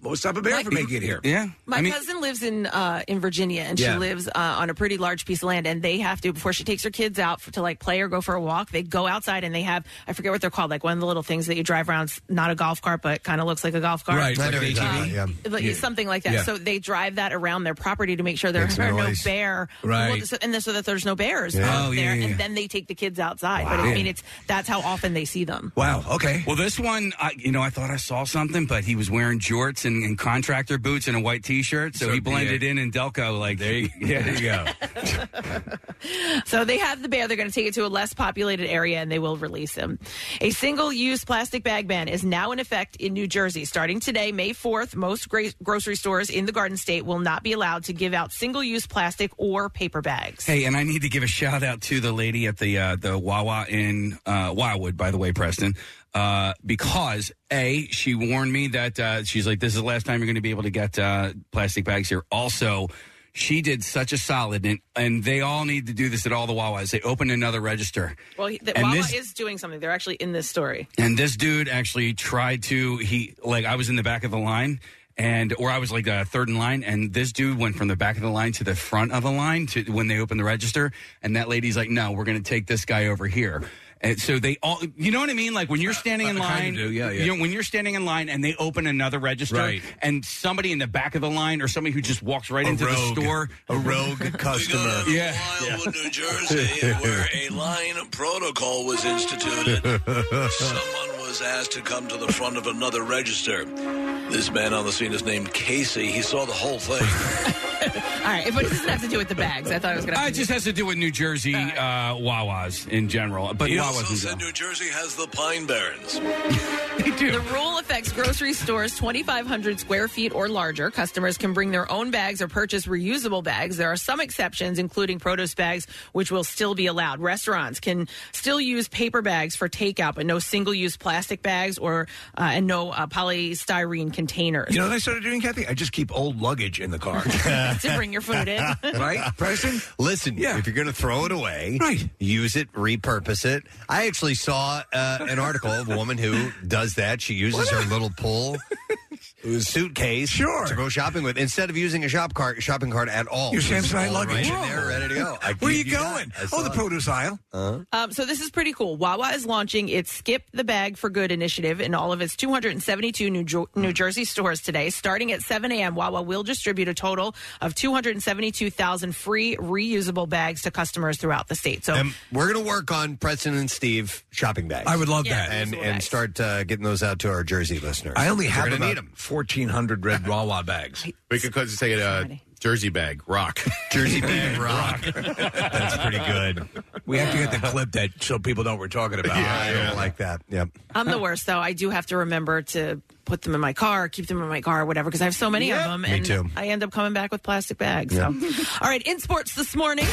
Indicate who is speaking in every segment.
Speaker 1: What would stop a bear from making it here?
Speaker 2: Yeah,
Speaker 3: My cousin lives in uh, in Virginia, and
Speaker 1: Yeah.
Speaker 3: she lives uh, on a pretty large piece of land. And they have to before she takes her kids out for, to like play or go for a walk. They go outside and they have I forget what they're called, like one of the little things that you drive around. It's Not a golf cart, but kind of looks like a golf cart,
Speaker 4: Right, I like know an what you're
Speaker 3: Um,
Speaker 4: talking about, yeah.
Speaker 3: like,
Speaker 4: Yeah.
Speaker 3: something like that.
Speaker 4: Yeah.
Speaker 3: So they drive that around their property to make sure there
Speaker 4: Makes
Speaker 3: are no
Speaker 4: noise.
Speaker 3: bear,
Speaker 4: Right.
Speaker 3: well, so- and then- so that there's no bears
Speaker 2: Yeah.
Speaker 3: out
Speaker 2: Oh, yeah,
Speaker 3: there.
Speaker 2: yeah, yeah.
Speaker 3: And then they take the kids outside. But
Speaker 2: Wow.
Speaker 3: I mean, it's that's how often they see them.
Speaker 1: Wow. Okay.
Speaker 2: Well, this one, I, you know, I thought I saw something, but he was wearing jorts and, and contractor boots and a white T-shirt, so,
Speaker 1: So
Speaker 2: he
Speaker 1: be
Speaker 2: blended in in Delco. Like there, you, yeah,
Speaker 1: there you go.
Speaker 3: So they have the bear. They're going to take it to a less populated area and they will release him. A single use plastic bag ban is now in effect in New Jersey. Starting today, May 4th, most gra- grocery stores in the Garden State will not be allowed to give out single use plastic or paper bags.
Speaker 2: Hey, and I need to give a shout out to the lady at the uh, the Wawa in uh, Wildwood, by the way, Preston, uh, because a she warned me that uh, she's like, this is the last time you're going to be able to get uh, plastic bags here. Also. She did such a solid, and, and they all need to do this at all the Wawas. They open another register.
Speaker 3: Well, he- the,
Speaker 2: And
Speaker 3: Wawa
Speaker 2: this-
Speaker 3: is doing something. They're actually in this story.
Speaker 2: And this dude actually tried to he like I was in the back of the line and or I was like uh, third in line and this dude went from the back of the line to the front of the line to when they opened the register and that lady's like no we're going to take this guy over here. And so they all you know what I mean like when you're standing in
Speaker 1: I kinda
Speaker 2: line
Speaker 1: do, yeah, yeah.
Speaker 2: You know, when you're standing in line and they open another register
Speaker 1: Right.
Speaker 2: and somebody in the back of the line or somebody who just walks right
Speaker 4: A
Speaker 2: into
Speaker 4: rogue.
Speaker 2: the store
Speaker 4: a rogue customer.
Speaker 2: yeah.
Speaker 5: Wildwood, New Jersey, where a line protocol was instituted. Someone was asked to come to the front of another register. This man on the scene is named Casey. He saw the whole thing.
Speaker 3: All right, but it doesn't have to do with the bags. I thought it was going to.
Speaker 2: Uh, It just has to do with New Jersey uh, Wawas in general, but
Speaker 5: he
Speaker 2: Wawas
Speaker 5: also
Speaker 2: in
Speaker 5: said
Speaker 2: general.
Speaker 5: New Jersey has the Pine Barrens.
Speaker 3: The rule affects grocery stores 2,500 square feet or larger. Customers can bring their own bags or purchase reusable bags. There are some exceptions, including produce bags, which will still be allowed. Restaurants can still use paper bags for takeout, but no single-use plastic bags or uh, and no uh, polystyrene containers.
Speaker 1: You know what I started doing, Kathy? I just keep old luggage in the car.
Speaker 3: to bring your food in,
Speaker 1: right, Preston?
Speaker 4: Listen, if you're going to throw it away,
Speaker 1: Right.
Speaker 4: use it, repurpose it. I actually saw uh, an article of a woman who does that. She uses her little pull suitcase
Speaker 1: Sure.
Speaker 4: to go shopping with instead of using a shop cart, shopping cart at all.
Speaker 1: Your
Speaker 4: It's
Speaker 1: Samsonite
Speaker 4: all
Speaker 1: luggage.
Speaker 4: Right in there, ready to go. I
Speaker 1: Where are you
Speaker 4: kid not.
Speaker 1: going?
Speaker 4: I
Speaker 1: Oh,
Speaker 4: saw
Speaker 1: the
Speaker 4: it.
Speaker 1: produce aisle.
Speaker 3: Um, so this is pretty cool. Wawa is launching its Skip the Bag for Good initiative in all of its 272 New, Jer- New Jersey stores today. Starting at 7 a.m., Wawa will distribute a total of 272,000 free reusable bags to customers throughout the state. So
Speaker 4: And we're going to work on Preston and Steve shopping bags.
Speaker 1: I would love
Speaker 3: Yeah,
Speaker 1: that.
Speaker 3: those
Speaker 4: and
Speaker 3: are
Speaker 4: and
Speaker 3: nice.
Speaker 4: start uh, getting those out to our Jersey listeners.
Speaker 1: I only
Speaker 4: They're
Speaker 1: have
Speaker 4: gonna
Speaker 1: about
Speaker 4: need 'em.
Speaker 1: 1,400 red Wawa bags.
Speaker 6: We could just say it uh, Jersey bag rock.
Speaker 4: Jersey bag rock. That's pretty good.
Speaker 1: We have to get the clip that so people know what we're talking about.
Speaker 4: I don't like that. Yep.
Speaker 3: I'm the worst, though. I do have to remember to put them in my car, keep them in my car, whatever, because I have so many of them. and
Speaker 4: too.
Speaker 3: I end up coming back with plastic bags. So. all right, in sports this morning.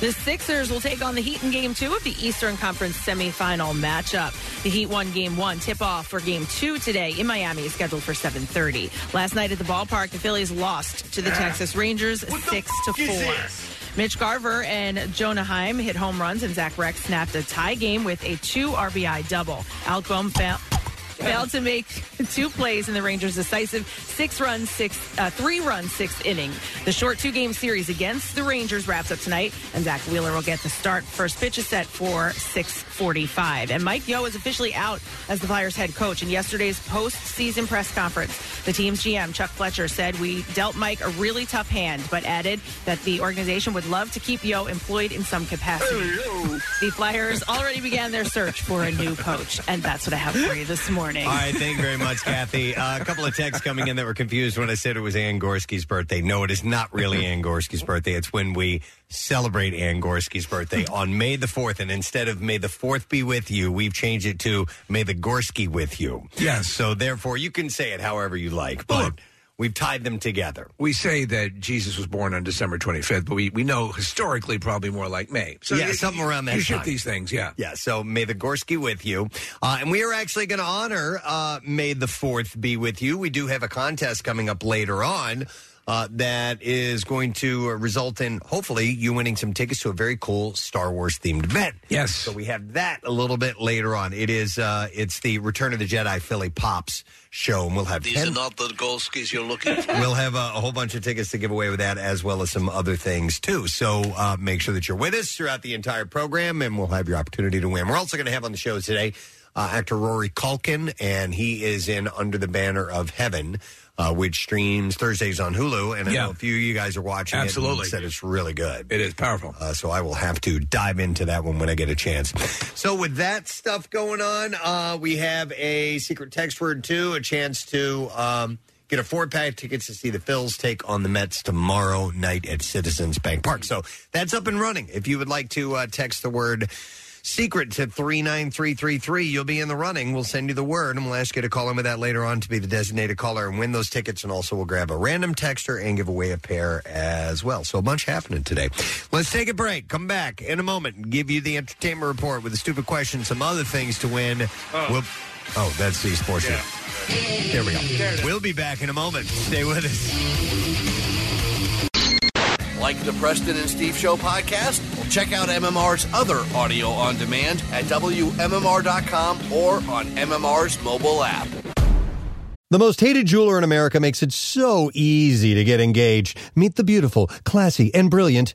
Speaker 3: The Sixers will take on the Heat in Game 2 of the Eastern Conference semifinal matchup. The Heat won Game 1, tip-off for Game 2 today in Miami is scheduled for 7.30. Last night at the ballpark, the Phillies lost to the Texas Rangers 6 to
Speaker 7: f- is
Speaker 3: 4.
Speaker 7: this?
Speaker 3: Mitch Garver and Jonah Heim hit home runs, and Zach Rex snapped a tie game with a two RBI double. Outcome found. failed to make two plays in the Rangers' decisive six-run, six, uh, three-run, sixth inning. The short two-game series against the Rangers wraps up tonight, and Zach Wheeler will get the start. First pitch is set for 6:45, and Mike Yo is officially out as the Flyers' head coach. In yesterday's postseason press conference, the team's GM Chuck Fletcher said, "We dealt Mike a really tough hand, but added that the organization would love to keep Yo employed in some capacity." The Flyers already began their search for a new coach, and that's what I have for you this morning.
Speaker 4: All right, thank you very much, Kathy. Uh, a couple of texts coming in that were confused when I said it was Ann Gorski's birthday. No, it is not really Ann Gorski's birthday. It's when we celebrate Ann Gorski's birthday on May the 4th. And instead of May the 4th be with you, we've changed it to May the Gorski with you. Yes. So therefore, you can say it however you like, but we've tied them together.
Speaker 1: We say that Jesus was born on December 25th, but we, we know historically probably more like May. So
Speaker 4: yeah,
Speaker 1: you-
Speaker 4: something around that.
Speaker 1: You ship
Speaker 4: time.
Speaker 1: these things, yeah.
Speaker 4: Yeah. So May the Gorski with you, uh, and we are actually going to honor uh, May the Fourth be with you. We do have a contest coming up later on. Uh, that is going to uh, result in hopefully you winning some tickets to a very cool Star Wars themed event. Yes. So we have that a little bit later on. It is uh, it's the Return of the Jedi Philly Pops show, and we'll have
Speaker 5: These
Speaker 4: 10
Speaker 5: are not the Golskis you're looking for.
Speaker 4: We'll have a, a whole bunch of tickets to give away with that, as well as some other things too. So uh, make sure that you're with us throughout the entire program, and we'll have your opportunity to win. We're also going to have on the show today uh, actor Rory Culkin, and he is in Under the Banner of Heaven, uh, which streams Thursdays on Hulu. And I know a few of you guys are watching. it
Speaker 1: Absolutely.
Speaker 4: and said it's really good.
Speaker 1: It is powerful.
Speaker 4: Uh, so I will have to dive into that one when I get a chance. So with that stuff going on, uh, we have a secret text word too, a chance to um, get a four pack tickets to see the Phils take on the Mets tomorrow night at Citizens Bank Park. So that's up and running. If you would like to uh, text the word secret to 39333 you'll be in the running we'll send you the word and we'll ask you to call in with that later on to be the designated caller and win those tickets and also we'll grab a random texter and give away a pair as well so a bunch happening today let's take a break come back in a moment and give you the entertainment report with a stupid question some other things to win oh, we'll, oh that's the sports Channel. there we go we'll be back in a moment stay with us
Speaker 8: Like the Preston and Steve Show podcast? Well, check out MMR's other audio on demand at WMMR.com or on MMR's mobile app.
Speaker 4: The most hated jeweler in America makes it so easy to get engaged. Meet the beautiful, classy, and brilliant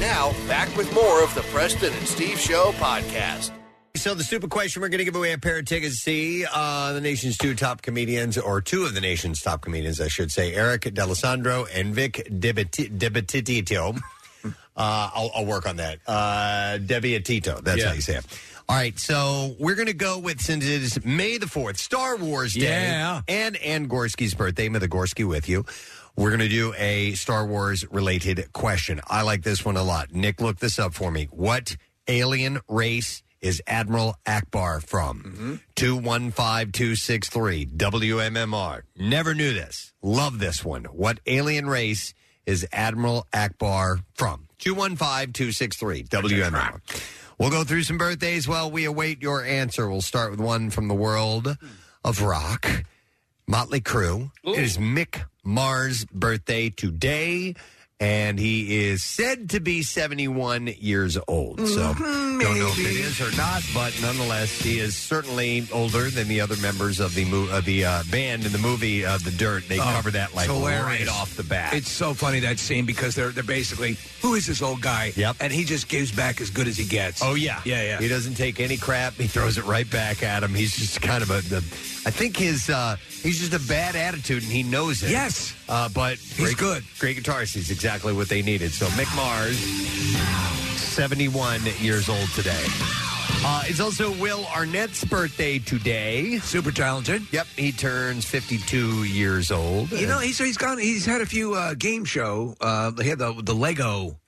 Speaker 8: Now, back with more of the Preston and Steve Show podcast.
Speaker 4: So the stupid question we're going to give away a pair of tickets to see uh, the nation's two top comedians, or two of the nation's top comedians, I should say, Eric D'Alessandro and Vic Debiti- Debititito. uh, I'll, I'll work on that. Uh, Debiatito. That's
Speaker 9: Yeah.
Speaker 4: how you say it. All right, so we're going to go with since it is May the fourth, Star Wars Day,
Speaker 9: Yeah.
Speaker 4: and and Gorski's birthday. May the Gorski with you. We're going to do a Star Wars related question. I like this one a lot. Nick, look this up for me. What alien race is Admiral Akbar from? 215263 WMMR. Never knew this. Love this one. What alien race is Admiral Akbar from? 215263 WMMR. We'll go through some birthdays while we await your answer. We'll start with one from the world of rock. Motley Crue. It is Mick Mars' birthday today, and he is said to be 71 years old. So don't know if it is or not, but nonetheless, he is certainly older than the other members of the mo- of the uh, band in the movie uh, The Dirt. They
Speaker 1: Oh,
Speaker 4: cover that like
Speaker 1: it's hilarious.
Speaker 4: right off the bat.
Speaker 1: It's so funny that scene because they're they're basically who is this old guy? Yep. And he just gives back as good as he gets.
Speaker 4: Oh yeah,
Speaker 1: yeah, yeah.
Speaker 4: He doesn't take any crap. He throws it right back at him. He's just kind of a. The, I think his uh, he's just a bad attitude, and he knows it.
Speaker 1: Yes.
Speaker 4: uh, but he's great, good. Great guitarist. He's exactly what they needed. So Mick Mars, seventy-one years old today. Uh, it's also Will Arnett's birthday today.
Speaker 1: Super talented.
Speaker 4: Yep, he turns fifty-two years old.
Speaker 1: You know, he's so he's gone. He's had a few uh, game show. Uh, he had the the Lego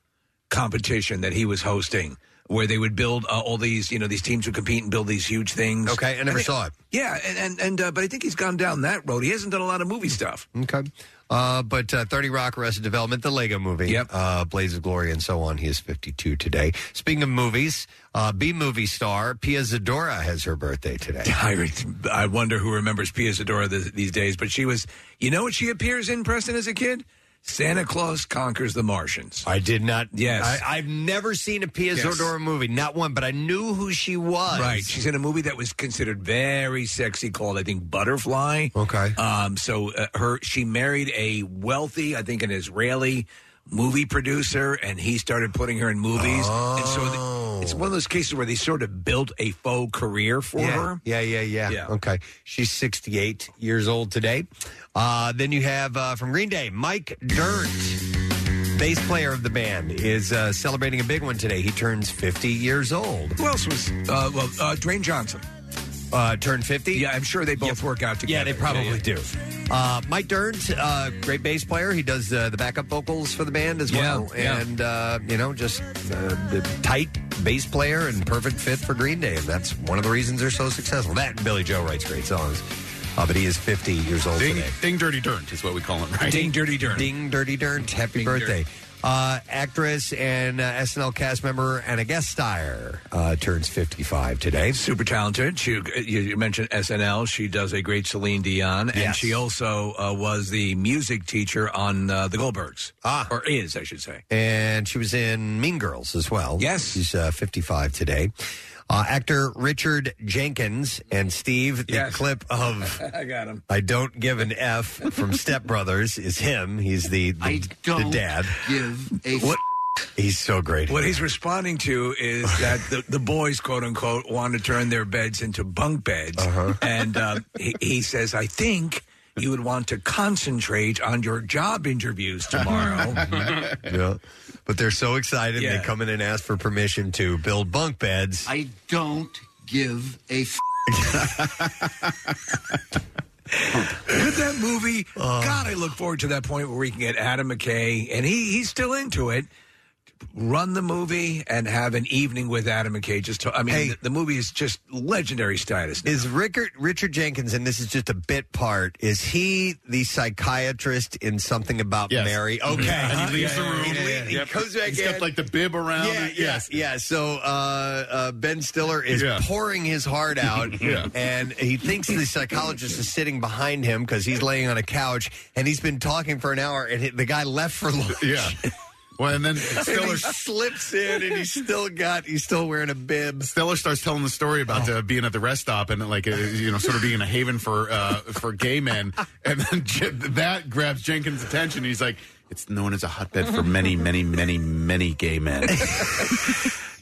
Speaker 1: competition that he was hosting, where they would build uh, all these. You know, these teams would compete and build these huge things.
Speaker 4: Okay, I never
Speaker 1: And
Speaker 4: saw it.
Speaker 1: Yeah, and and, and uh, but I think he's gone down that road. He hasn't done a lot of movie stuff.
Speaker 4: Okay. Uh, but uh, 30 Rock, Arrested Development, the Lego movie, yep. uh, Blades of Glory, and so on. He is 52 today. Speaking of movies, uh, B movie star Pia Zadora has her birthday today.
Speaker 1: I, I wonder who remembers Pia Zadora th- these days, but she was, you know what she appears in, Preston, as a kid? Santa Claus Conquers the Martians.
Speaker 4: I did not.
Speaker 1: Yes.
Speaker 4: I, I've never seen a Pia
Speaker 1: Yes.
Speaker 4: Zadora movie, not one, but I knew who she was.
Speaker 1: Right. She's in a movie that was considered very sexy called, I think, Butterfly.
Speaker 4: Okay.
Speaker 1: Um, so uh, her, she married a wealthy, I think, an Israeli movie producer, and he started putting her in movies. And so th- it's one of those cases where they sort of built a faux career for
Speaker 4: yeah.
Speaker 1: her.
Speaker 4: Yeah, yeah, yeah,
Speaker 1: Yeah.
Speaker 4: Okay. She's 68 years old today. Uh, then you have uh, from Green Day, Mike Dirt, bass player of the band, is uh, celebrating a big one today. He turns 50 years old.
Speaker 1: Who else was? Uh, well, uh, Dwayne Johnson.
Speaker 4: Uh, turned 50?
Speaker 1: Yeah, I'm sure they both work out together.
Speaker 4: Yeah, they probably
Speaker 1: yeah.
Speaker 4: do. Uh, Mike Durnt, uh, great bass player. He does uh, the backup vocals for the band as
Speaker 1: Yeah,
Speaker 4: well.
Speaker 1: yeah.
Speaker 4: And, uh, you know, just uh, the tight bass player and perfect fit for Green Day. And that's one of the reasons they're so successful. That and Billy Joe writes great songs. Uh, but he is 50 years old
Speaker 6: Ding,
Speaker 4: today.
Speaker 6: ding, dirty, dirt is what we call it, right?
Speaker 4: Ding,
Speaker 1: dirty, dirt.
Speaker 4: Ding Dirty Durnt. Happy birthday. Uh, actress and uh, SNL cast member Anna Gasteyer uh, turns 55 today.
Speaker 1: Super talented. She, uh, you, you mentioned SNL. She does a great Celine Dion, and
Speaker 4: Yes.
Speaker 1: she also uh, was the music teacher on uh, The Goldbergs. Ah, or is I should say.
Speaker 4: and she was in Mean Girls as well. Yes, she's uh, 55 today. Uh, actor Richard Jenkins and Steve. The clip of
Speaker 1: I got him.
Speaker 4: "I Don't Give an F" from Step Brothers is him. He's the the, the dad.
Speaker 1: Give
Speaker 4: What? He's so great.
Speaker 1: What he's responding to is that the, the boys, quote unquote, want to turn their beds into bunk beds.
Speaker 4: Uh-huh.
Speaker 1: And uh, he, he says, I think you would want to concentrate on your job interviews tomorrow.
Speaker 4: yeah. But they're so excited.
Speaker 1: Yeah.
Speaker 4: They come in and ask for permission to build bunk beds.
Speaker 9: I don't give a. F-
Speaker 1: With that movie, God, I look forward to that point where we can get Adam McKay, and he he's still into it. Run the movie and have an evening with Adam McKay. Just, to, I mean,
Speaker 4: Hey.
Speaker 1: the, the movie is just legendary status.
Speaker 4: Is Rickard, Richard Jenkins, and this is just a bit part, is he the psychiatrist in something about
Speaker 6: Yes.
Speaker 4: Mary? Okay.
Speaker 6: Uh-huh. He leaves the room.
Speaker 4: He,
Speaker 6: Yeah,
Speaker 4: he
Speaker 6: yeah, yeah.
Speaker 4: comes back
Speaker 6: He's
Speaker 4: in.
Speaker 6: got, like, the bib around.
Speaker 4: Yeah,
Speaker 6: Yes.
Speaker 4: yes. Yeah, So uh, uh, Ben Stiller is
Speaker 6: Yeah.
Speaker 4: pouring his heart out.
Speaker 6: Yeah.
Speaker 4: And he thinks the psychologist is sitting behind him because he's laying on a couch and he's been talking for an hour and he- the guy left for lunch.
Speaker 6: Yeah. Well, and then
Speaker 4: And
Speaker 6: Stiller
Speaker 4: he slips in and he's still got he's still wearing a bib. Oh.
Speaker 6: Stellar starts telling the story about uh, being at the rest stop and like uh, you know sort of being a haven for uh, for gay men, and then Je- that grabs Jenkins' attention. He's like, "It's known as a hotbed for many, many, many, many gay men."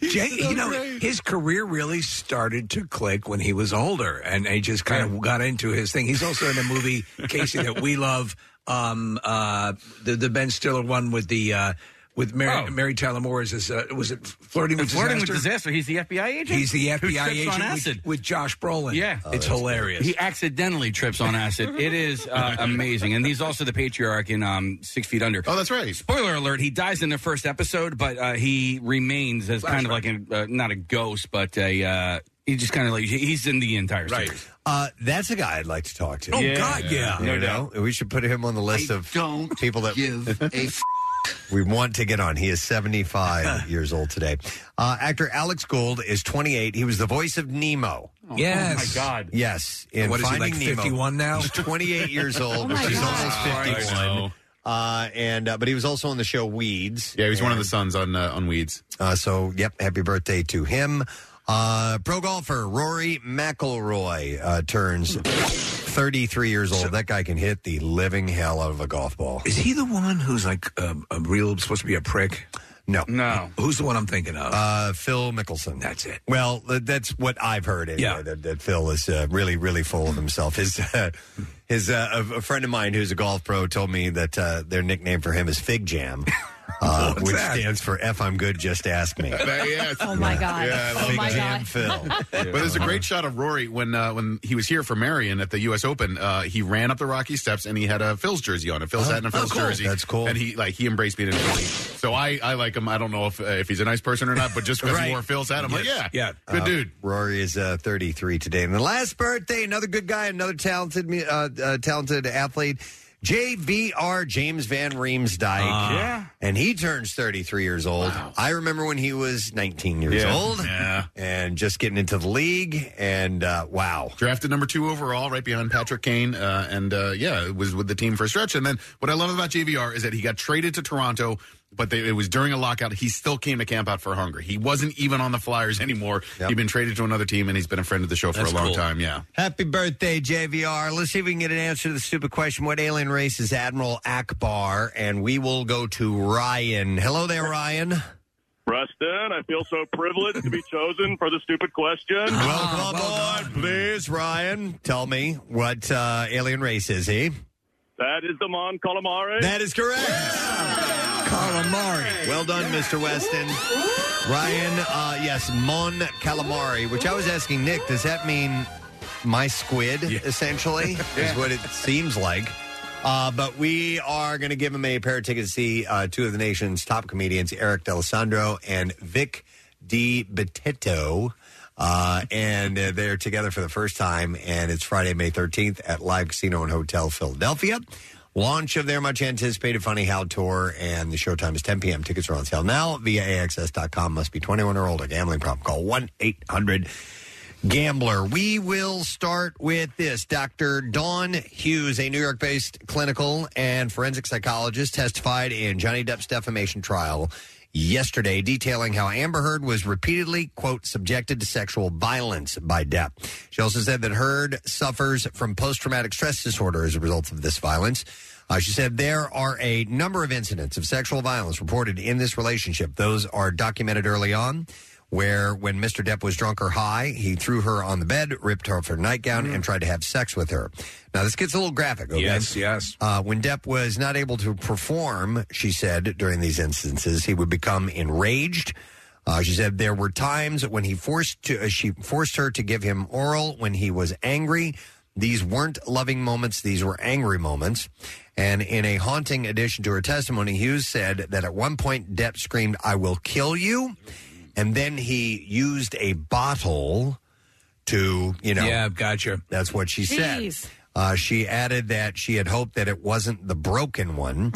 Speaker 1: Jay, you know, his career really started to click when he was older, and he just kind of got into his thing. He's also in a movie, Casey, that we love, um, uh, the the Ben Stiller one with the uh, with Mary, Mary Tyler Moore. Is this, uh, was it flirting with
Speaker 10: Flirting with disaster.
Speaker 1: disaster?
Speaker 10: He's the FBI agent.
Speaker 1: He's the
Speaker 10: who
Speaker 1: FBI
Speaker 10: trips
Speaker 1: agent
Speaker 10: on
Speaker 1: with-
Speaker 10: acid.
Speaker 1: with Josh Brolin.
Speaker 10: Yeah,
Speaker 4: Oh,
Speaker 2: Oh,
Speaker 1: it's hilarious.
Speaker 2: He accidentally trips on acid. It is uh, amazing, and he's also the patriarch in um, Six Feet Under.
Speaker 6: Oh, that's right.
Speaker 2: Spoiler alert: He dies in the first episode, but uh, he remains as kind of like a, uh, not a ghost, but a uh, he just kind of like he's in the entire series.
Speaker 4: Uh, that's a guy I'd like to talk to.
Speaker 2: Oh, Yeah. God, yeah.
Speaker 4: You
Speaker 2: No
Speaker 4: know, we should put him on the list of
Speaker 9: don't
Speaker 4: people that
Speaker 9: give a f-
Speaker 4: we want to get on. He is 75 years old today. Uh, actor Alex Gould is 28. He was the voice of
Speaker 9: Oh,
Speaker 4: Nemo.
Speaker 1: Yes.
Speaker 4: Yes. In
Speaker 1: What is he,
Speaker 4: Finding
Speaker 1: like,
Speaker 4: Nemo.
Speaker 1: 51 now?
Speaker 4: He's 28 years
Speaker 1: Oh,
Speaker 4: old,
Speaker 1: my
Speaker 4: which is
Speaker 1: God.
Speaker 4: almost
Speaker 1: Christ.
Speaker 4: 51. Uh, and uh, but he was also on the show Weeds.
Speaker 6: Yeah, he's one of the
Speaker 4: And-
Speaker 6: sons on uh, on Weeds.
Speaker 4: Uh, so, yep, happy birthday to him. Uh, pro golfer Rory McIlroy uh, turns 33 years old. that guy can hit the living hell out of a golf ball.
Speaker 1: Is he the one who's like um, a real supposed to be a prick?
Speaker 4: No,
Speaker 2: no.
Speaker 1: Who's the one I'm thinking of?
Speaker 4: Uh, Phil Mickelson.
Speaker 1: That's it.
Speaker 4: Well, th- that's what I've heard. Anyway,
Speaker 1: Yeah.
Speaker 4: that, that Phil is uh, really, really full of himself. His uh, his uh, a, a friend of mine who's a golf pro told me that uh, their nickname for him is Fig Jam, uh, which stands for "If I'm good, just ask me."
Speaker 6: oh
Speaker 4: my God. Oh, my God.
Speaker 6: but there's a
Speaker 4: Uh-huh.
Speaker 6: great shot of Rory when uh, when he was here for Marion at the U.S. Open. Uh, he ran up the Rocky steps and he had a Phil's jersey on, a Phil's
Speaker 4: Oh,
Speaker 6: hat and a
Speaker 4: oh,
Speaker 6: Phil's
Speaker 4: cool.
Speaker 6: jersey.
Speaker 4: That's cool.
Speaker 6: And he like he embraced being a Philly. So I I like him. I don't know if uh, if he's a nice person or not, but just because
Speaker 4: Right.
Speaker 6: he wore Phil's hat, I'm like, yeah, good
Speaker 4: Uh,
Speaker 6: dude.
Speaker 4: Rory is uh, 33 today, and the last birthday, another good guy, another talented, mu- uh, uh, talented athlete. JVR James Van Riemsdyk.
Speaker 10: Ah.
Speaker 6: Uh,
Speaker 10: Yeah.
Speaker 4: And he turns 33 years old. I remember when he was 19 years
Speaker 6: Yeah.
Speaker 4: old and just getting into the league. And uh, wow.
Speaker 6: Drafted number two overall, right behind Patrick Kane, uh, and uh, yeah, it was with the team for a stretch. And then what I love about JVR is that he got traded to Toronto, but they, it was during a lockout. He still came to camp out for hunger. He wasn't even on the Flyers anymore. He'd been traded to another team, and he's been a friend of the show for
Speaker 4: That's
Speaker 6: a long
Speaker 4: cool.
Speaker 6: time. Yeah,
Speaker 4: Happy birthday, JVR. Let's see if we can get an answer to the stupid question. What alien race is Admiral Akbar? And we will go to Ryan. Hello there, Ryan.
Speaker 11: Rustin, I feel so privileged to be chosen for the stupid question.
Speaker 4: Welcome aboard, Ah, please, Ryan. Tell me what uh, alien race is he?
Speaker 11: That is the Mon Calamari.
Speaker 4: That is correct. Calamari. Well done, Mr. Weston. Ryan, uh, yes, Mon Calamari, which I was asking Nick, does that mean my squid, essentially, is what it seems like. Uh, but we are going to give him a pair of tickets to see uh, two of the nation's top comedians, Eric D'Alessandro and Vic DiBettito. Uh, and uh, they're together for the first time, and it's Friday, May 13th at Live Casino and Hotel Philadelphia. Launch of their much anticipated Funny How tour, and the showtime is 10 p.m. Tickets are on sale now via AXS.com. Must be 21 or older. Gambling problem. Call 1 800 Gambler. We will start with this. Dr. Dawn Hughes, a New York based clinical and forensic psychologist, testified in Johnny Depp's defamation trial yesterday detailing how Amber Heard was repeatedly, quote, subjected to sexual violence by Depp. She also said that Heard suffers from post traumatic stress disorder as a result of this violence. Uh, she said there are a number of incidents of sexual violence reported in this relationship. Those are documented early on where when Mr. Depp was drunk or high, he threw her on the bed, ripped off her nightgown, and tried to have sex with her. Now, this gets a little graphic, okay?
Speaker 1: Mm-hmm. Yes, yes.
Speaker 4: Uh, when Depp was not able to perform, she said, during these instances, he would become enraged. Uh, she said there were times when he forced to, uh, she forced her to give him oral when he was angry. These weren't loving moments; these were angry moments. And in a haunting addition to her testimony, Hughes said that at one point Depp screamed, "I will kill you," and then he used a bottle to, you know,
Speaker 1: Yeah, gotcha.
Speaker 4: That's what she
Speaker 1: Jeez.
Speaker 4: said. Uh, she added that she had hoped that it wasn't the broken one.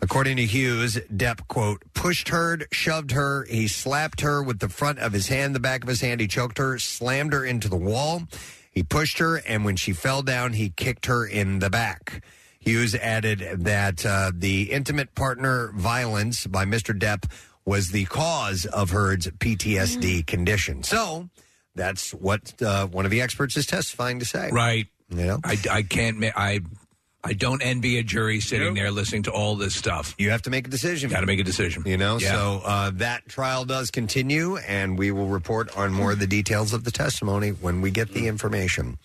Speaker 4: According to Hughes, Depp, quote, pushed her, shoved her, he slapped her with the front of his hand, the back of his hand, he choked her, slammed her into the wall, he pushed her, and when she fell down, he kicked her in the back. Hughes added that uh, the intimate partner violence by Mr. Depp was the cause of Heard's PTSD condition. So that's what uh, one of the experts is testifying to say.
Speaker 1: Right.
Speaker 4: You know?
Speaker 1: I, I can't. ma- I I don't envy a jury sitting there listening to all this stuff.
Speaker 4: You have to make a decision.
Speaker 1: Got to make a decision.
Speaker 4: You know,
Speaker 1: Yeah.
Speaker 4: so uh, that trial does continue, and we will report on more of the details of the testimony when we get the information.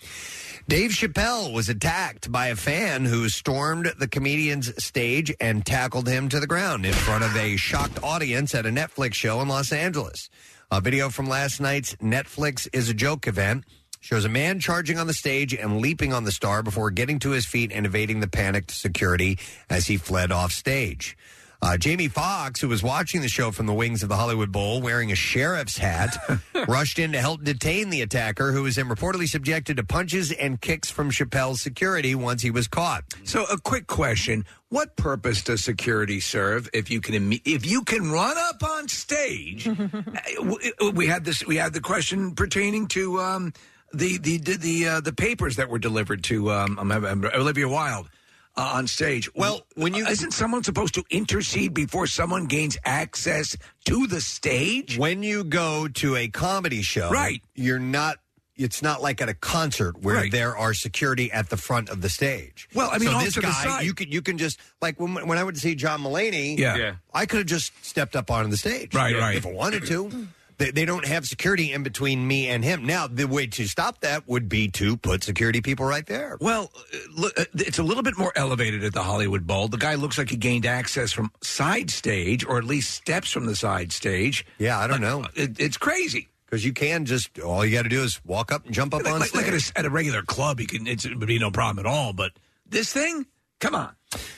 Speaker 4: Dave Chappelle was attacked by a fan who stormed the comedian's stage and tackled him to the ground in front of a shocked audience at a Netflix show in Los Angeles. A video from last night's Netflix is a joke event shows a man charging on the stage and leaping on the star before getting to his feet and evading the panicked security as he fled off stage. Uh, Jamie Foxx, who was watching the show from the wings of the Hollywood Bowl wearing a sheriff's hat, rushed in to help detain the attacker, who was then reportedly subjected to punches and kicks from Chappelle's security once he was caught.
Speaker 1: So, a quick question: What purpose does security serve if you can imme- if you can run up on stage? uh, w- uh, we had this. We had the question pertaining to um, the the the the, uh, the papers that were delivered to um, I'm- I'm- Olivia Wilde. Uh, on stage. Well, when you isn't someone supposed to intercede before someone gains access to the stage?
Speaker 4: When you go to a comedy show,
Speaker 1: Right.
Speaker 4: You're not. It's not like at a concert where
Speaker 1: Right.
Speaker 4: there are security at the front of the stage.
Speaker 1: Well, I mean,
Speaker 4: so
Speaker 1: off
Speaker 4: this
Speaker 1: to the
Speaker 4: guy,
Speaker 1: side.
Speaker 4: you can you can just like when, when I went to see John Mulaney,
Speaker 1: Yeah. Yeah.
Speaker 4: I could have just stepped up onto the stage,
Speaker 1: Right, right.
Speaker 4: if I wanted to. They, they don't have security in between me and him. Now, the way to stop that would be to put security people right there.
Speaker 1: Well, uh, look, uh, it's a little bit more elevated at the Hollywood Bowl. The guy looks like he gained access from side stage, or at least steps from the side stage. Uh,
Speaker 4: Yeah, I don't know.
Speaker 1: It, it's crazy.
Speaker 4: Because you can just all you got to do is walk up and jump up
Speaker 1: like,
Speaker 4: on
Speaker 1: like,
Speaker 4: stage.
Speaker 1: like at, a, at a regular club, you can it's, it would be no problem at all. But this thing, come on.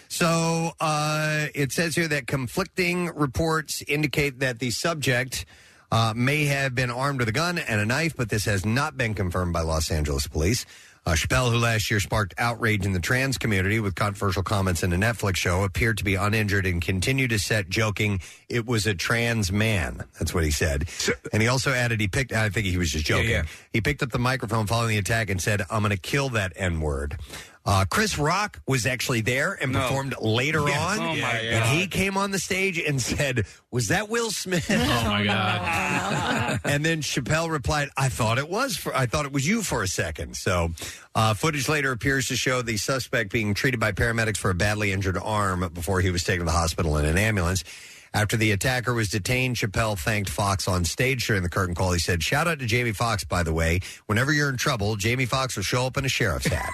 Speaker 4: So uh, it says here that conflicting reports indicate that the subject uh, may have been armed with a gun and a knife, but this has not been confirmed by Los Angeles police. Uh, Uh, Chappelle, who last year sparked outrage in the trans community with controversial comments in a Netflix show, appeared to be uninjured and continued to set joking, it was a trans man. That's what he said. and he also added, he picked, I think he was just joking. He picked up the microphone following the attack and said, I'm going to kill that N word. Uh, Chris Rock was actually there and
Speaker 10: No.
Speaker 4: performed later
Speaker 10: Yes.
Speaker 4: on.
Speaker 10: Oh, my
Speaker 4: and
Speaker 10: God.
Speaker 4: he came on the stage and said, Was that Will Smith? Oh, my God. and then Chappelle replied, I thought it was for, I thought it was you for a second. So uh, footage later appears to show the suspect being treated by paramedics for a badly injured arm before he was taken to the hospital in an ambulance. After the attacker was detained, Chappelle thanked Fox on stage during the curtain call. He said, Shout out to Jamie Fox, by the way. Whenever you're in trouble, Jamie Fox will show up in a sheriff's hat.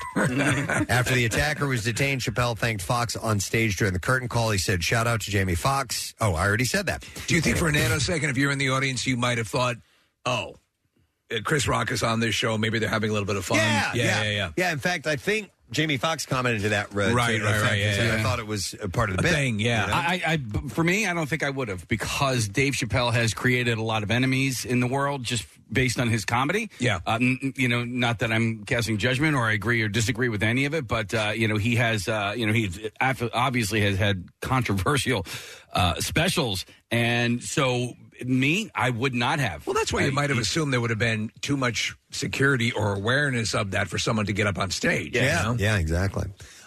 Speaker 4: After the attacker was detained, Chappelle thanked Fox on stage during the curtain call. He said, Shout out to Jamie Fox. Oh, I already said that.
Speaker 1: Do you think for a nanosecond, if you're in the audience, you might have thought, oh, uh, Chris Rock is on this show. Maybe they're having a little bit of fun.
Speaker 4: Yeah,
Speaker 1: yeah, yeah. yeah.
Speaker 4: in fact, I think Jamie Fox commented to that. uh, to
Speaker 1: Right,
Speaker 4: the
Speaker 1: right,
Speaker 4: effect.
Speaker 1: right,
Speaker 4: He
Speaker 1: yeah,
Speaker 4: said, I
Speaker 2: yeah.
Speaker 4: thought it was a part of the bit. You know?
Speaker 2: I, I, b- for me, I don't think I would have because Dave Chappelle has created a lot of enemies in the world just based on his comedy.
Speaker 1: Yeah.
Speaker 2: Uh, n- n- you know, not that I'm casting judgment or I agree or disagree with any of it, but uh, you know, he has, uh, you know, he obviously has had controversial uh, specials, and so me, I would not have.
Speaker 1: Well, that's why you might have assumed there would have been too much security or awareness of that for someone to get up on stage. you
Speaker 4: Yeah,
Speaker 1: know?
Speaker 4: yeah, exactly.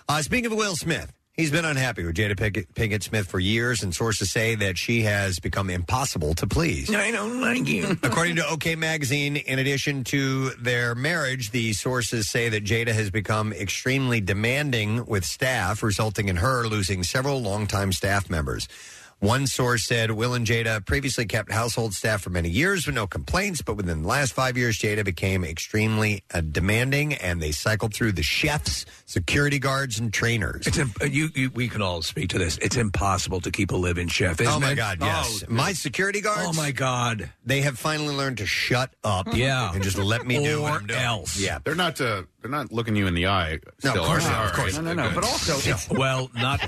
Speaker 4: Uh, speaking of Will Smith, he's been unhappy with Jada Pinkett, Pinkett Smith for years, and sources say that she has become impossible to please.
Speaker 1: I don't like you.
Speaker 4: According to OK Magazine, in addition to their marriage, the sources say that Jada has become extremely demanding with staff, resulting in her losing several longtime staff members. One source said Will and Jada previously kept household staff for many years with no complaints, but within the last five years, Jada became extremely uh, demanding, and they cycled through the chefs, security guards, and trainers.
Speaker 1: It's imp- uh, you, you, we can all speak to this. It's impossible to keep a living chef. Isn't
Speaker 4: Oh my
Speaker 1: it?
Speaker 4: God! Yes,
Speaker 1: Oh,
Speaker 4: my security guards.
Speaker 1: Oh my God!
Speaker 4: They have finally learned to shut up.
Speaker 1: Yeah.
Speaker 4: and just let me do what
Speaker 6: Or
Speaker 4: I'm doing.
Speaker 1: else.
Speaker 4: Yeah,
Speaker 6: they're not. Uh, they're not looking you in the eye.
Speaker 4: No, of
Speaker 6: still,
Speaker 4: course
Speaker 6: are they?
Speaker 4: not, of
Speaker 6: All
Speaker 4: course
Speaker 6: right,
Speaker 4: not.
Speaker 6: good.
Speaker 1: Yeah. well, not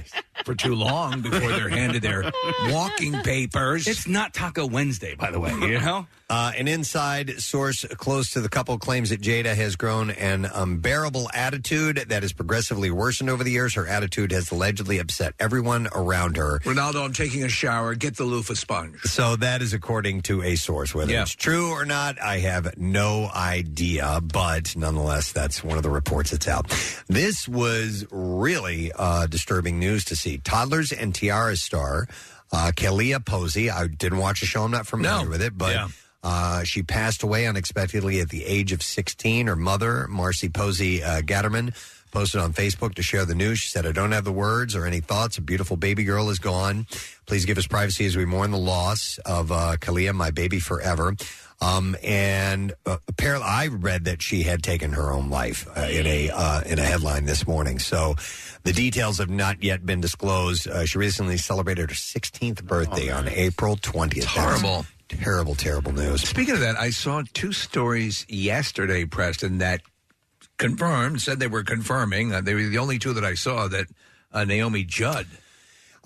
Speaker 1: for too long before they're handed their walking papers.
Speaker 2: It's not Taco Wednesday, by the way. You know,
Speaker 4: Uh, an inside source close to the couple claims that Jada has grown an unbearable attitude that has progressively worsened over the years. Her attitude has allegedly upset everyone around her.
Speaker 1: Ronaldo, I'm taking a shower. Get the loofah sponge.
Speaker 4: So that is according to a source. Whether
Speaker 1: Yeah.
Speaker 4: it's true or not, I have no idea. But nonetheless, that's one of the reports that's out. This was really uh, disturbing news to see. Toddlers and Tiara star uh, Kalia Posey. I didn't watch the show. I'm not familiar with it, but. Uh, she passed away unexpectedly at the age of 16. Her mother, Marcy Posey uh, Gatterman, posted on Facebook to share the news. She said, I don't have the words or any thoughts. A beautiful baby girl is gone. Please give us privacy as we mourn the loss of uh, Kalia, my baby forever. Um, and uh, apparently, I read that she had taken her own life uh, in a uh, in a headline this morning. So the details have not yet been disclosed. Uh, she recently celebrated her 16th
Speaker 1: Oh,
Speaker 4: birthday on April 20th. That's
Speaker 1: horrible.
Speaker 4: terrible, terrible news.
Speaker 1: Speaking of that, I saw two stories yesterday, Preston, that confirmed, said they were confirming. Uh, they were the only two that I saw that uh, Naomi Judd.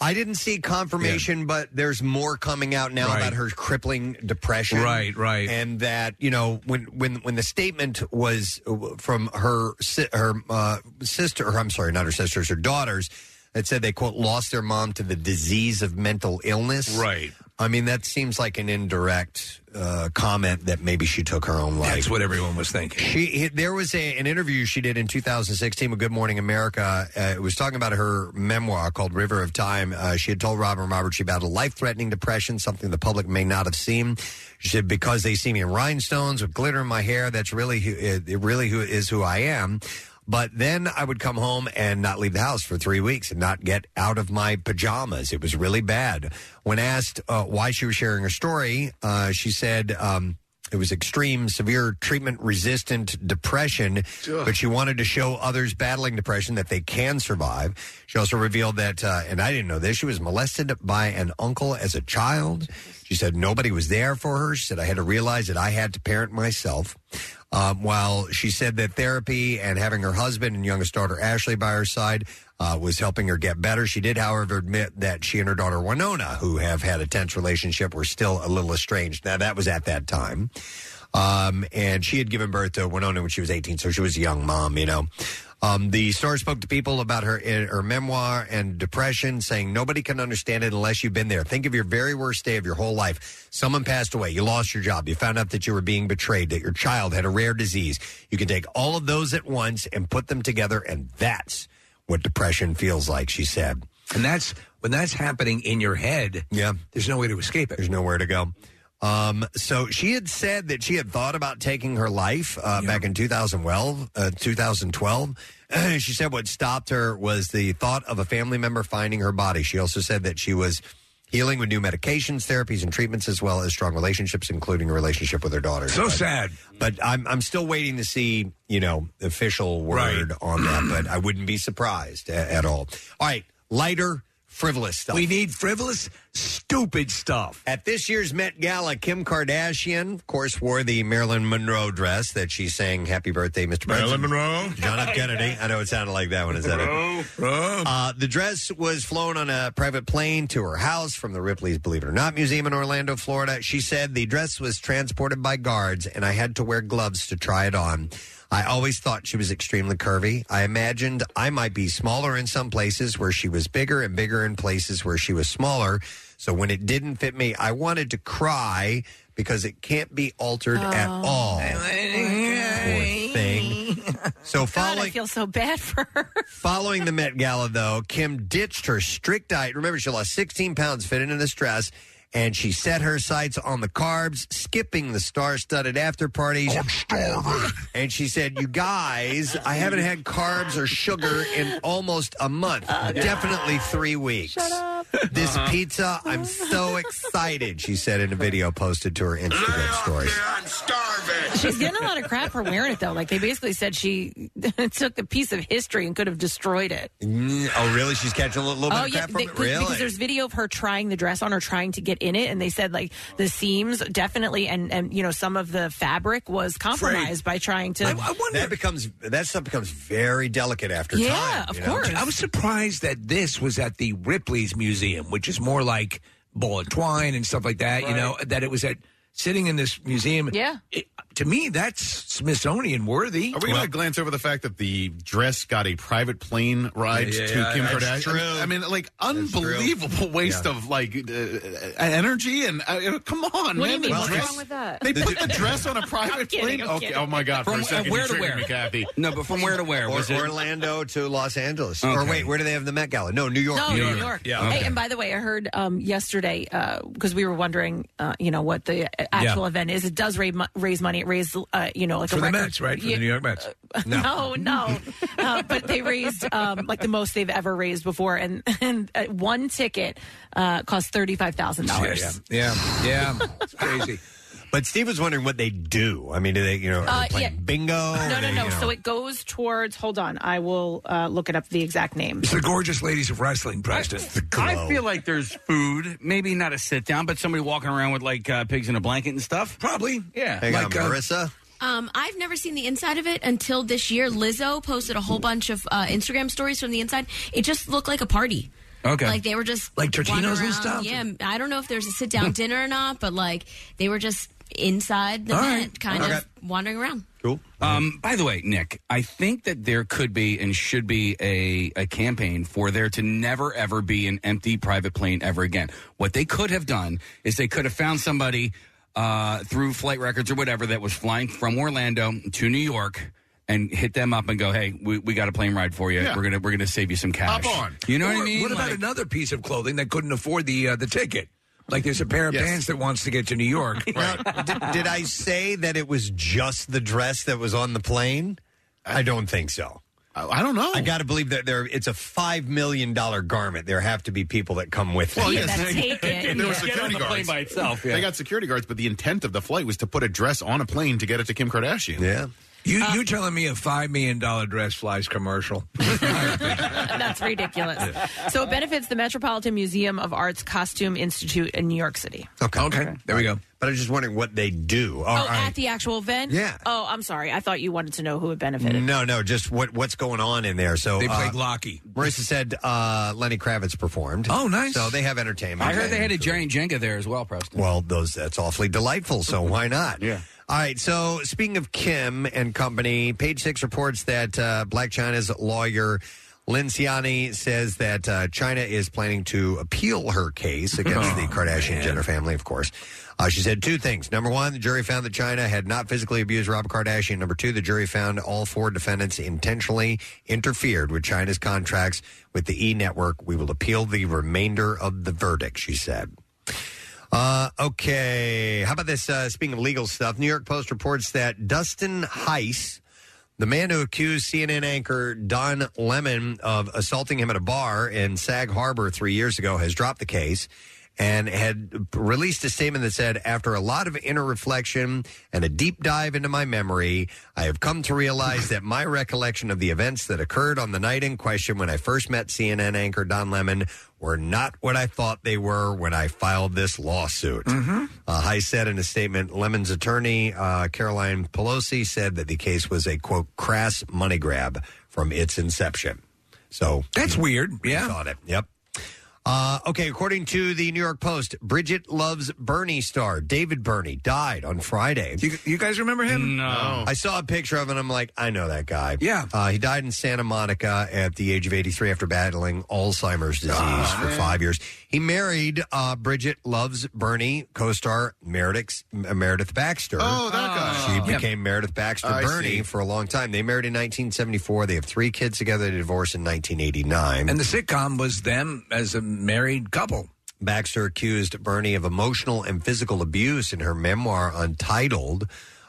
Speaker 4: I didn't see confirmation, but there's more coming out now
Speaker 1: Right.
Speaker 4: about her crippling depression.
Speaker 1: Right, right.
Speaker 4: And that you know when when when the statement was uh, from her si- her uh, sister, or I'm sorry, not her sisters, her daughters, that said they quote lost their mom to the disease of mental illness.
Speaker 1: Right.
Speaker 4: I mean, that seems like an indirect uh, comment that maybe she took her own life.
Speaker 1: That's what everyone was thinking.
Speaker 4: She he- there was a, an interview she did in 2016 with Good Morning America. Uh, it was talking about her memoir called River of Time. Uh, she had told Robin Roberts she battled life-threatening depression, something the public may not have seen. She said because they see me in rhinestones with glitter in my hair, that's really who, it, it really who is who I am. But then I would come home and not leave the house for three weeks and not get out of my pajamas. It was really bad. When asked uh, why she was sharing her story, uh, she said. Um, it was extreme, severe treatment resistant depression, but she wanted to show others battling depression that they can survive. She also revealed that, uh, and I didn't know this, she was molested by an uncle as a child. She said nobody was there for her. She said, I had to realize that I had to parent myself. Um, while she said that therapy and having her husband and youngest daughter Ashley by her side uh, was helping her get better, she did, however, admit that she and her daughter Winona, who have had a tense relationship, were still a little estranged. Now, that was at that time. Um, and she had given birth to Winona when she was 18, so she was a young mom, you know. Um, the star spoke to people about her in her memoir and depression, saying nobody can understand it unless you've been there. Think of your very worst day of your whole life. Someone passed away. You lost your job. You found out that you were being betrayed. That your child had a rare disease. You can take all of those at once and put them together, and that's what depression feels like. She said.
Speaker 1: And that's when that's happening in your head.
Speaker 4: Yeah.
Speaker 1: There's no way to escape it.
Speaker 4: There's nowhere to go. Um, so she had said that she had thought about taking her life uh, back in 2012. Uh, 2012. she said what stopped her was the thought of a family member finding her body. She also said that she was healing with new medications, therapies, and treatments, as well as strong relationships, including a relationship with her daughter.
Speaker 1: So
Speaker 4: But-
Speaker 1: sad.
Speaker 4: But I'm I'm still waiting to see you know official word on that. But I wouldn't be surprised a- at all. All right, lighter, frivolous stuff.
Speaker 1: We need frivolous, stupid stuff.
Speaker 4: At this year's Met Gala, Kim Kardashian, of course, wore the Marilyn Monroe dress that she sang "Happy Birthday, Mr.
Speaker 10: Marilyn
Speaker 4: President."
Speaker 10: Monroe?
Speaker 4: John F. Kennedy. I know it sounded like that one. Is that it? Uh, the dress was flown on a private plane to her house from the Ripley's Believe It or Not Museum in Orlando, Florida. She said the dress was transported by guards, and I had to wear gloves to try it on. I always thought she was extremely curvy. I imagined I might be smaller in some places where she was bigger and bigger in places where she was smaller. So when it didn't fit me, I wanted to cry because it can't be altered at all. Poor thing. So
Speaker 3: God,
Speaker 4: following
Speaker 3: I feel so bad for her.
Speaker 4: Following the Met Gala, though, Kim ditched her strict diet. Remember, she lost 16 pounds fitting in this dress, and she set her sights on the carbs, skipping the star-studded after parties. I'm starving. And she said, "You guys, I haven't had carbs or sugar in almost a month. Definitely three weeks. Shut up. This
Speaker 10: Uh-huh.
Speaker 4: pizza, I'm so excited." She said in a video posted to her Instagram story.
Speaker 3: She's getting a lot of crap for wearing it, though. Like, they basically said she took a piece of history and could have destroyed it.
Speaker 4: Mm, oh, really? She's catching a little, little
Speaker 3: Oh,
Speaker 4: bit of crap from
Speaker 3: they-
Speaker 4: it.
Speaker 3: because-
Speaker 4: Really?
Speaker 3: Because there's video of her trying the dress on or trying to get in it, and they said like the seams definitely, and and you know some of the fabric was compromised by trying to.
Speaker 4: that becomes that stuff becomes very delicate after
Speaker 3: Yeah,
Speaker 4: time.
Speaker 3: of
Speaker 4: you know?
Speaker 1: I was surprised that this was at the Ripley's Museum, which is more like ball and twine and stuff like that. You know that it was at sitting in this museum. Yeah. to me, that's Smithsonian worthy.
Speaker 6: Are we going to glance over the fact that the dress got a private plane ride
Speaker 1: Yeah,
Speaker 6: to Kim
Speaker 1: that's
Speaker 6: Kardashian?
Speaker 1: true.
Speaker 6: I mean, like unbelievable waste
Speaker 1: Yeah.
Speaker 6: of like uh, energy and uh, come on,
Speaker 10: What do
Speaker 6: man.
Speaker 10: you mean?
Speaker 6: The
Speaker 10: What's
Speaker 6: dress-
Speaker 10: wrong with that?
Speaker 6: They put the
Speaker 10: I'm
Speaker 6: dress on a private
Speaker 10: kidding,
Speaker 6: plane.
Speaker 10: I'm
Speaker 6: okay,
Speaker 10: kidding.
Speaker 6: oh my god, for
Speaker 2: From,
Speaker 6: a
Speaker 2: uh,
Speaker 6: second,
Speaker 2: where
Speaker 6: you
Speaker 2: to
Speaker 6: triggered
Speaker 2: where?
Speaker 6: me, Kathy.
Speaker 2: No, but from where to where?
Speaker 4: Or
Speaker 2: Was it-
Speaker 4: Orlando to Los Angeles. Or
Speaker 2: Okay.
Speaker 4: wait, where do they have the Met Gala? No, New York.
Speaker 3: No, New York. Hey, and by the way, I heard um, yesterday because we were wondering, uh, you know, what the actual
Speaker 1: Yeah.
Speaker 3: event is. It does raise, mo- raise money. It raised, uh, you know, like
Speaker 1: for
Speaker 3: a
Speaker 1: the
Speaker 3: record.
Speaker 1: Mets, right? For
Speaker 3: Yeah.
Speaker 1: the New York Mets.
Speaker 3: No, no. uh, but they raised um, like the most they've ever raised before, and, and uh, one ticket uh, cost thirty five thousand dollars.
Speaker 1: Yeah, yeah, it's crazy.
Speaker 4: But Steve was wondering what they do. I mean, do they, you know, are
Speaker 3: Uh,
Speaker 4: they playing
Speaker 3: yeah.
Speaker 4: bingo? Are
Speaker 3: No, no,
Speaker 4: they,
Speaker 3: no.
Speaker 4: Oh, you know-
Speaker 3: So it goes towards. Hold on, I will uh, look it up the exact name.
Speaker 1: It's the gorgeous ladies of wrestling, Preston.
Speaker 2: I feel like there's food, maybe not a sit down, but somebody walking around with like uh, pigs in a blanket and stuff.
Speaker 1: Probably,
Speaker 2: yeah. uh,
Speaker 4: Hang on, Marissa.
Speaker 12: Um, I've never seen the inside of it until this year. Lizzo posted a whole bunch of uh, Instagram stories from the inside. It just looked like a party.
Speaker 1: Okay.
Speaker 12: Like they were just
Speaker 1: Like Totino's and
Speaker 12: wandering around.
Speaker 1: stuff?
Speaker 12: Yeah, I don't know if there's a sit
Speaker 2: Hmm.
Speaker 12: down dinner or not, but like they were just inside the
Speaker 2: All
Speaker 12: tent,
Speaker 2: right.
Speaker 12: kind
Speaker 2: Okay.
Speaker 12: of wandering around.
Speaker 4: Cool.
Speaker 2: Um, by the way, Nick, I think that there could be and should be a, a campaign for there to never ever be an empty private plane ever again. What they could have done is they could have found somebody uh, through flight records or whatever that was flying from Orlando to New York. And hit them up and go, hey, we, we got a plane ride for you.
Speaker 1: Yeah.
Speaker 2: We're gonna we're gonna save you some cash. You know what I
Speaker 1: Or
Speaker 2: mean?
Speaker 1: What about another piece of clothing that couldn't afford the uh, the ticket? Like there's a pair of pants that wants to get to New York.
Speaker 4: did, did I say that it was just the dress that was on the plane? I don't think so.
Speaker 6: I, I don't know.
Speaker 4: I got to believe that there. It's a five million dollar garment. There have to be people that come with it.
Speaker 6: There were security guards. They got security guards, but the intent of the flight was to put a dress on a plane to get it to Kim Kardashian.
Speaker 4: Yeah.
Speaker 1: You
Speaker 2: Uh,
Speaker 1: you telling me a five million dollar dress flies commercial?
Speaker 3: That's ridiculous. So it benefits the Metropolitan Museum of Art's Costume Institute in New York City.
Speaker 4: Okay.
Speaker 1: Okay. There we go.
Speaker 4: But I was just wondering what they do. All
Speaker 3: oh,
Speaker 4: right.
Speaker 3: at the actual event?
Speaker 4: Yeah. Mm,
Speaker 3: Oh, I'm sorry. I thought you wanted to know who it benefited.
Speaker 4: No, no, just what what's going on in there. So
Speaker 1: They play
Speaker 4: Glocky. Marissa said uh, Lenny Kravitz performed. Oh, nice. So they have entertainment.
Speaker 2: I heard they had a giant Jenga there as well, Preston.
Speaker 4: Well, those that's awfully delightful. So why not? yeah. All right. So speaking of Kim and company, Page Six reports that uh, Black China's lawyer. Linciani says that uh, China is planning to appeal her case against
Speaker 2: Oh,
Speaker 4: the Kardashian Jenner family, of course. Uh, she said two things. Number one, the jury found that China had not physically abused Rob Kardashian. Number two, the jury found all four defendants intentionally interfered with China's contracts with the E network. We will appeal the remainder of the verdict, she said. Uh, okay. How about this? Uh, speaking of legal stuff, New York Post reports that Dustin Heiss, the man who accused CNN anchor Don Lemon of assaulting him at a bar in Sag Harbor three years ago, has dropped the case and had released a statement that said, After a lot of inner reflection and a deep dive into my memory, I have come to realize that my recollection of the events that occurred on the night in question when I first met CNN anchor Don Lemon were not what I thought they were when I filed this lawsuit. Uh, High said in a statement, Lemon's attorney, uh, Caroline Pelosi, said that the case was a, quote, crass money grab from its inception. So that's weird. Yeah. Thought it. Yep. Uh, okay, according to the New York Post, Bridget Loves Bernie star David Bernie died on Friday. You, guys remember him?
Speaker 1: No.
Speaker 4: I saw a picture of him. I'm like, I know that guy. Yeah. Uh, he died in Santa Monica at the age of 83 after battling Alzheimer's disease
Speaker 6: Ah,
Speaker 4: for five years. He married uh, Bridget Loves Bernie co-star Meredith, Meredith Baxter.
Speaker 6: Oh, that guy.
Speaker 4: She became Meredith Baxter
Speaker 1: Oh,
Speaker 6: I
Speaker 4: Bernie
Speaker 6: see.
Speaker 4: for a long time. They married in 1974. They have three kids together. They divorced in 1989.
Speaker 1: And the sitcom was them as a married couple.
Speaker 4: Baxter accused Bernie of emotional and physical abuse in her memoir Untitled,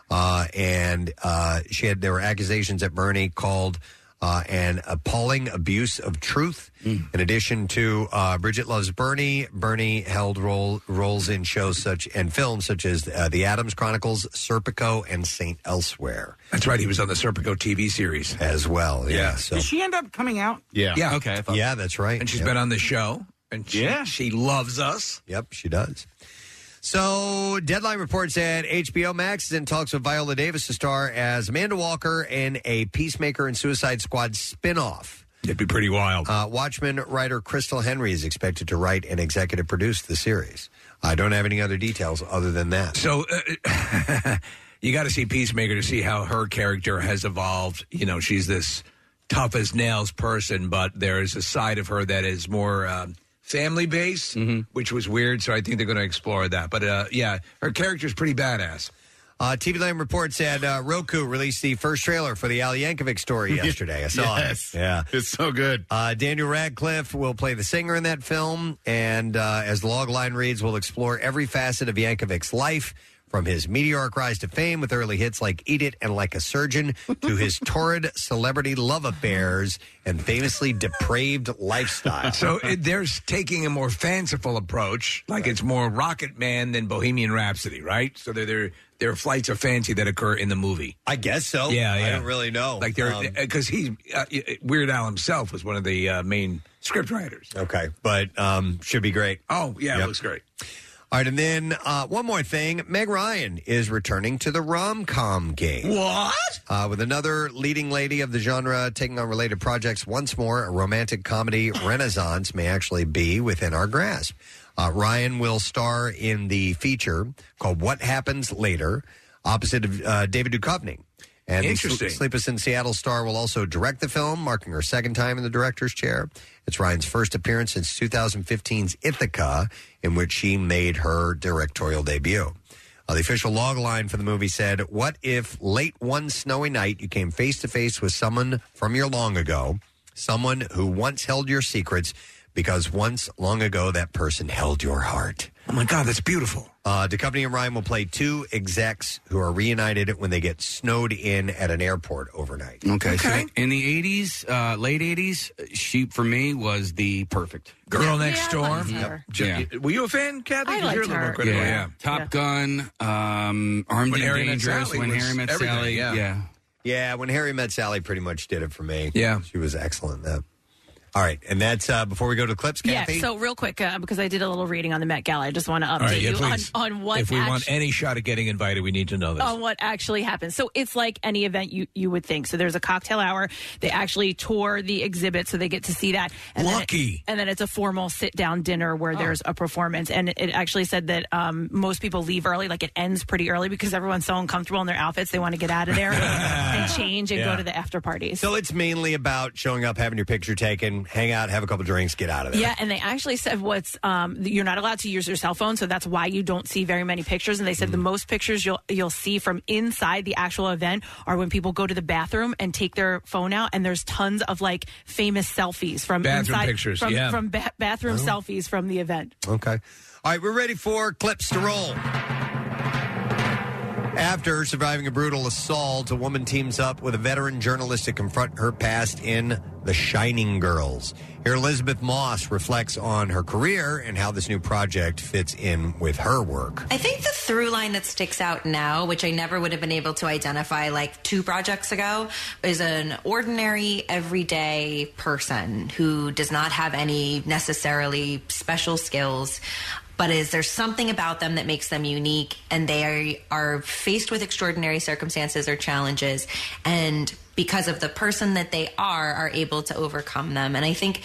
Speaker 4: uh, and uh, she had there were accusations that Bernie called uh, an appalling abuse of truth.
Speaker 1: Hmm.
Speaker 4: In addition to uh, Bridget Loves Bernie, Bernie held role, roles in shows such and films such as uh, The Adams Chronicles, Serpico, and Saint Elsewhere.
Speaker 1: That's right. He was on the Serpico TV series
Speaker 4: as well. Yeah. So.
Speaker 10: Did she end up coming out?
Speaker 1: Yeah.
Speaker 4: Okay, I thought- Yeah, that's right.
Speaker 1: And she's
Speaker 4: Yep.
Speaker 1: been on the show, and she,
Speaker 4: Yeah.
Speaker 1: she loves us.
Speaker 4: Yep, she does. So, Deadline reports that HBO Max is in talks with Viola Davis to star as Amanda Walker in a Peacemaker and Suicide Squad spinoff.
Speaker 1: It'd be pretty wild.
Speaker 4: Uh, Watchmen writer Crystal Henry is expected to write and executive produce the series. I don't have any other details other than that.
Speaker 1: So uh, you got to see Peacemaker to see how her character has evolved. You know, she's this tough as nails person, but there is a side of her that is more um, family based,
Speaker 4: Mm-hmm.
Speaker 1: which was weird. So I think they're going to explore that. But uh, yeah, her character's pretty badass.
Speaker 4: Uh, TV Land reports that uh, Roku released the first trailer for the Al Yankovic story yesterday. I saw
Speaker 6: Yes.
Speaker 4: it. Yeah, it's so good. Uh, Daniel Radcliffe will play the singer in that film, and uh, as the log line reads, we'll explore every facet of Yankovic's life. From his meteoric rise to fame with early hits like Eat It and Like a Surgeon to his torrid celebrity love affairs and famously depraved lifestyle.
Speaker 1: So it, they're taking a more fanciful approach, like it's more Rocket Man than Bohemian Rhapsody, right? So there, there, there are flights of fancy that occur in the movie.
Speaker 4: I guess so.
Speaker 1: Yeah,
Speaker 4: I
Speaker 1: yeah.
Speaker 4: don't really know.
Speaker 1: Like they're
Speaker 4: Um,
Speaker 1: because he uh, Weird Al himself was one of the uh, main script writers.
Speaker 4: Okay, but um, should be great.
Speaker 1: Oh yeah,
Speaker 4: Yep.
Speaker 1: it looks great.
Speaker 4: All right, and then uh, one more thing. Meg Ryan is returning to the rom com game.
Speaker 1: What?
Speaker 4: Uh, with another leading lady of the genre taking on related projects once more, a romantic comedy renaissance may actually be within our grasp. Uh, Ryan will star in the feature called What Happens Later, opposite of uh, David Duchovny. And the
Speaker 1: Interesting.
Speaker 4: Sleepless in Seattle star will also direct the film, marking her second time in the director's chair. It's Ryan's first appearance since 2015's Ithaca, in which she made her directorial debut. Uh, the official log line for the movie said, What if late one snowy night you came face to face with someone from your long ago, someone who once held your secrets, because once long ago that person held your heart?
Speaker 1: Oh my God, that's beautiful.
Speaker 4: Uh, Duchovny and Ryan will play two execs who are reunited when they get snowed in at an airport overnight.
Speaker 2: Okay. So in the 80s, uh, late 80s, she, for me, was the perfect
Speaker 1: Girl Next Door.
Speaker 2: Yeah.
Speaker 1: Ju- Were you a fan, Kathy? 'Cause you're a little more
Speaker 2: Yeah.
Speaker 1: critical, yeah.
Speaker 2: Top Gun, um, Armed
Speaker 1: When
Speaker 2: and
Speaker 1: Harry Met
Speaker 2: Dangerous,
Speaker 1: Sally
Speaker 2: When
Speaker 1: was
Speaker 2: Harry Met
Speaker 1: everything,
Speaker 2: Sally.
Speaker 1: yeah.
Speaker 2: yeah.
Speaker 4: Yeah, when Harry met Sally pretty much did it for me.
Speaker 1: Yeah.
Speaker 4: She was excellent in that. All right, and that's uh, before we go to the clips,
Speaker 3: Yeah,
Speaker 4: Kathy.
Speaker 3: so real quick, uh, because I did a little reading on the Met Gala, I just want to update
Speaker 1: All right, yeah,
Speaker 3: you on,
Speaker 1: please.
Speaker 3: on what
Speaker 1: if we
Speaker 3: act- Oh.
Speaker 1: want any shot at getting invited, we need to know this.
Speaker 3: on what actually happened. So it's like any event you, you would think. So there's a cocktail hour. They actually tour the exhibit, so they get to see that. And Then it-
Speaker 1: Lucky. Oh.
Speaker 3: and then it's a formal sit down dinner where there's a performance. And it actually said that um, most people leave early, like it ends pretty early because everyone's so uncomfortable in their outfits. They want to get out of there and change and
Speaker 4: Yeah.
Speaker 3: go to the after parties.
Speaker 4: So it's mainly about showing up, having your picture taken, hang out, have a couple drinks, get out of there.
Speaker 3: Yeah, and they actually said what's um, th- you're not allowed to use your cell phone, so that's why you don't see very many pictures. And they
Speaker 4: Mm.
Speaker 3: said the most pictures you'll you'll see from inside the actual event are when people go to the bathroom and take their phone out, and there's tons of like famous selfies from
Speaker 4: Bathroom
Speaker 3: inside,
Speaker 4: pictures,
Speaker 3: from,
Speaker 4: yeah.
Speaker 3: from ba- bathroom
Speaker 4: Oh.
Speaker 3: selfies from the event.
Speaker 4: Okay. All right, we're ready for clips to roll. After surviving a brutal assault, a woman teams up with a veteran journalist to confront her past in The Shining Girls. Here, Elizabeth Moss reflects on her career and how this new project fits in with her work.
Speaker 10: I think the through line that sticks out now, which I never would have been able to identify like two projects ago, is an ordinary, everyday person who does not have any necessarily special skills. But is there something about them that makes them unique and they are, are faced with extraordinary circumstances or challenges and because of the person that they are are able to overcome them. And I think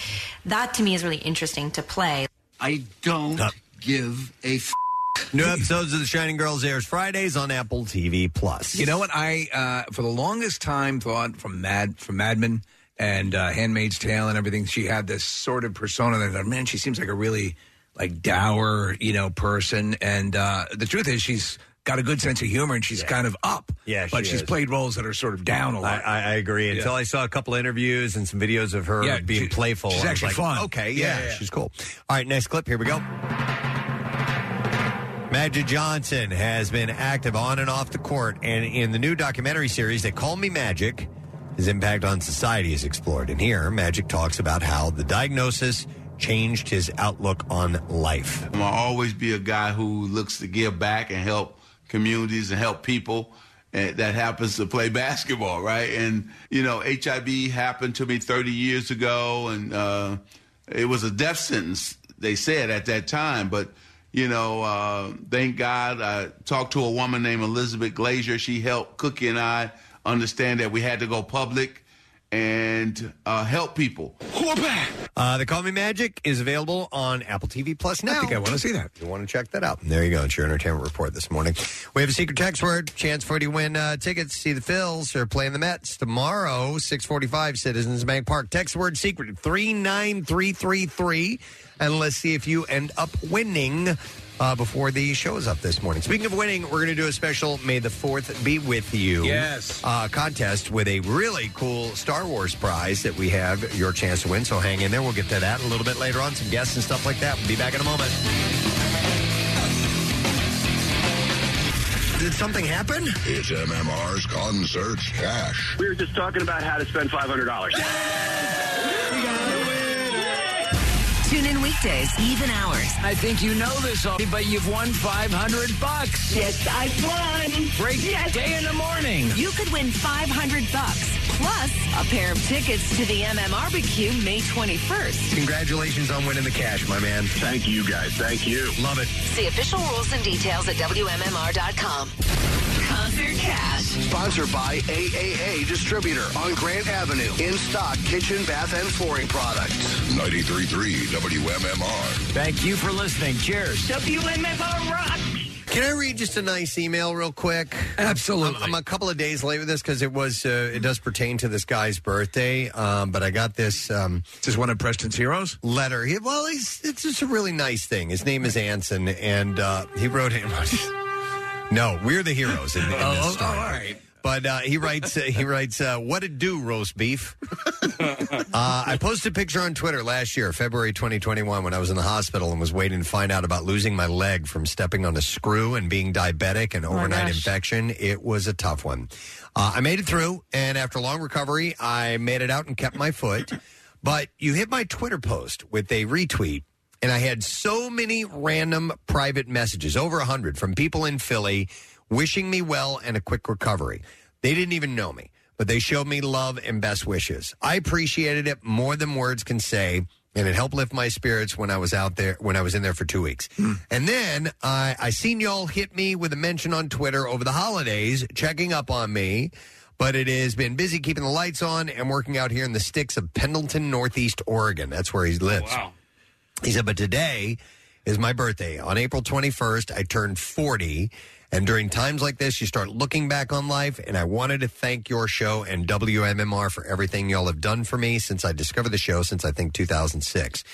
Speaker 10: that to me is really interesting to play.
Speaker 9: I don't give a f-
Speaker 4: Uh. New episodes of The Shining Girls airs Fridays on Apple TV Plus.
Speaker 1: You know what? I uh, for the longest time thought from Mad from Mad Men and uh, Handmaid's Tale and everything. She had this sort of persona that I thought, man, she seems like a really like dour, you know, person. And uh, the truth is, she's got a good sense of humor and she's kind of up.
Speaker 4: Yeah,
Speaker 1: but
Speaker 4: she
Speaker 1: she's
Speaker 4: is.
Speaker 1: played roles that are sort of down a lot.
Speaker 4: I, I agree.
Speaker 1: Yeah.
Speaker 4: Until I saw a couple of interviews and some videos of her
Speaker 1: Yeah,
Speaker 4: being
Speaker 1: she-
Speaker 4: playful,
Speaker 1: she's
Speaker 4: I was
Speaker 1: actually
Speaker 4: like,
Speaker 1: fun.
Speaker 4: Okay,
Speaker 1: Yeah,
Speaker 4: yeah,
Speaker 1: yeah.
Speaker 4: she's cool. All right, next clip. Here we go. Magic Johnson has been active on and off the court, and in the new documentary series, They Call Me Magic, his impact on society is explored. And here, Magic talks about how the diagnosis changed his outlook on life.
Speaker 13: I'm gonna always be a guy who looks to give back and help communities and help people and that happens to play basketball, right? And you know, HIV happened to me 30 years ago, and uh, it was a death sentence. They said at that time, but you know, uh, thank God I talked to a woman named Elizabeth Glazier. She helped Cookie and I understand that we had to go public and uh, help people.
Speaker 4: Uh, the Call Me Magic is available on Apple TV Plus now. I think I want to see that. You want to check that out. There you go. It's your entertainment report this morning. We have a secret text word. Chance for you to win uh, tickets to see the Phils or playing the Mets tomorrow, 645 Citizens Bank Park. Text word secret 39333. And let's see if you end up winning uh, before the show is up this morning. Speaking of winning, we're going to do a special May the 4th Be With You
Speaker 1: Yes.
Speaker 4: uh, contest with a really cool Star Wars prize that we have your chance to win. So hang in there. We'll get to that a little bit later on. Some guests and stuff like that. We'll be back in a moment. Did something happen?
Speaker 14: It's MMR's Concert Cash.
Speaker 11: We were just talking about how to spend $500.
Speaker 15: Tune in weekdays, even hours.
Speaker 16: I think you know this already, but you've won 500 bucks. Yes, I won. Great day in the morning.
Speaker 15: You could win 500 bucks plus a pair of tickets to the MMRBQ May 21st.
Speaker 4: Congratulations on winning the cash, my man. Thank you, guys. Thank you. Love it.
Speaker 15: See official rules and details at WMMR.com. Concert Cash.
Speaker 8: Sponsored by AAA Distributor on Grant Avenue. In stock kitchen, bath, and flooring products.
Speaker 14: 93.3 WMMR.
Speaker 16: Thank you for listening. Cheers.
Speaker 15: WMMR Rock.
Speaker 4: Can I read just a nice email real quick?
Speaker 1: Absolutely.
Speaker 4: I'm, I'm a couple of days late with this because it was uh, it does pertain to this guy's birthday. Um, but I got this. Um,
Speaker 1: this is one of Preston's heroes.
Speaker 4: Letter. He, well, he's, it's just a really nice thing. His name is Anson, and uh, he wrote him. no, we're the heroes in, in
Speaker 1: Oh,
Speaker 4: this
Speaker 1: oh,
Speaker 4: story.
Speaker 1: all right.
Speaker 4: But uh, he writes, uh, he writes, uh, what it do, roast beef? uh, I posted a picture on Twitter last year, February 2021, when I was in the hospital and was waiting to find out about losing my leg from stepping on a screw and being diabetic and
Speaker 17: Oh my
Speaker 4: overnight
Speaker 17: gosh.
Speaker 4: infection. It was a tough one. Uh, I made it through, and after long recovery, I made it out and kept my foot. But you hit my Twitter post with a retweet, and I had so many random private messages, over 100 from people in Philly wishing me well and a quick recovery. They didn't even know me. but they showed me love and best wishes. I appreciated it more than words can say, and it helped lift my spirits when I was out there when I was in there for two weeks. And then I I seen y'all hit me with a mention on Twitter over the holidays, checking up on me. But it has been busy keeping the lights on and working out here in the sticks of Pendleton, Northeast Oregon. That's where he lives. wow. He said, but today is my birthday. On April 21st, I turned 40. And during times like this, you start looking back on life. And I wanted to thank your show and WMMR for everything y'all have done for me since I discovered the show since I think 2006.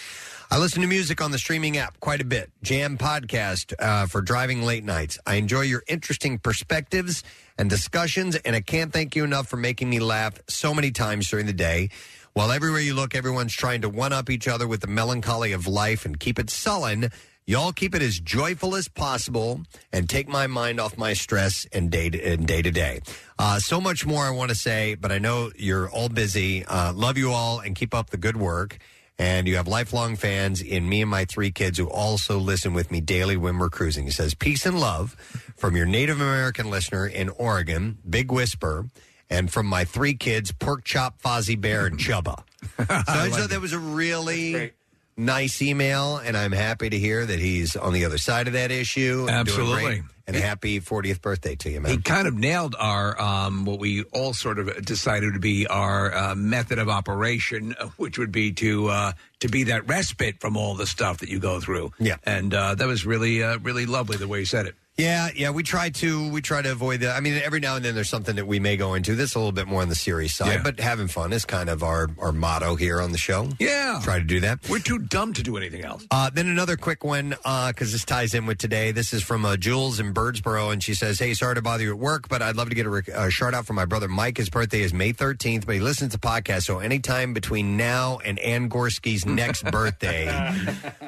Speaker 4: I listen to music on the streaming app quite a bit. Jam podcast uh, for driving late nights. I enjoy your interesting perspectives and discussions, and I can't thank you enough for making me laugh so many times during the day. While everywhere you look, everyone's trying to one up each other with the melancholy of life and keep it sullen. Y'all keep it as joyful as possible and take my mind off my stress and day to, and day, to day. Uh, so much more I want to say, but I know you're all busy. Uh, love you all and keep up the good work. And you have lifelong fans in me and my three kids who also listen with me daily when we're cruising. He says, Peace and love from your Native American listener in Oregon, Big Whisper, and from my three kids, Pork Chop, Fozzie Bear, and Chubba. So I thought that was a really nice email, and I'm happy to hear that he's on the other side of that issue. and doing
Speaker 1: Absolutely.
Speaker 4: great. And happy 40th birthday to you, man.
Speaker 1: He kind of nailed our um, what we all sort of decided to be our uh, method of operation, uh, which would be to uh, to be that respite from all the stuff that you go through. Yeah, and uh, that was really uh, really lovely the way you said it.
Speaker 4: Yeah, yeah, we try to we try to avoid that. I mean, every now and then there's something that we may go into. This a little bit more on the serious side, but having fun is kind of our our motto here on the show.
Speaker 1: Yeah,
Speaker 4: try to do that.
Speaker 1: We're too dumb to do anything else.
Speaker 4: Uh, then another quick one because this ties in with today. This is from uh, Jules in Birdsboro, and she says, "Hey, sorry to bother you at work, but I'd love to get a rec- uh, shout out for my brother Mike. His birthday is May 13th, but he listens to podcasts, so anytime between now and Ann Gorski's next birthday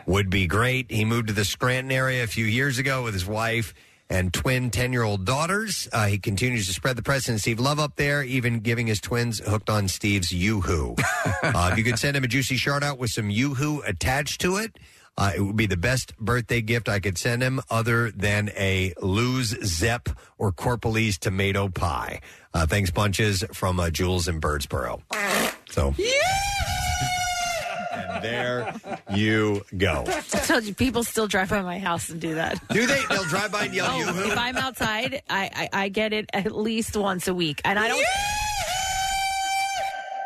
Speaker 4: would be great. He moved to the Scranton area a few years ago with his wife." And twin 10 year old daughters. Uh, he continues to spread the President Steve love up there, even giving his twins hooked on Steve's Yoo-Hoo. Uh, if you could send him a juicy shout out with some Yoo-Hoo attached to it, uh, it would be the best birthday gift I could send him, other than a Lou's Zepp or Corporalee's tomato pie. Uh, thanks, bunches from uh, Jules in Birdsboro. So there you go.
Speaker 3: I told you, people still drive by my house and do that.
Speaker 4: Do they? They'll drive by and yell,
Speaker 3: oh,
Speaker 4: "Yoo-hoo."
Speaker 3: If I'm outside, I, I, I get it at least once a week. And I don't.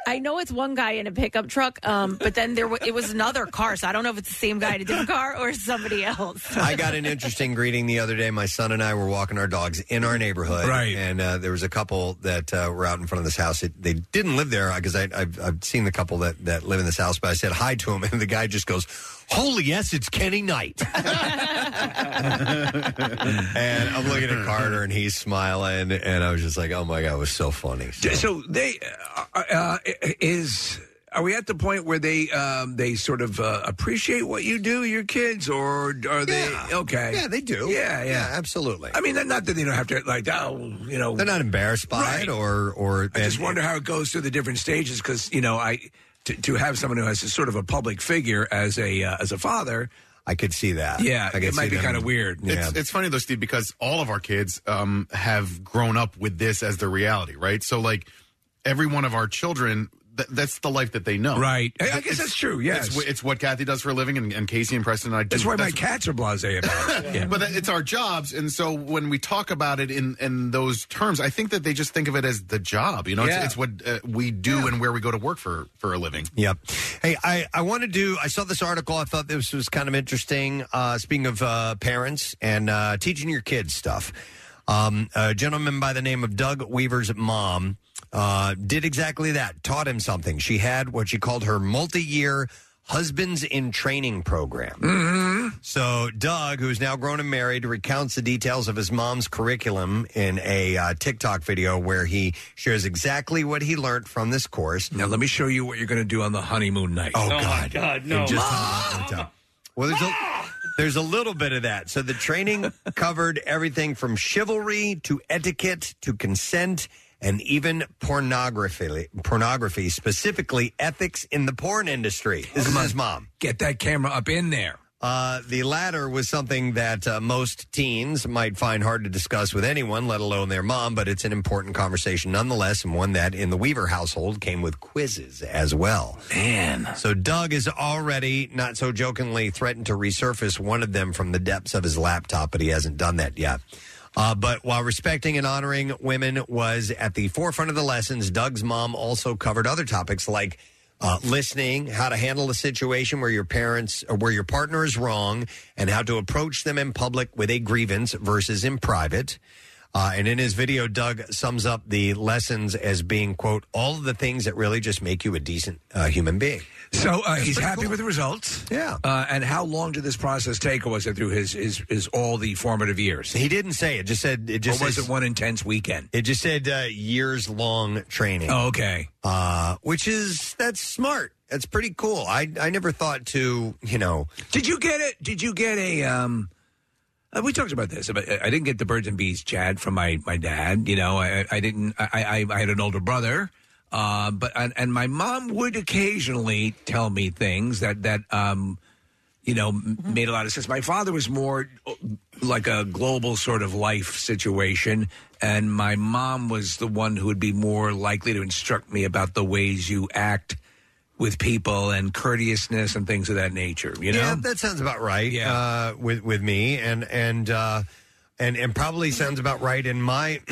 Speaker 3: I know it's one guy in a pickup truck, um, but then there w- it was another car, so I don't know if it's the same guy in a different car or somebody else.
Speaker 4: I got an interesting greeting the other day. My son and I were walking our dogs in our neighborhood, right? And uh, there was a couple that uh, were out in front of this house. It, they didn't live there because I've, I've seen the couple that, that live in this house. But I said hi to him, and the guy just goes, "Holy yes, it's Kenny Knight." and I'm looking at Carter, and he's smiling, and I was just like, "Oh my god, it was so funny." So-
Speaker 1: So they uh, uh, is are we at the point where they um, they sort of uh, appreciate what you do, your kids, or are they okay?
Speaker 4: Yeah, they do.
Speaker 1: Yeah, yeah,
Speaker 4: Yeah, absolutely.
Speaker 1: I mean, not that they don't have to like oh, you know,
Speaker 4: They're not embarrassed by it, or or
Speaker 1: I just wonder how it goes through the different stages because you know I to, to have someone who has a sort of a public figure as a uh, as a father.
Speaker 4: I could see that.
Speaker 1: Yeah, it might be kind of weird. uh,
Speaker 6: It's, it's funny though, Steve, because all of our kids um, have grown up with this as their reality, right? So like every one of our children. th- That's the life that they know,
Speaker 1: Right. I- I guess
Speaker 6: It's-
Speaker 1: that's true,
Speaker 6: it's
Speaker 1: yes.
Speaker 6: wh- it's, what Kathy does for a living, and, and Casey and Preston and I. Do.
Speaker 1: That's why my cats are blasé about it. Yeah.
Speaker 6: But that- it's our jobs, and so when we talk about it in in those terms, I think that they just think of it as the job. You know,
Speaker 4: Yeah.
Speaker 6: it's, it's what uh, we do and where we go to work for for a living.
Speaker 4: Yep. Hey, I, I want to do, I saw this article. I thought this was kind of interesting. Uh, speaking of uh, parents and uh, teaching your kids stuff, um, a gentleman by the name of Doug Weaver's mom uh, did exactly that, taught him something. She had what she called her multi year husbands in training program. Mm-hmm. So, Doug, who's now grown and married, recounts the details of his mom's curriculum in a uh, TikTok video where he shares exactly what he learned from this course.
Speaker 1: Now, let me show you what you're going to do on the honeymoon night. Ah!
Speaker 4: Oh, God.
Speaker 1: God,
Speaker 4: It just- Well, there's a, there's a little bit of that. So the training covered everything from chivalry to etiquette to consent and even pornography. Pornography, specifically ethics in the porn industry. This is his mom.
Speaker 1: Get that camera up in there.
Speaker 4: Uh, the latter was something that uh, most teens might find hard to discuss with anyone, let alone their mom, but it's an important conversation nonetheless, and one that in the Weaver household came with quizzes as well. Man. So Doug is already, not so jokingly, threatened to resurface one of them from the depths of his laptop, but he hasn't done that yet. Uh, but while respecting and honoring women was at the forefront of the lessons, Doug's mom also covered other topics like uh, listening, how to handle a situation where your parents or where your partner is wrong, and how to approach them in public with a grievance versus in private. Uh, and in his video, Doug sums up the lessons as being, quote, all of the things that really just make you a decent uh, human being.
Speaker 1: So uh,
Speaker 4: That's
Speaker 1: he's
Speaker 4: pretty
Speaker 1: happy
Speaker 4: cool.
Speaker 1: with the results.
Speaker 4: Yeah.
Speaker 1: Uh, and how long did this process take? Or was it through his his, his all the formative years?
Speaker 4: He didn't say it. Just said it. just
Speaker 1: or was
Speaker 4: says-
Speaker 1: it one intense weekend?
Speaker 4: It just said uh, years long training.
Speaker 1: Oh, okay.
Speaker 4: Uh, which is, that's smart. That's pretty cool. I, I never thought to, you know,
Speaker 1: Did you get it? Did you get a? Um, uh, we talked about this. But I didn't get the birds and bees chat from my my dad. You know, I I didn't. I I, I had an older brother. Uh, but and, and my mom would occasionally tell me things that that um, you know, m
Speaker 4: Mm-hmm.
Speaker 1: made a lot of sense. My father was more uh, like a global sort of life situation, and my mom was the one who would be more likely to instruct me about the ways you act with people and courteousness and things of that nature. You know,
Speaker 4: Yeah, that sounds about right.
Speaker 1: Yeah.
Speaker 4: uh, with with me and and uh, and and probably sounds about right in my.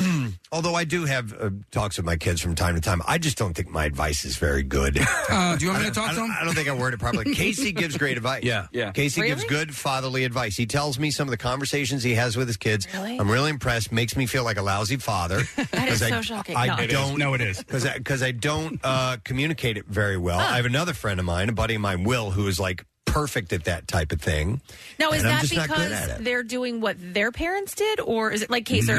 Speaker 4: although I do have uh, talks with my kids from time to time, I just don't think my advice is very good.
Speaker 2: Uh, do you want me
Speaker 4: I
Speaker 2: to
Speaker 4: don't-
Speaker 2: talk
Speaker 4: I
Speaker 2: to
Speaker 4: don't-
Speaker 2: him?
Speaker 4: I don't think I worded it properly. Casey gives great advice.
Speaker 2: Yeah. Yeah.
Speaker 4: Casey gives
Speaker 2: Really?
Speaker 4: good fatherly advice. He tells me some of the conversations he has with his kids.
Speaker 2: Really?
Speaker 4: I'm really impressed. Makes me feel like a lousy father.
Speaker 2: That is
Speaker 4: 'Cause I-
Speaker 2: so shocking.
Speaker 4: I
Speaker 2: No. It is.
Speaker 4: don't.
Speaker 2: No, it is.
Speaker 4: because because I, don't uh, communicate it very well. I have another friend of mine, a buddy of mine, Will, who is like perfect at that type of thing.
Speaker 3: Now, is
Speaker 4: and I'm
Speaker 3: that
Speaker 4: just not good at
Speaker 3: because
Speaker 4: it.
Speaker 3: they're doing what their parents did, or is it like case
Speaker 2: no,
Speaker 3: or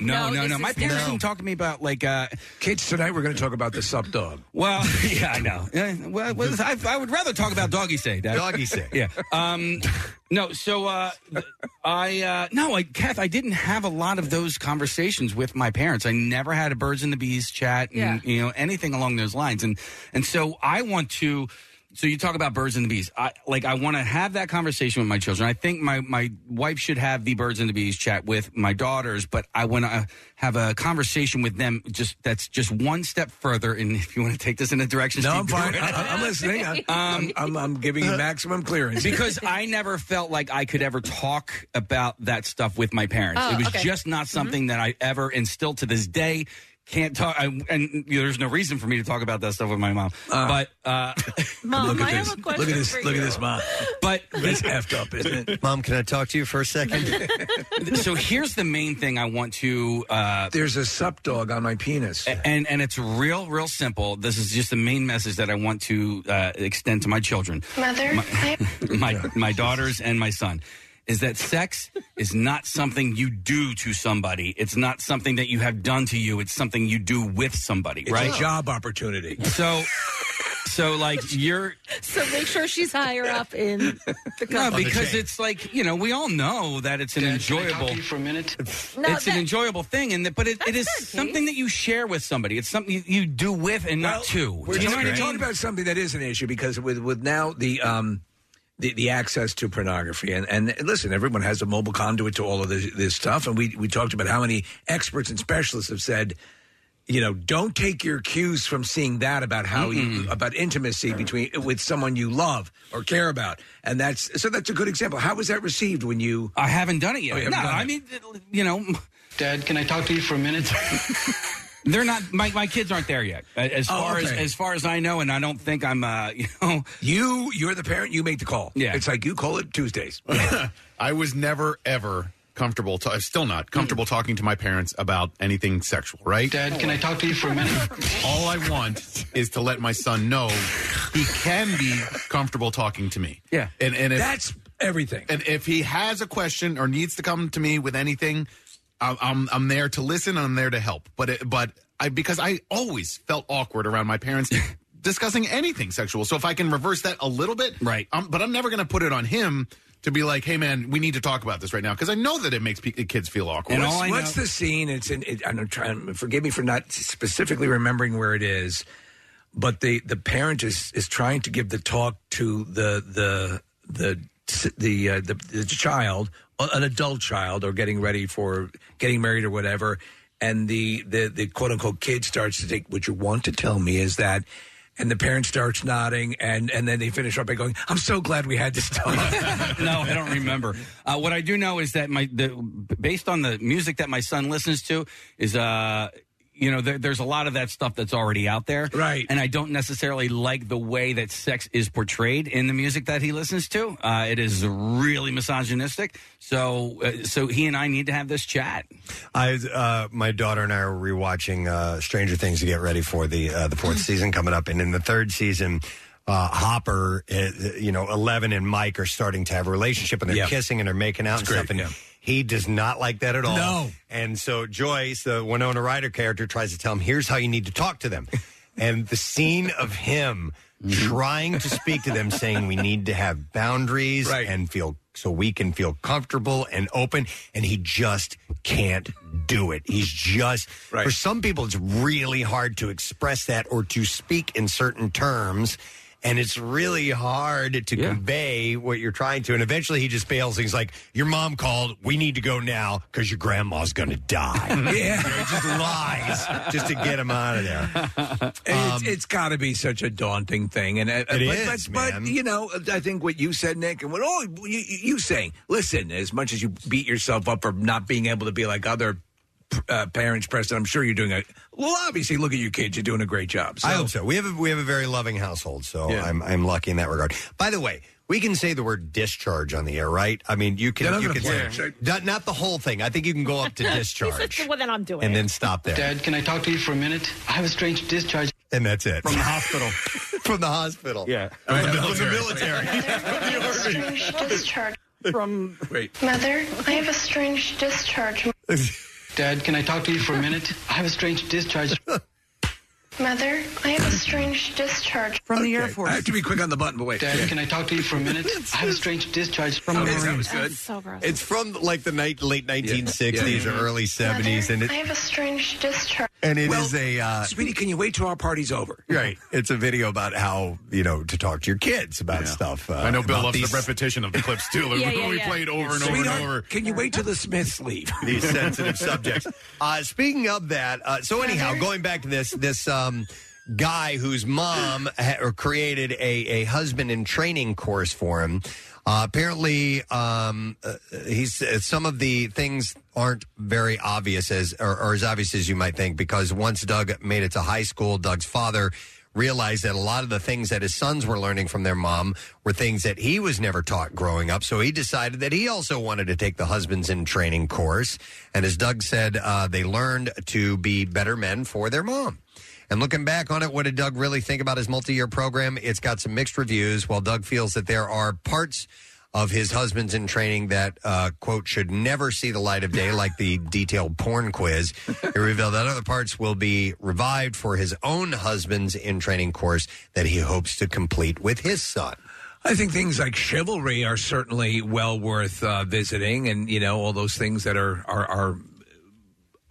Speaker 2: no, no, no,
Speaker 3: this
Speaker 2: My
Speaker 3: is
Speaker 2: parents
Speaker 3: different.
Speaker 2: didn't talk to me about like. Uh,
Speaker 1: kids tonight we're going to talk about the sub dog.
Speaker 2: well, yeah, I know. Yeah, well, well, I, I would rather talk about doggy say. Dad.
Speaker 4: Doggy say.
Speaker 2: yeah. Um, no, so uh, th- I uh, no, I, Kath, I didn't have a lot of those conversations with my parents. I never had a birds and the bees chat, and
Speaker 16: Yeah.
Speaker 2: you know anything along those lines. And and so I want to. So you talk about birds and the bees. I like I want to have that conversation with my children. I think my my wife should have the birds and the bees chat with my daughters, but I want to have a conversation with them. Just that's just one step further. And if you want to take this in a direction,
Speaker 1: No,
Speaker 2: Steve,
Speaker 1: I'm
Speaker 2: go
Speaker 1: fine.
Speaker 2: ahead. Um,
Speaker 1: I, I'm listening. I, I'm, I'm, I'm giving you maximum clearance
Speaker 2: because I never felt like I could ever talk about that stuff with my parents.
Speaker 16: Oh,
Speaker 2: it was
Speaker 16: okay.
Speaker 2: just
Speaker 3: Mm-hmm.
Speaker 2: not something that I ever, and still to this day, can't talk. I, and you know, there's no reason for me to talk about that stuff with my mom.
Speaker 1: Ah.
Speaker 2: but uh,
Speaker 3: Mom,
Speaker 2: look at
Speaker 3: I have
Speaker 2: this.
Speaker 3: a question Look at this- for look at you. this,
Speaker 2: mom. But
Speaker 1: That's effed up, isn't it?
Speaker 4: Mom, can I talk to you for a second?
Speaker 2: so here's the main thing I want to. Uh,
Speaker 1: There's a sup dog on my penis.
Speaker 2: and and it's real, real simple. This is just the main message that I want to uh, extend to my children.
Speaker 16: Mother,
Speaker 2: My- my my daughters and my son is that sex is not something you do to somebody. It's not something that you have done to you. It's something you do with somebody,
Speaker 1: It's
Speaker 2: right?
Speaker 1: a job opportunity.
Speaker 2: So so like you're
Speaker 3: So make sure she's higher up in the
Speaker 2: no,
Speaker 3: company.
Speaker 2: because it's like, you know, we all know that it's an enjoyable for a minute.
Speaker 3: No,
Speaker 2: it's
Speaker 3: that-
Speaker 2: an enjoyable thing and that, but it, it is something that you share with somebody. It's something you, you do with and not to.
Speaker 1: We're
Speaker 2: Do you know
Speaker 1: talking,
Speaker 2: what I mean?
Speaker 1: talking about something that is an issue because with with now the um the, the access to pornography and, and listen, everyone has a mobile conduit to all of this, this stuff, and we we talked about how many experts and specialists have said. You know, don't take your cues from seeing that about how you about intimacy between with someone you love or care about, and that's so that's a good example. How was that received when you?
Speaker 2: I haven't done it yet. no, I mean, you know,
Speaker 1: Dad, can I talk to you for a minute?
Speaker 2: They're not my, my kids aren't there yet. A- As
Speaker 1: Oh,
Speaker 2: far as
Speaker 1: okay.
Speaker 2: as far as I know, and I don't think I'm uh you know
Speaker 1: You you're the parent, you make the call.
Speaker 2: Yeah.
Speaker 1: It's like you call it Tuesdays.
Speaker 6: I was never ever comfortable. To, I'm still not comfortable talking to my parents about anything sexual. Right, Dad?
Speaker 9: can I talk to you for a minute?
Speaker 6: All I want is to let my son know he can be comfortable talking to me.
Speaker 2: Yeah.
Speaker 6: and and if,
Speaker 1: That's everything.
Speaker 6: And if he has a question or needs to come to me with anything, I'm I'm, I'm there to listen. I'm there to help. But it, but I because I always felt awkward around my parents. discussing anything sexual so if i can reverse that a little bit right um, but i'm never going to put it on him to be like hey man we need to talk about this right now because i know that it makes pe- kids feel awkward
Speaker 1: what's, what's the scene? It's in. It, I'm trying. Forgive me for not specifically remembering where it is, but the the parent is is trying to give the talk to the the the s- the, uh, the the child, uh, an adult child, or getting ready for getting married or whatever, and the the the quote unquote kid starts to take. What you want to tell me is that. And the parent starts nodding, and, and then they finish up by going, "I'm so glad we had this talk."
Speaker 2: no, I don't remember. Uh, what I do know is that my the based on the music that my son listens to is uh you know there, there's a lot of that stuff that's already out there, right? And I don't necessarily like the way that sex is portrayed in the music that he listens to. Uh, it is really misogynistic. So uh, so he and I need to have this chat.
Speaker 4: I, uh, my daughter and I are rewatching uh, Stranger Things to get ready for the uh, the fourth
Speaker 1: Mm.
Speaker 4: season coming up, and in the third season. Uh, Hopper, uh, you know, Eleven and Mike are starting to have a relationship, and they're
Speaker 1: Yeah.
Speaker 4: kissing and they're making out and
Speaker 1: It's great,
Speaker 4: stuff. And
Speaker 1: yeah.
Speaker 4: he does not like that at all.
Speaker 1: No.
Speaker 4: And so Joyce, the Winona Ryder character, tries to tell him, "Here's how you need to talk to them." and the scene of him
Speaker 1: Mm-hmm.
Speaker 4: trying to speak to them, saying, "We need to have boundaries and feel so we can feel comfortable and open," and he just can't do it. He's just for some people, it's really hard to express that or to speak in certain terms. And it's really hard to convey what you're trying to. And eventually he just bails. He's like, Your mom called. We need to go now because your grandma's going to die.
Speaker 1: Yeah.
Speaker 4: You know, he just lies just to get him out of there. Um,
Speaker 1: it's it's got to be such a daunting thing, and uh, but,
Speaker 4: It
Speaker 1: but,
Speaker 4: is,
Speaker 1: but, you know, I think what you said, Nick, and what all you, you you saying. Listen, as much as you beat yourself up for not being able to be like other uh, parents, Preston, I'm sure you're doing a well. Obviously, look at your kids; you're doing a great job. So.
Speaker 4: I hope so. We have a, we have a very loving household, so I'm I'm lucky in that regard. By the way, we can say the word discharge on the air, right? I mean, you can
Speaker 1: Yeah, I'm
Speaker 4: you
Speaker 1: gonna
Speaker 4: can
Speaker 1: play
Speaker 4: say not, not the whole thing. I think you can go up to
Speaker 17: He
Speaker 4: discharge
Speaker 17: said, well, then I'm doing
Speaker 4: and
Speaker 17: it.
Speaker 4: then stop there.
Speaker 17: Dad,
Speaker 4: can I talk to you for a minute? I have a strange discharge, and that's it from the hospital. from the hospital, yeah, from the military.
Speaker 18: strange discharge.
Speaker 2: From wait,
Speaker 18: Mother, I have a strange discharge.
Speaker 17: Dad, can I talk to you for a minute? I have a strange discharge.
Speaker 18: Mother, I have a strange discharge.
Speaker 1: From the Air Force. I have to be quick on the button, but wait.
Speaker 17: Dad, can I talk to you for a minute? I have a strange discharge from
Speaker 4: Okay,
Speaker 17: the
Speaker 4: that
Speaker 17: Marines.
Speaker 4: was good. That's It's from like the night, late 1960s or early 70s, and it,
Speaker 18: I have a strange discharge.
Speaker 4: and it is a uh,
Speaker 1: sweetie. Can you wait till our party's over?
Speaker 4: Right. It's a video about how, you know, to talk to your kids about stuff. Uh,
Speaker 6: I know Bill
Speaker 4: about
Speaker 6: loves
Speaker 4: these-
Speaker 6: the repetition of the clips too. Like,
Speaker 4: Yeah, yeah,
Speaker 6: we
Speaker 4: yeah.
Speaker 6: played over and over and
Speaker 4: Sweetheart,
Speaker 6: over.
Speaker 1: Can you wait till the Smiths leave?
Speaker 4: these sensitive subjects. Uh, speaking of that, uh, so anyhow, going back to this, this um, guy whose mom ha- or created a, a husband in training course for him. Uh, apparently, um, uh, he's uh, some of the things aren't very obvious as or, or as obvious as you might think because once Doug made it to high school, Doug's father realized that a lot of the things that his sons were learning from their mom were things that he was never taught growing up. So he decided that he also wanted to take the husbands in training course. And as Doug said, uh, they learned to be better men for their mom. And looking back on it, what did Doug really think about his multi year program? It's got some mixed reviews. While Doug feels that there are parts of his husband's in training that, uh, quote, should never see the light of day, like the detailed porn quiz. It revealed that other parts will be revived for his own husband's in training course that he hopes to complete with his son.
Speaker 1: I think things like chivalry are certainly well worth uh, visiting, and you know all those things that are are, are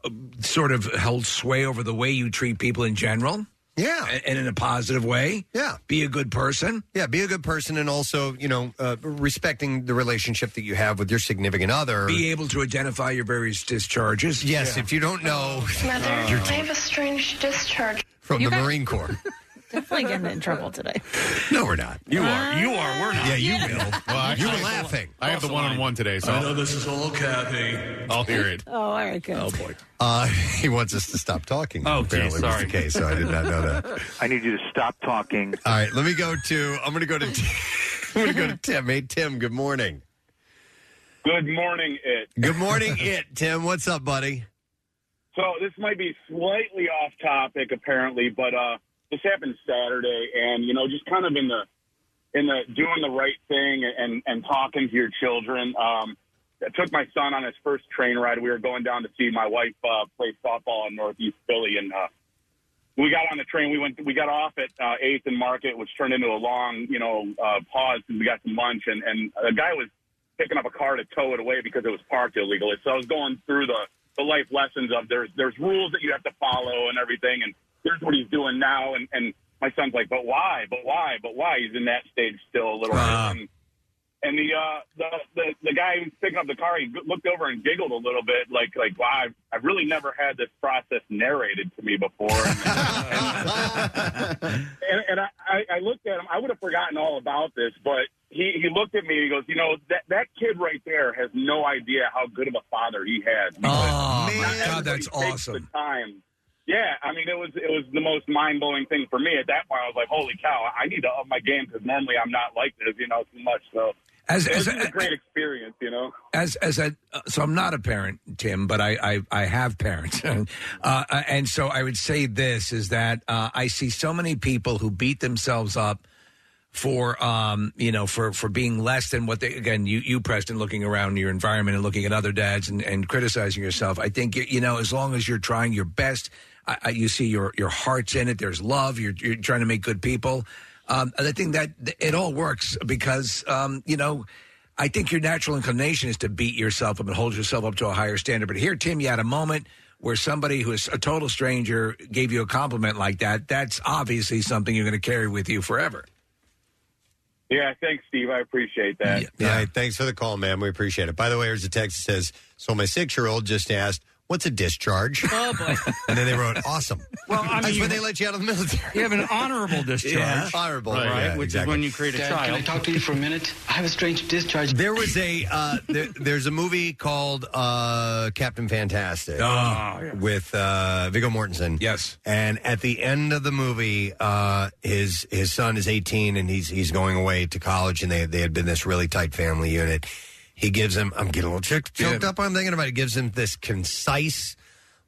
Speaker 1: uh, sort of held sway over the way you treat people in general.
Speaker 4: Yeah,
Speaker 1: and in a positive way.
Speaker 4: Yeah,
Speaker 1: be a good person.
Speaker 4: Yeah, be a good person, and also, you know, uh, respecting the relationship that you have with your significant other.
Speaker 1: Be able to identify your various discharges.
Speaker 4: Yes, if you don't know,
Speaker 18: Mother,
Speaker 4: you're
Speaker 18: I have a strange discharge.
Speaker 4: from the Marine Corps.
Speaker 18: Definitely getting in trouble today.
Speaker 4: No, we're not.
Speaker 6: You are. You are. We're not.
Speaker 4: Yeah, you will.
Speaker 6: actually,
Speaker 4: you were laughing.
Speaker 6: I have the one on one today, so
Speaker 4: I
Speaker 16: Oh,
Speaker 6: know this is all Kathy. I'll hear it.
Speaker 17: Oh, all right, good.
Speaker 6: Oh boy.
Speaker 4: Uh, he wants us to stop talking.
Speaker 6: Oh, geez,
Speaker 4: apparently was
Speaker 6: sorry.
Speaker 4: the case, so I did not know that.
Speaker 19: I need you to stop talking.
Speaker 4: All right, let me go to. I'm going to go to. I'm going to go to Tim. Hey, Tim. Good morning.
Speaker 20: Good morning, it.
Speaker 4: Good morning, it Tim. What's up, buddy?
Speaker 20: So this might be slightly off topic, apparently, but uh, this happened Saturday, and you know, just kind of in the in the doing the right thing and and talking to your children. Um, I took my son on his first train ride. We were going down to see my wife uh, play softball in Northeast Philly, and uh, we got on the train. We went. We got off at uh, Eighth and Market, which turned into a long, you know, uh, pause, and we got some lunch. And and a guy was picking up a car to tow it away because it was parked illegally. So I was going through the the life lessons of there's there's rules that you have to follow and everything. And here's what he's doing now. And and my son's like, but why? But why? But why? He's in that stage still a little bit. And And the, uh, the the the guy who was picking up the car, he g- looked over and giggled a little bit, like like wow, I've, I've really never had this process narrated to me before. And, and, and I, I- I looked at him. I would have forgotten all about this, but he he looked at me. and He goes, you know that that kid right there has no idea how good of a father he had.
Speaker 1: Oh,
Speaker 20: man.
Speaker 1: God, that's
Speaker 20: awesome. time. Yeah, I mean, it was it was the most mind blowing thing for me at that point. I was like, "Holy cow! I need to up my game because normally I'm not like this, you know, too much." So
Speaker 1: As-
Speaker 20: it was
Speaker 1: as-
Speaker 20: just a great experience, you know.
Speaker 1: as as a uh, so I'm not a parent, Tim, but I I, I have parents, uh, uh, and so I would say this is that uh, I see so many people who beat themselves up for um you know for for being less than what they again you you Preston looking around your environment and looking at other dads and and criticizing yourself. I think you know as long as you're trying your best, I, I, you see your your heart's in it. There's love. You're you're trying to make good people. Um, and I think that it all works because um, you know. I think your natural inclination is to beat yourself up and hold yourself up to a higher standard. But here, Tim, you had a moment where somebody who is a total stranger gave you a compliment like that. That's obviously something you're going to carry with you forever.
Speaker 20: Yeah, thanks, Steve. I appreciate that.
Speaker 4: All right, thanks for the call, man. We appreciate it. By the way, here's a text that says, "So my six-year-old just asked, what's a discharge?" Oh boy! and then they wrote, "Awesome."
Speaker 16: Well, I mean,
Speaker 4: That's
Speaker 16: you-
Speaker 4: when they let you out of the military.
Speaker 16: You have an honorable discharge.
Speaker 4: Yeah, honorable,
Speaker 16: Right,
Speaker 4: right?
Speaker 16: yeah, which is when you create a
Speaker 17: Dad, can I talk to you for a minute? I have a strange discharge.
Speaker 4: There was a uh, there, there's a movie called uh, Captain Fantastic with uh, Viggo Mortensen.
Speaker 1: Yes,
Speaker 4: and at the end of the movie, uh, his his son is 18 and he's he's going away to college, and they they had been this really tight family unit. He gives him I'm getting a little choked, choked up. I'm thinking about it. Gives him this concise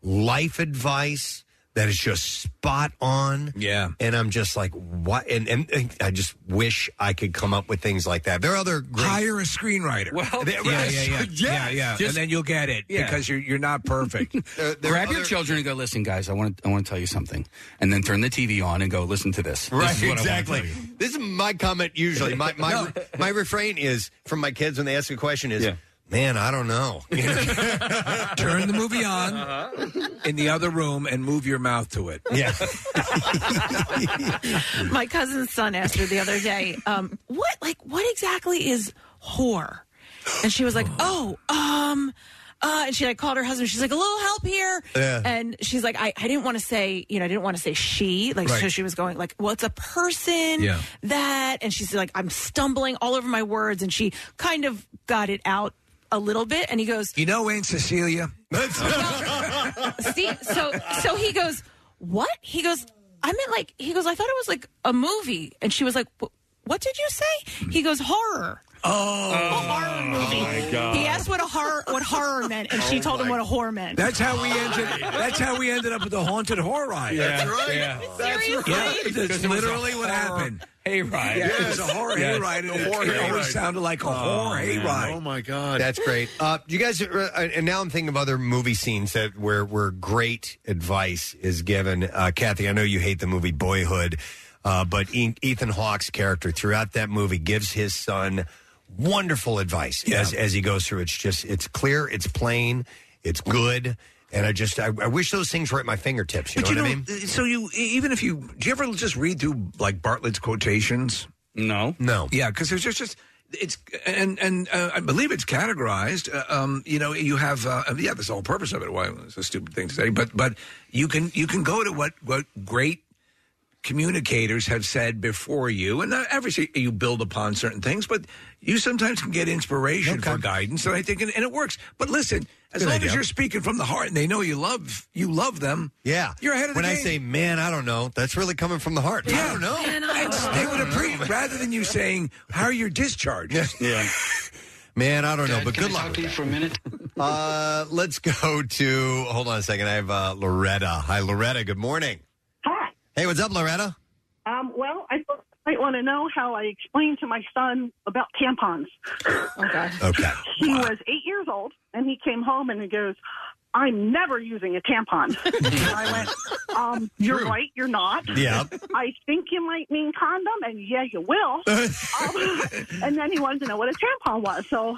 Speaker 4: life advice that is just spot on.
Speaker 1: Yeah.
Speaker 4: And I'm just like, what? And, and, and I just wish I could come up with things like that. There are other great
Speaker 1: Hire a screenwriter.
Speaker 4: Well,
Speaker 1: Oh, yeah, yeah, yeah, yeah, yeah, and then you'll get it
Speaker 2: Yeah.
Speaker 1: because you're you're not perfect.
Speaker 4: Uh,
Speaker 2: Grab your children and go. Listen, guys, I want to. I want to tell you something, and then turn the TV on and go. Listen to this. This
Speaker 4: Right,
Speaker 2: is what I wanna
Speaker 4: exactly.
Speaker 2: tell you."
Speaker 4: This is my comment usually. My my
Speaker 2: No.
Speaker 4: my refrain is from my kids when they ask a question is, "Man, I don't know."
Speaker 1: Turn the movie on in the other room and move your mouth to it.
Speaker 4: Yeah.
Speaker 3: My cousin's son asked her the other day, um, "What like what exactly is whore?" And she was like, "Oh, um." Uh, and she like called her husband. She's like, a little help here.
Speaker 16: Yeah.
Speaker 3: And she's like, I, I didn't want to say, you know, I didn't want to say she. Like, so
Speaker 16: Right.
Speaker 3: she was going like, well, it's a person
Speaker 16: Yeah.
Speaker 3: that. And she's like, I'm stumbling all over my words. And she kind of got it out a little bit. And he goes,
Speaker 1: You know, Aunt Cecilia.
Speaker 3: See, so so he goes, "What?" He goes, "I meant like." He goes, "I thought it was like a movie," and she was like, "Wh- "What did you say?" He goes, "Horror."
Speaker 1: Oh,
Speaker 3: horror movie. He asked what a horror what horror meant, and she
Speaker 1: Oh,
Speaker 3: told him
Speaker 1: my-
Speaker 3: what a whore meant.
Speaker 1: That's how we ended. That's how we ended up with the haunted horror ride.
Speaker 16: Yeah. That's right. Yeah.
Speaker 3: Seriously?
Speaker 1: Yeah, that's literally what happened.
Speaker 2: Hayride.
Speaker 1: Yeah, it was a horror
Speaker 4: Yes.
Speaker 1: hayride. and
Speaker 4: The
Speaker 1: it-
Speaker 4: horror
Speaker 1: it always
Speaker 4: hayride.
Speaker 1: sounded like a
Speaker 4: Oh,
Speaker 1: horror
Speaker 4: man.
Speaker 1: hayride.
Speaker 4: Oh,
Speaker 6: my god,
Speaker 4: That's great. Uh, you guys, are, uh, and now I'm thinking of other movie scenes that where where great advice is given. Uh, Kathy, I know you hate the movie Boyhood, uh, but E- Ethan Hawke's character throughout that movie gives his son wonderful advice as as he goes through. It's just it's clear, it's plain, it's good, and I just I, I wish those things were at my fingertips. You know what I mean?
Speaker 1: so you e, even if you do you ever just read through like Bartlett's quotations?
Speaker 2: No,
Speaker 4: no,
Speaker 1: yeah, because there's just just it's and and uh, I believe it's categorized. Uh, um, you know, you have uh, yeah, that's the whole purpose of it. Why it's a stupid thing to say, but but you can you can go to what what great communicators have said before you, and uh, obviously you build upon certain things, but you sometimes can get inspiration for guidance, and I think and, and it works. But listen, as
Speaker 4: Good
Speaker 1: long
Speaker 4: idea.
Speaker 1: as you're speaking from the heart and they know you love you love them,
Speaker 4: Yeah,
Speaker 1: you're ahead of the
Speaker 4: when I
Speaker 1: game.
Speaker 4: say, man, I don't know, that's really coming from the heart.
Speaker 1: Yeah.
Speaker 4: I don't know.
Speaker 3: Oh,
Speaker 1: It's- they would appreciate rather than you saying how are your discharges.
Speaker 4: Yeah. Man, I don't know,
Speaker 1: Dad,
Speaker 4: but
Speaker 1: can
Speaker 4: good
Speaker 1: I
Speaker 4: luck.
Speaker 1: talk
Speaker 4: with
Speaker 1: to you
Speaker 4: that.
Speaker 1: for a minute?
Speaker 4: uh, let's go to. Hold on a second. I have uh, Loretta. Hi, Loretta. Good morning. Hi. Hey, what's up, Loretta?
Speaker 21: Um, well, I thought you might want to know how I explained to my son about tampons. Okay.
Speaker 4: Okay.
Speaker 21: He was eight years old, and he came home and he goes, "I'm never using a tampon." And I went, um, "You're
Speaker 4: True.
Speaker 21: right, you're not.
Speaker 4: Yeah.
Speaker 21: I think you might mean condom, and yeah, you will." um, and then he wanted to know what a tampon was, so.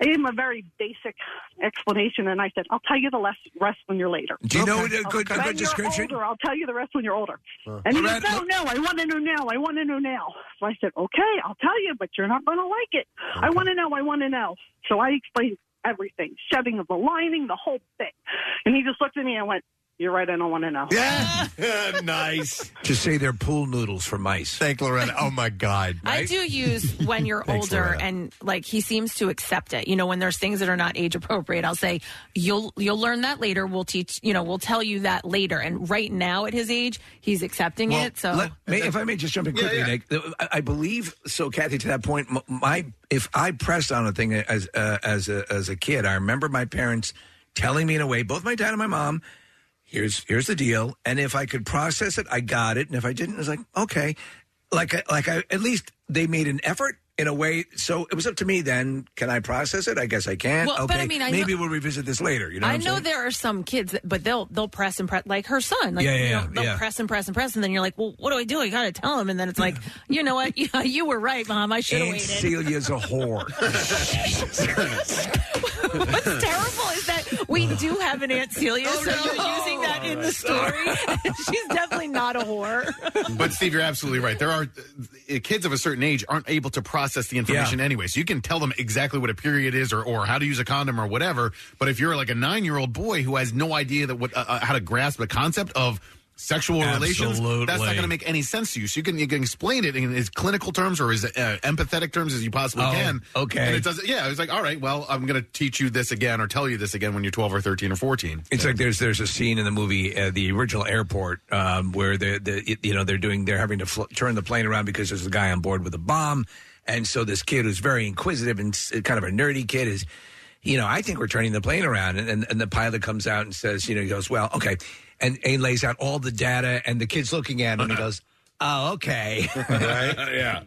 Speaker 21: I gave him a very basic explanation, and I said, "I'll tell you the less rest when you're later."
Speaker 1: Do you know Okay. a good- a
Speaker 21: When
Speaker 1: good
Speaker 21: you're
Speaker 1: description?
Speaker 21: older, I'll tell you the rest when you're older. And he goes,
Speaker 1: Loretta-
Speaker 21: "No, no, I want to know now. I want to know now." So I said, "Okay, I'll tell you, but you're not going to like it. I want to know. I want to know." So I explained everything, shedding of the lining, the whole thing, and he just looked at me and went, "You're right. I don't want to know."
Speaker 4: Yeah. nice.
Speaker 1: Just say they're pool noodles for mice.
Speaker 4: Thank Loretta. Oh my God.
Speaker 3: I do use when you're
Speaker 1: Thanks,
Speaker 3: older
Speaker 1: Loretta.
Speaker 3: and like he seems to accept it. You know, when there's things that are not age appropriate, I'll say, You'll you'll learn that later. We'll teach you know, we'll tell you that later. And right now at his age, he's accepting it. So
Speaker 1: Let- may- if I may just jump in quickly, Nick, the- I, I believe so. Kathy, to that point, m- my if I pressed on a thing as uh, as a, as a kid, I remember my parents telling me in a way, both my dad and my mom, here's here's the deal, and if I could process it, I got it, and if I didn't, it was like okay, like I, like I at least they made an effort. In a way, so it was up to me then. Can I process it? I guess I can.
Speaker 3: Well,
Speaker 1: okay,
Speaker 3: but I mean, I know-
Speaker 1: maybe we'll revisit this later. You know, what
Speaker 3: I
Speaker 1: I'm
Speaker 3: know
Speaker 1: saying?
Speaker 3: there are some kids, that, but they'll they'll press and press like her son. Like,
Speaker 1: Yeah,
Speaker 3: you
Speaker 1: yeah,
Speaker 3: know, they'll
Speaker 1: yeah.
Speaker 3: press and press and press, and then you're like, well, what do I do? I got to tell him, and then it's like, you know what? Yeah, you were right, mom. I should have
Speaker 1: Aunt
Speaker 3: waited.
Speaker 1: Celia's a whore.
Speaker 3: What's terrible is that we do have an Aunt Celia,
Speaker 1: Oh,
Speaker 3: so you're using that in the story. She's definitely not a whore.
Speaker 6: But Steve, you're absolutely right. There are uh, kids of a certain age aren't able to process the information anyway. So you can tell them exactly what a period is or, or how to use a condom or whatever. But if you're like a nine year old boy who has no idea that what uh, uh, how to grasp the concept of sexual relations, that's not
Speaker 7: Absolutely.
Speaker 6: going to make any sense to you. So you can you can explain it in as clinical terms or as uh, empathetic terms as you possibly
Speaker 1: Oh,
Speaker 6: can.
Speaker 1: okay.
Speaker 6: And it doesn't. Yeah, it's like all right. Well, I'm going to teach you this again or tell you this again when you're 12 or 13 or 14.
Speaker 1: It's like there's there's a scene in the movie, uh, the original airport, um, where the the you know they're doing they're having to fl- turn the plane around because there's a guy on board with a bomb, and so this kid who's very inquisitive and s- kind of a nerdy kid is, you know, I think we're turning the plane around, and and, and the pilot comes out and says, you know, he goes, well, okay, and, and he lays out all the data, and the kid's looking at him, and he goes, oh, okay,
Speaker 6: yeah.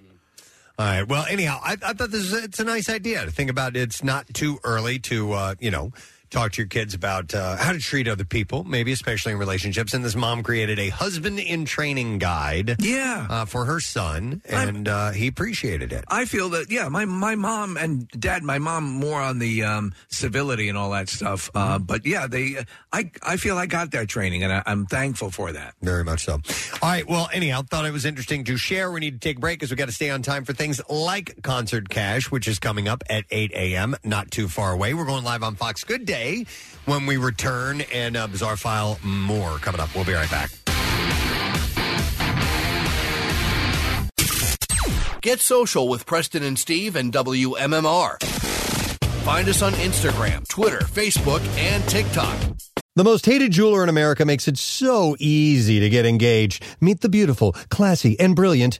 Speaker 4: All right. Well, anyhow, I, I thought this is it's a nice idea to think about. It's not too early to uh, you know talk to your kids about uh, how to treat other people, maybe especially in relationships. And this mom created a husband in training guide,
Speaker 1: yeah,
Speaker 4: uh, for her son, and uh, he appreciated it.
Speaker 1: I feel that yeah, my my mom and dad, my mom more on the um, civility and all that stuff. Uh, but yeah, they I I feel I got that training and I, I'm thankful for that.
Speaker 4: Very much so. All right. Well, anyhow, thought it was interesting to share. We need to take a break because we got to stay on time for things like Concert Cash, which is coming up at 8 a.m., not too far away. We're going live on Fox Good Day when we return, and uh, Bizarre File more coming up. We'll be right back.
Speaker 8: Get social with Preston and Steve and WMMR. Find us on Instagram, Twitter, Facebook, and TikTok.
Speaker 4: The most hated jeweler in America makes it so easy to get engaged. Meet the beautiful, classy, and brilliant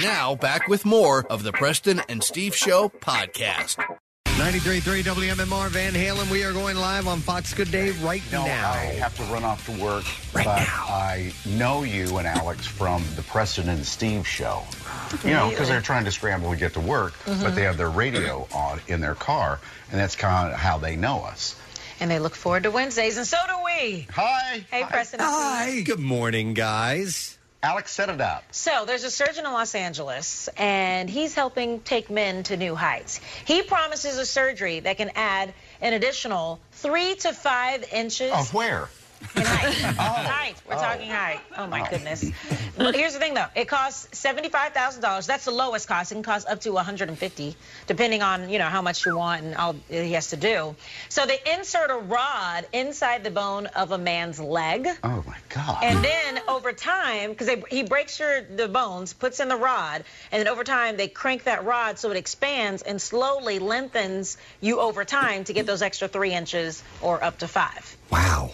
Speaker 8: Now, back with more of the Preston and Steve Show podcast.
Speaker 4: 93.3 WMMR Van Halen. We are going live on Fox Good Day right
Speaker 7: No, I have to run off to work, but I know you and Alex from the Preston and Steve show. You know, because they're trying to scramble to get to work, but
Speaker 22: Mhm.
Speaker 7: they have their radio on in their car, and that's kind of how they know us.
Speaker 22: And they look forward to Wednesdays, and so do we.
Speaker 7: Hi.
Speaker 22: Hey, Preston. and
Speaker 4: Ah.
Speaker 22: Steve.
Speaker 4: Good morning, guys.
Speaker 7: Alex, set it up.
Speaker 22: So there's a surgeon in Los Angeles, and he's helping take men to new heights. He promises a surgery that can add an additional three to five inches.
Speaker 7: Of where? Oh.
Speaker 22: Height. We're talking height. Oh my goodness. But here's the thing though. It costs seventy-five thousand dollars. That's the lowest cost. It can cost up to one hundred and fifty, depending on you know how much you want and all he has to do. So they insert a rod inside the bone of a man's leg.
Speaker 7: Oh my God.
Speaker 22: And then over time, because he breaks your the bones, puts in the rod, and then over time they crank that rod so it expands and slowly lengthens you over time to get those extra three inches or up to five.
Speaker 4: Wow.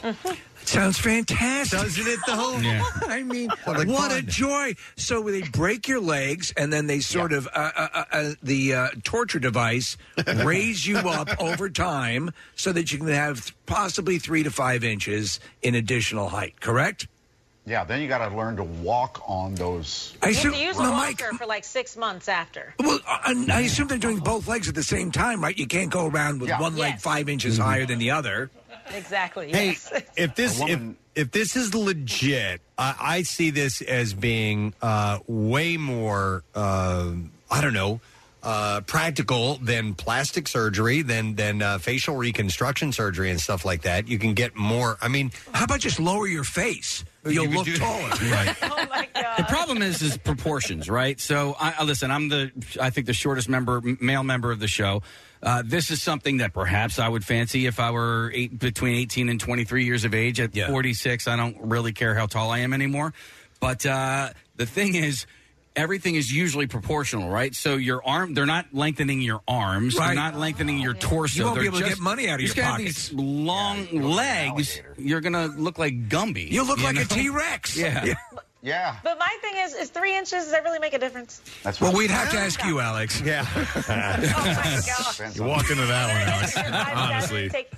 Speaker 1: Sounds fantastic.
Speaker 4: Doesn't it though?
Speaker 16: Yeah.
Speaker 1: I mean,
Speaker 16: What
Speaker 1: what,
Speaker 16: a
Speaker 1: a,
Speaker 16: fun.
Speaker 1: joy! So they break your legs, and then they sort of uh, uh, uh, the uh, torture device raise you up over time, so that you can have possibly three to five inches in additional height. Correct?
Speaker 7: Yeah, then you got to learn to walk on those.
Speaker 1: I
Speaker 22: you have
Speaker 1: assume,
Speaker 22: to use a
Speaker 1: no, Mike.
Speaker 22: walker for like six months after.
Speaker 1: Well, I, I assume they're doing both legs at the same time, right? You can't go around with one leg five inches
Speaker 7: Mm-hmm.
Speaker 1: higher than the other.
Speaker 22: Exactly.
Speaker 4: Hey,
Speaker 22: yes.
Speaker 4: if this if, if this is legit, I, I see this as being uh, way more. Uh, I don't know. Uh, practical than plastic surgery, than than uh, facial reconstruction surgery and stuff like that. You can get more. I mean,
Speaker 1: how about just lower your face? You'll look taller.
Speaker 2: Right.
Speaker 3: Oh.
Speaker 2: The problem is is proportions, right? So, I, I- listen, I'm the I think the shortest member, m- male member of the show. Uh, this is something that perhaps I would fancy if I were eight, between 18 and 23 years of age. At 46, I don't really care how tall I am anymore. But uh, the thing is. Everything is usually proportional, right? So your arm—they're not lengthening your arms,
Speaker 1: Right.
Speaker 2: they're not lengthening your torso.
Speaker 1: You won't be
Speaker 2: They're
Speaker 1: able to
Speaker 2: just-
Speaker 1: get money out of
Speaker 2: you
Speaker 1: your
Speaker 2: just gotta have
Speaker 1: pockets.
Speaker 2: these long legs. You're gonna look like Gumby.
Speaker 1: You look like a
Speaker 2: know?
Speaker 1: T-Rex.
Speaker 2: Yeah.
Speaker 7: Yeah.
Speaker 22: But my thing is, is three inches, does that really make a difference?
Speaker 7: That's
Speaker 1: well, we'd have to ask you, Alex. Oh,
Speaker 4: Yeah.
Speaker 6: You walk into that one, Alex. Honestly.
Speaker 22: Take,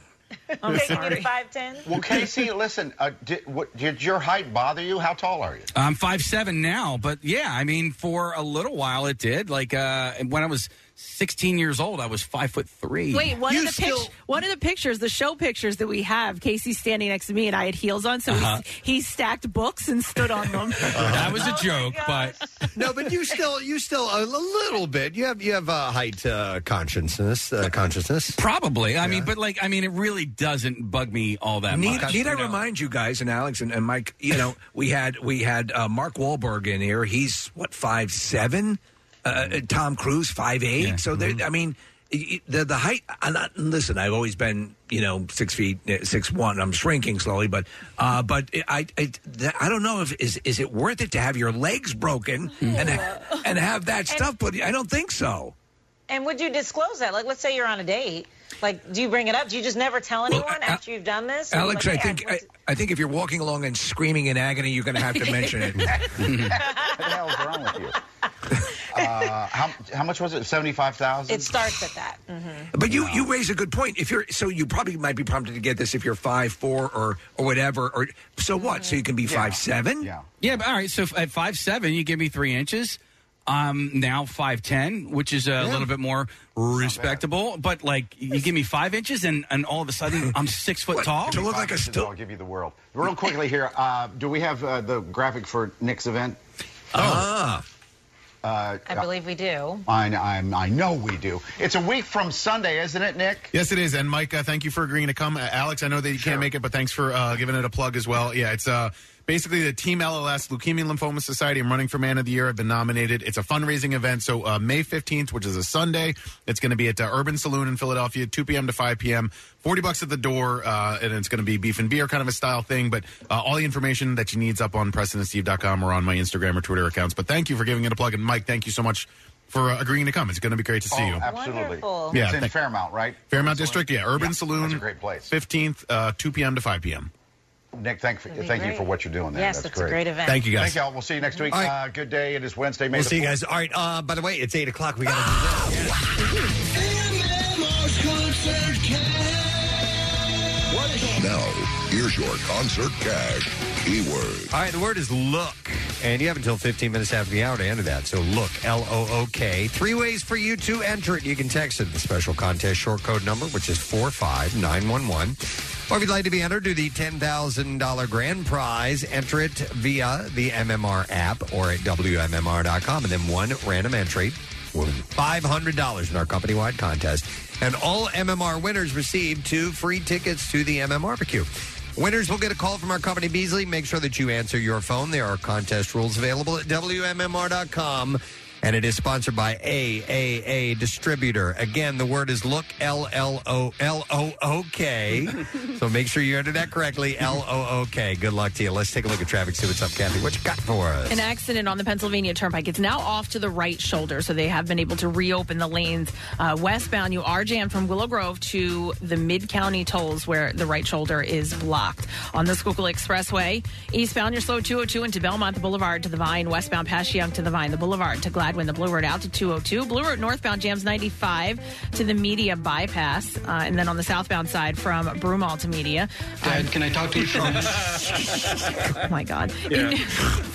Speaker 7: I'm
Speaker 22: taking you
Speaker 7: sorry.
Speaker 22: to 5'10"?
Speaker 7: Well, Casey, listen. Uh, did, what, did your height bother you? How tall are you?
Speaker 2: I'm five seven now, but yeah, I mean, for a little while it did. Like uh, when I was 16 years old, I was five foot three.
Speaker 5: Wait, one of the pic- one of the pictures, the show pictures that we have, Casey's standing next to me, and I had heels on, so
Speaker 2: Uh-huh.
Speaker 5: he, he stacked books and stood on them.
Speaker 2: That was a joke, but
Speaker 4: no, but you still you still a little bit. You have you have uh, height uh, consciousness uh, consciousness.
Speaker 2: probably. I mean, but like, I mean, it really doesn't bug me all that
Speaker 1: need,
Speaker 2: much.
Speaker 1: Need I remind you guys and Alex and, and Mike? You know, we had we had uh, Mark Wahlberg in here. He's what five seven. Uh, uh, Tom Cruise five eight. So there, I mean, y- y- the the height. I'm not, listen, I've always been you know six feet eh, six one. I'm shrinking slowly, but uh, but I I, I I don't know if is is it worth it to have your legs broken and and have that stuff? But I don't think so.
Speaker 22: And would you disclose that? Like, let's say you're on a date. Like, do you bring it up? Do you just never tell anyone after you've done this? Or
Speaker 1: Alex, I
Speaker 22: like, "Hey,
Speaker 1: think I, I think if you're walking along and screaming in agony, you're going to have to mention it.
Speaker 7: Uh, how, how much was it? Seventy-five thousand.
Speaker 22: It starts at that. Mm-hmm.
Speaker 1: But you, you raise a good point. If you're so you probably might be prompted to get this if you're five four or or whatever or so what so you can be five seven. Yeah.
Speaker 2: Yeah, but all right. So f- at five seven, you give me three inches. I'm now five ten, which is a little bit more respectable. But like, you give me five inches, and and all of a sudden, I'm six foot tall.
Speaker 7: still. I'll give you the world. Real quickly here. Uh, do we have uh, the graphic for Nick's event?
Speaker 1: Ah.
Speaker 7: Uh,
Speaker 22: I believe we do.
Speaker 7: I, I'm- I know we do. It's a week from Sunday, isn't it, Nick?
Speaker 6: Yes, it is. And Mike, uh, thank you for agreeing to come. Uh, Alex, I know that you can't make it, but thanks for uh, giving it a plug as well. Yeah, it's uh, basically the Team LLS Leukemia and Lymphoma Society. I'm running for Man of the Year. I've been nominated. It's a fundraising event. So uh, May 15th, which is a Sunday, it's going to be at uh, Urban Saloon in Philadelphia, 2 p.m. to 5 p.m. 40 bucks at the door, uh, and it's going to be beef and beer kind of a style thing. But uh, all the information that you need is up on PrestonandSteve.com or on my Instagram or Twitter accounts. But thank you for giving it a plug. And Mike, thank you so much for uh, agreeing to come. It's going to be great to see
Speaker 7: Oh,
Speaker 6: you.
Speaker 7: absolutely.
Speaker 6: Yeah,
Speaker 7: it's in
Speaker 6: thank-
Speaker 7: Fairmount, right?
Speaker 6: Fairmount District, yeah, Urban
Speaker 7: Yeah,
Speaker 6: Saloon.
Speaker 7: that's a great place.
Speaker 6: Fifteenth, uh, two p.m. to five p.m.
Speaker 7: Nick, thank, thank
Speaker 6: be
Speaker 7: you
Speaker 6: great.
Speaker 7: for what you're doing there.
Speaker 6: Yes,
Speaker 7: that's
Speaker 6: it's a great event. Thank you,
Speaker 7: Thank
Speaker 6: guys.
Speaker 7: y'all. We'll see you next week.
Speaker 4: All right.
Speaker 7: Uh, good day. It is Wednesday, May
Speaker 4: We'll
Speaker 7: the
Speaker 4: see you
Speaker 7: 4th.
Speaker 4: guys. All right. Uh, by the way, it's eight o'clock. We got to do this.
Speaker 3: Oh,
Speaker 14: Now, here's your concert cash keyword.
Speaker 4: All right, the word is look. And you have until 15 minutes after the hour to enter that. So look, L O O K. Three ways for you to enter it. You can text it to the special contest short code number, which is 45911. Or if you'd like to be entered to the $10,000 grand prize, enter it via the MMR app or at WMMR.com. And then one random entry will win $500 in our company wide contest. And all MMR winners receive two free tickets to the MMR barbecue. Winners will get a call from our company, Beasley. Make sure that you answer your phone. There are contest rules available at WMMR.com And it is sponsored by AAA Distributor. Again, the word is look, L L O L O O K. So make sure you entered that correctly, L O O K. Good luck to you. Let's take a look at traffic, see what's up, Kathy. What you got for us?
Speaker 3: An accident on the Pennsylvania Turnpike. It's now off to the right shoulder, so they have been able to reopen the lanes uh, westbound. You are jammed from Willow Grove to the Mid County tolls, where the right shoulder is blocked. On the Schuylkill Expressway, eastbound, you're slow 202 into Belmont, the Boulevard to the Vine, westbound past Young to the Vine, the Boulevard to Gladwin, the Blue Road out to 202, Blue Road northbound jams 95 to the Media bypass, uh, and then on the southbound side from Broomall to Media.
Speaker 17: Dad, can I talk to you for a minute?
Speaker 3: oh my God. In-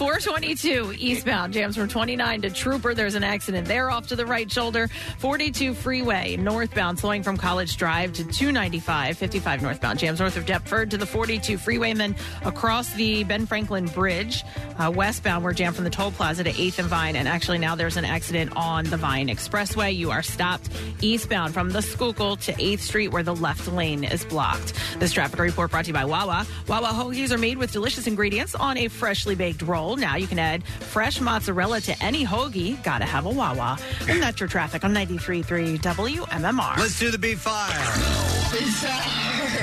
Speaker 3: 422 eastbound jams from 29 to Trooper. There's an accident there off to the right shoulder. 42 freeway northbound slowing from College Drive to 295. 55 northbound jams north of Deptford to the 42 freeway and then across the Ben Franklin Bridge uh, westbound. We're jammed from the toll plaza to 8th and Vine. And actually now there's an accident on the Vine Expressway. You are stopped eastbound from the Schuylkill to 8th Street where the left lane is blocked. This traffic report brought to you by Wawa. Wawa hoagies are made with delicious ingredients on a freshly baked roll. Now you can add fresh mozzarella to any hoagie. Gotta have a Wawa. And that's your traffic on 93.3 WMMR.
Speaker 4: Let's do the B Fire.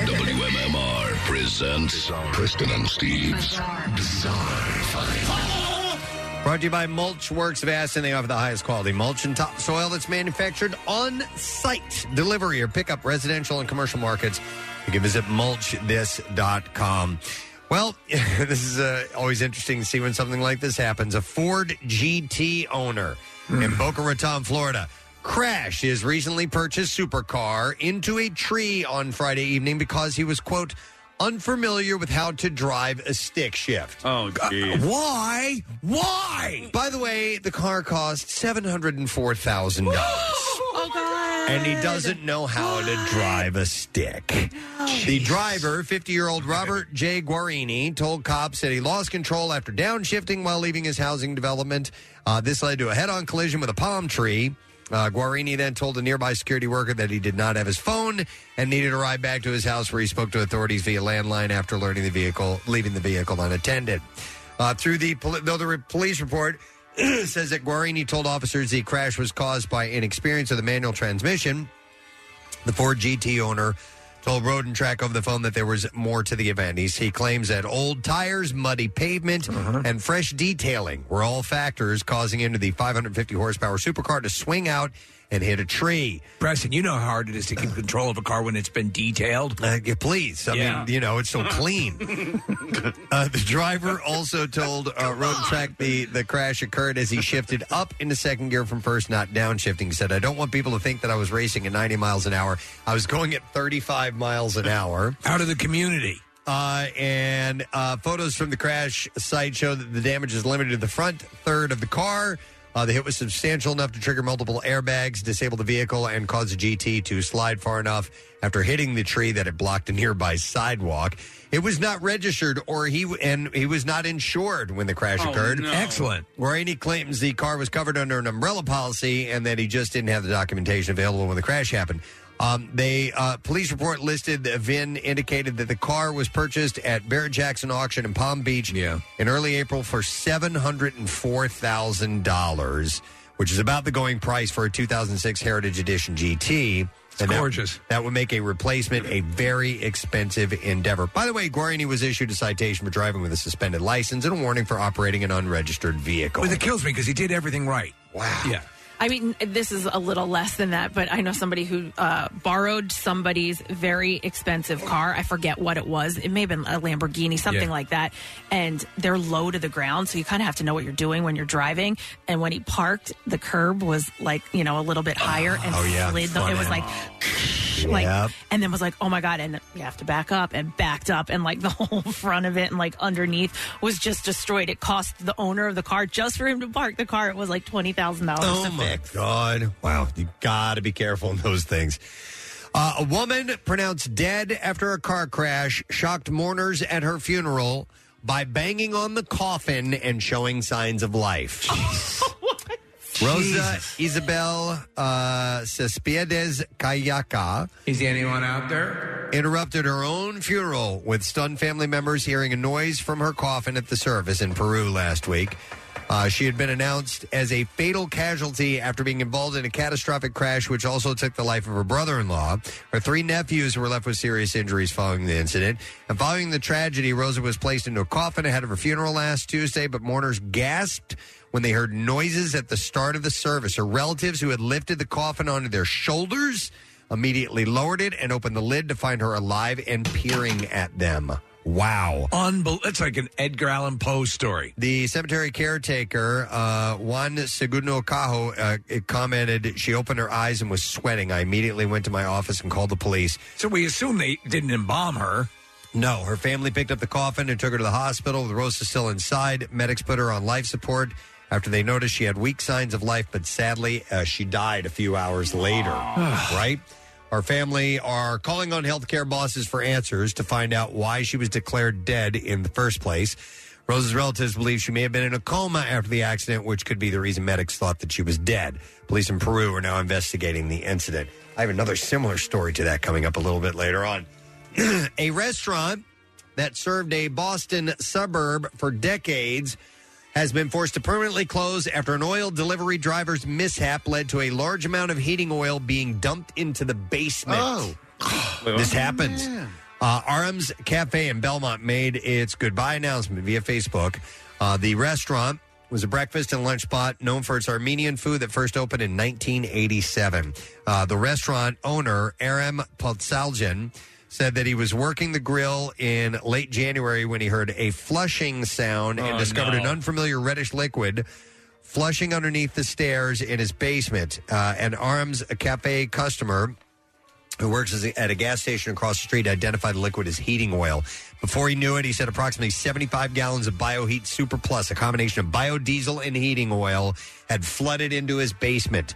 Speaker 14: WMMR presents Preston and Steve's Bizarre, Find.
Speaker 4: Brought to you by Mulch Works of Aston. They offer the highest quality mulch and topsoil that's manufactured on site. Delivery or pickup residential and commercial markets. You can visit mulchthis.com. Well, this is uh, always interesting to see when something like this happens. A Ford GT owner in Boca Raton, Florida, crashed his recently purchased supercar into a tree on Friday evening because he was, quote, unfamiliar with how to drive a stick shift.
Speaker 6: Oh, geez.
Speaker 4: Why? Why? By the way, the car cost $704,000.
Speaker 3: Oh,
Speaker 4: And he doesn't know how to drive a stick. The driver, 50 year old Robert J. Guarini, told cops that he lost control after downshifting while leaving his housing development. Uh, this led to a head on collision with a palm tree. Uh, Guarini then told a nearby security worker that he did not have his phone and needed a ride back to his house, where he spoke to authorities via landline after learning the vehicle, leaving the vehicle unattended. Uh, through the poli- though the re- police report says that Guarini told officers the crash was caused by inexperience of the manual transmission. The Ford GT owner told Road and Track over the phone that there was more to the event. He's, he claims that old tires, muddy pavement,
Speaker 1: Uh-huh.
Speaker 4: and fresh detailing were all factors causing him to the 550 horsepower supercar to swing out and hit a tree.
Speaker 1: Preston, you know how hard it is to keep control of a car when it's been detailed.
Speaker 4: Uh, yeah, please. I mean, you know, it's so clean. Uh, the driver also told uh, Road and Track the, the crash occurred as he shifted up into second gear from first, not downshifting. He said, I don't want people to think that I was racing at 90 miles an hour. I was going at 35 miles an hour.
Speaker 1: Out of the community.
Speaker 4: Uh, and uh, photos from the crash site show that the damage is limited to the front third of the car. Uh, the hit was substantial enough to trigger multiple airbags, disable the vehicle, and cause the GT to slide far enough after hitting the tree that it blocked a nearby sidewalk. It was not registered, or he and he was not insured when the crash
Speaker 1: Oh,
Speaker 4: occurred.
Speaker 1: no. Excellent.
Speaker 4: Guarini E claims the car was covered under an umbrella policy and that he just didn't have the documentation available when the crash happened. Um, they uh, police report listed the VIN indicated that the car was purchased at Barrett Jackson auction in Palm Beach in early April for seven hundred and four thousand dollars, which is about the going price for a 2006 Heritage Edition GT. It's
Speaker 1: gorgeous.
Speaker 4: That would make a replacement a very expensive endeavor. By the way, Guarini was issued a citation for driving with a suspended license and a warning for operating an unregistered vehicle.
Speaker 1: But it kills me because he did everything right. Wow. Yeah.
Speaker 3: I mean, this is a little less than that, but I know somebody who uh, borrowed somebody's very expensive car. I forget what it was. It may have been a Lamborghini, something
Speaker 10: Yeah.
Speaker 3: like that. And they're low to the ground, so you kind of have to know what you're doing when you're driving. And when he parked, the curb was like you know a little bit higher and
Speaker 10: Oh, yeah.
Speaker 3: slid. The,
Speaker 10: Front
Speaker 3: it was
Speaker 10: end.
Speaker 3: like like
Speaker 10: Yep.
Speaker 3: and then was like oh my god and you have to back up and backed up and like the whole front of it and like underneath was just destroyed it cost the owner of the car just for him to park the car it was like $20000
Speaker 4: Oh
Speaker 3: to
Speaker 4: my
Speaker 3: fix
Speaker 4: God. Wow. You got to be careful in those things. Uh, a woman pronounced dead after a car crash shocked mourners at her funeral by banging on the coffin and showing signs of life. Rosa Isabel uh, Cespedes Kayaka.
Speaker 1: Is anyone out there?
Speaker 4: Interrupted her own funeral with stunned family members hearing a noise from her coffin at the service in Peru last week. Uh, she had been announced as a fatal casualty after being involved in a catastrophic crash, which also took the life of her brother in law. Her three nephews were left with serious injuries following the incident. And following the tragedy, Rosa was placed into a coffin ahead of her funeral last Tuesday, but mourners gasped when they heard noises at the start of the service. Her relatives, who had lifted the coffin onto their shoulders, immediately lowered it and opened the lid to find her alive and peering at them. Wow.
Speaker 1: Unbel- it's like an Edgar Allan Poe story.
Speaker 4: The cemetery caretaker, uh, Juan Segundo Cajo, uh, it commented, She opened her eyes and was sweating. I immediately went to my office and called the police.
Speaker 1: So we assume they didn't embalm her.
Speaker 4: No, her family picked up the coffin and took her to the hospital. The Rosa still inside. Medics put her on life support after they noticed she had weak signs of life, but sadly, uh, she died a few hours later. right? Our family are calling on healthcare bosses for answers to find out why she was declared dead in the first place. Rose's relatives believe she may have been in a coma after the accident, which could be the reason medics thought that she was dead. Police in Peru are now investigating the incident. I have another similar story to that coming up a little bit later on. a restaurant that served a Boston suburb for decades has been forced to permanently close after an oil delivery driver's mishap led to a large amount of heating oil being dumped into the basement. this happens. Uh, Arms Cafe in Belmont made its goodbye announcement via Facebook. Uh, the restaurant was a breakfast and lunch spot known for its Armenian food that first opened in 1987. Uh, the restaurant owner, Aram Potsaljan, said that he was working the grill in late January when he heard a flushing sound and
Speaker 10: Oh,
Speaker 4: discovered
Speaker 10: no.
Speaker 4: an unfamiliar reddish liquid flushing underneath the stairs in his basement. Uh, an Arms Cafe customer who works as a, at a gas station across the street, identified the liquid as heating oil. Before he knew it, he said approximately 75 gallons of BioHeat Super Plus, a combination of biodiesel and heating oil, had flooded into his basement.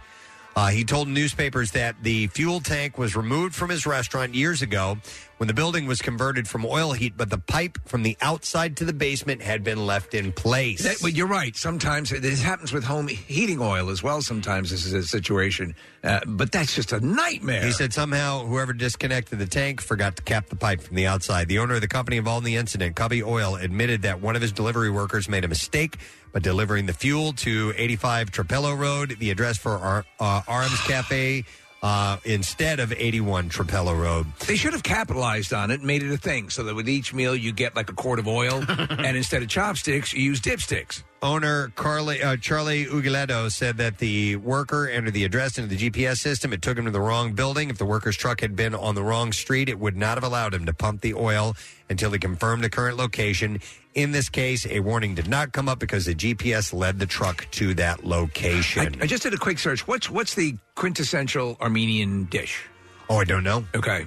Speaker 4: Uh, he told newspapers that the fuel tank was removed from his restaurant years ago when the building was converted from oil heat, but the pipe from the outside to the basement had been left in place.
Speaker 1: That- but you're right. Sometimes this happens with home heating oil as well. Sometimes this is a situation, uh, but that's just a nightmare.
Speaker 4: He said somehow whoever disconnected the tank forgot to cap the pipe from the outside. The owner of the company involved in the incident, Cubby Oil, admitted that one of his delivery workers made a mistake by delivering the fuel to 85 Trapello Road, the address for our, uh, Arms Cafe, uh, instead of 81 Trapello Road.
Speaker 1: They should have capitalized on it and made it a thing so that with each meal you get like a quart of oil, and instead of chopsticks, you use dipsticks.
Speaker 4: Owner Carly, uh, Charlie Ugiletto said that the worker entered the address into the GPS system. It took him to the wrong building. If the worker's truck had been on the wrong street, it would not have allowed him to pump the oil until he confirmed the current location. In this case, a warning did not come up because the GPS led the truck to that location.
Speaker 1: I just did a quick search. What's what's the quintessential Armenian dish?
Speaker 4: Oh, I don't know.
Speaker 1: Okay,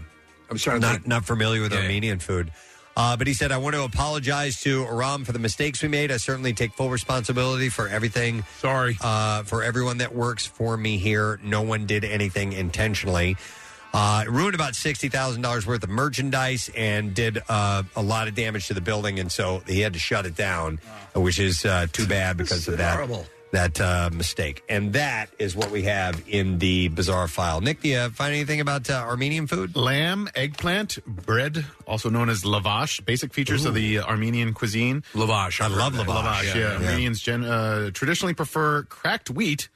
Speaker 1: I'm sorry.
Speaker 4: Not not familiar with Armenian food. Uh, but he said, I want to apologize to Aram for the mistakes we made. I certainly take full responsibility for everything.
Speaker 1: Sorry.
Speaker 4: Uh, for everyone that works for me here. No one did anything intentionally. Uh, it ruined about $60,000 worth of merchandise and did uh, a lot of damage to the building. And so he had to shut it down, which is uh, too bad because of that,
Speaker 1: horrible.
Speaker 4: that uh, mistake. And that is what we have in the bizarre file. Nick, do you find anything about uh, Armenian food?
Speaker 6: Lamb, eggplant, bread, also known as lavash, basic features of the Armenian cuisine.
Speaker 1: Lavash.
Speaker 6: I love
Speaker 4: lavash.
Speaker 6: Lavash,
Speaker 4: Yeah.
Speaker 6: yeah.
Speaker 4: Yeah.
Speaker 6: Armenians gen- uh, traditionally prefer cracked wheat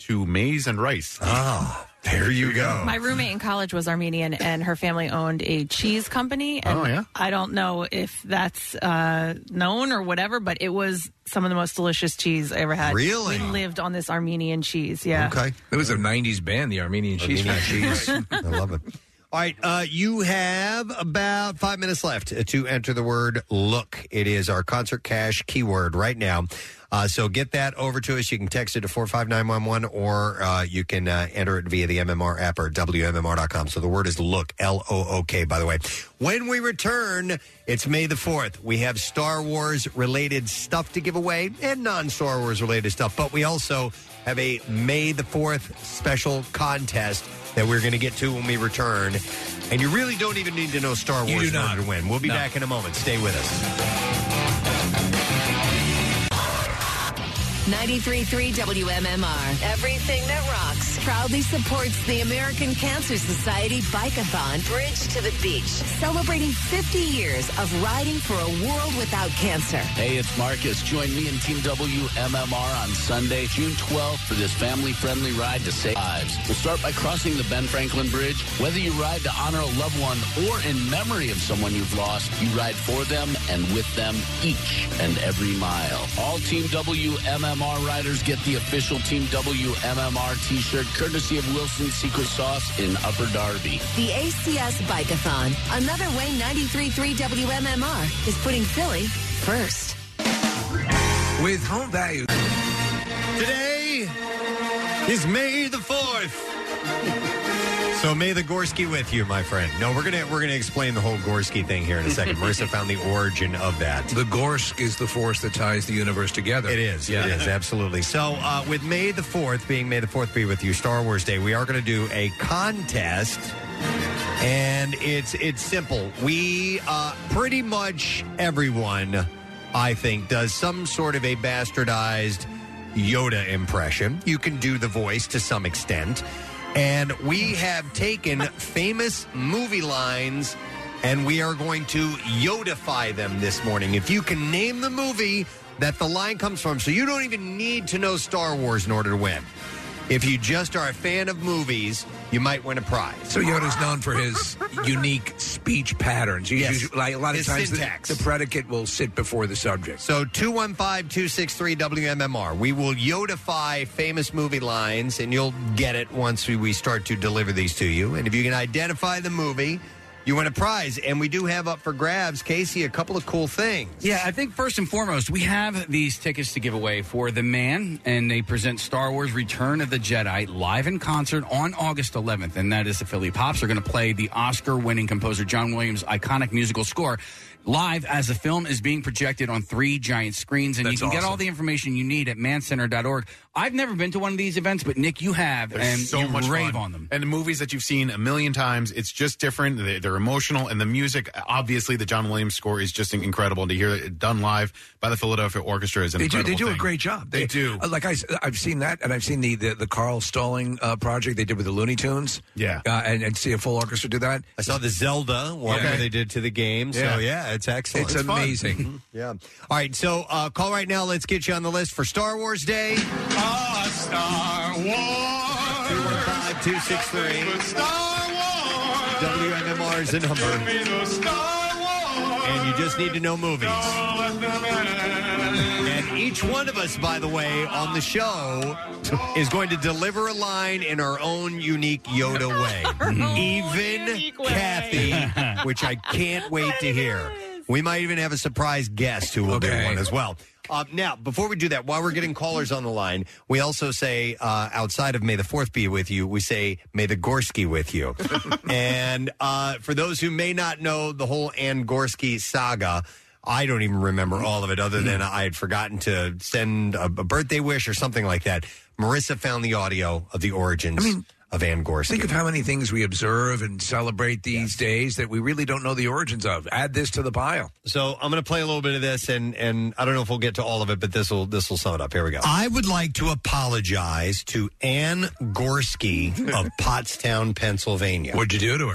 Speaker 6: to maize and rice.
Speaker 4: Ah, there you go.
Speaker 5: My roommate in college was Armenian, and her family owned a cheese company. And
Speaker 6: Oh, yeah?
Speaker 5: I don't know if that's uh, known or whatever, but it was some of the most delicious cheese I ever had.
Speaker 1: Really?
Speaker 5: We lived on this Armenian cheese. Yeah.
Speaker 1: There was a '90s band, the Armenian,
Speaker 4: Armenian
Speaker 1: Cheese Factory.
Speaker 4: I love it. All right, uh, you have about five minutes left to enter the word look. It is our concert cash keyword right now. Uh, so get that over to us. You can text it to 45911 or uh, you can uh, enter it via the MMR app or WMMR.com. So the word is look, L O O K, by the way. When we return, it's May the 4th. We have Star Wars related stuff to give away and non Star Wars related stuff, but we also have a May the 4th special contest that we're going to get to when we return. And you really don't even need to know Star Wars
Speaker 1: You do
Speaker 4: in
Speaker 1: not.
Speaker 4: order to win. We'll be
Speaker 1: No.
Speaker 4: back in a moment. Stay with us.
Speaker 15: 93.3 WMMR. Everything that rocks. Sports proudly supports the American Cancer Society Bikeathon Bridge to the Beach, celebrating 50 years of riding for a world without cancer.
Speaker 16: Hey, it's Marcus. Join me and Team WMMR on Sunday, June 12th for this family-friendly ride to save lives. We'll start by crossing the Ben Franklin Bridge. Whether you ride to honor a loved one or in memory of someone you've lost, you ride for them and with them each and every mile. All Team WMMR riders get the official Team WMMR t-shirt courtesy of Wilson's Secret Sauce in Upper Darby.
Speaker 15: The ACS Bikeathon, another way 93.3 WMMR is putting Philly first.
Speaker 1: With home value.
Speaker 4: Today is May the fourth. So May the Gorski with you, my friend. No, we're gonna we're gonna explain the whole Gorski thing here in a second. Marissa found the origin of that.
Speaker 1: The Gorsk is the force that ties the universe together.
Speaker 4: It is. It is absolutely. So uh, with May the fourth being May the fourth be with you, Star Wars Day, we are going to do a contest, and it's it's simple. We uh, pretty much everyone, I think, does some sort of a bastardized Yoda impression. You can do the voice to some extent, and we have taken famous movie lines. And we are going to Yodify them this morning. If you can name the movie that the line comes from, so you don't even need to know Star Wars in order to win. If you just are a fan of movies, you might win a prize.
Speaker 1: So Yoda's known for his unique speech patterns. He's
Speaker 4: Yes.
Speaker 1: usually- like a lot of
Speaker 4: His
Speaker 1: times the,
Speaker 4: syntax.
Speaker 1: the predicate will sit before the subject.
Speaker 4: So 215 263 WMMR. We will Yodify famous movie lines, and you'll get it once we, we start to deliver these to you. And if you can identify the movie, you win a prize. And we do have up for grabs, Casey, a couple of cool things.
Speaker 2: Yeah, I think first and foremost, we have these tickets to give away for The Man, and they present Star Wars Return of the Jedi live in concert on August 11th. And that is the Philly Pops are going to play the Oscar winning composer John Williams' iconic musical score live as the film is being projected on three giant screens. And
Speaker 1: That's
Speaker 2: you can get all
Speaker 1: awesome.
Speaker 2: the information you need at mancenter.org. I've never been to one of these events, but Nick, you have,
Speaker 6: They're
Speaker 2: and
Speaker 6: so
Speaker 2: you
Speaker 6: much
Speaker 2: rave
Speaker 6: fun.
Speaker 2: on them.
Speaker 6: And the movies that you've seen a million times, it's just different. They- They're emotional. And the music, obviously, the John Williams score is just incredible. To hear it done live by the Philadelphia Orchestra is an
Speaker 1: They do,
Speaker 6: incredible
Speaker 1: they do a
Speaker 6: thing.
Speaker 1: great job.
Speaker 6: They do.
Speaker 1: Uh, Like I, have seen that, and I've seen the the, the Carl Stalling uh, project they did with the Looney Tunes.
Speaker 4: Yeah.
Speaker 1: uh, and, and see a full orchestra do that.
Speaker 4: I saw the Zelda one
Speaker 1: Okay.
Speaker 4: where they did to the game.
Speaker 1: Yeah.
Speaker 4: So, yeah, it's excellent.
Speaker 1: It's
Speaker 4: fun.
Speaker 1: amazing.
Speaker 4: Mhm. yeah. All right. So, uh, call right now. Let's get you on the list for Star Wars Day.
Speaker 16: Star Wars.
Speaker 4: 215 263
Speaker 16: Star Wars.
Speaker 4: WMMR is the number. And you just need to know movies. And each one of us, by the way, on the show is going to deliver a line in our own unique Yoda way. Even Kathy, which I can't wait to hear. We might even have a surprise guest who will do one as well. Uh, now, before we do that, while we're getting callers on the line, we also say uh, outside of May the Fourth be with you, we say May the Gorski with you. and uh, for those who may not know the whole Ann Gorski saga, I don't even remember all of it, other than I had forgotten to send a, a birthday wish or something like that. Marissa found the audio of the origins of Ann Gorski.
Speaker 1: Think of how many things we observe and celebrate these days that we really don't know the origins of. Add this to the pile.
Speaker 4: So I'm going to play a little bit of this, and and I don't know if we'll get to all of it, but this will this will sum it up. Here we go. I would like to apologize to Ann Gorski of Pottstown, Pennsylvania.
Speaker 1: What'd you do to her?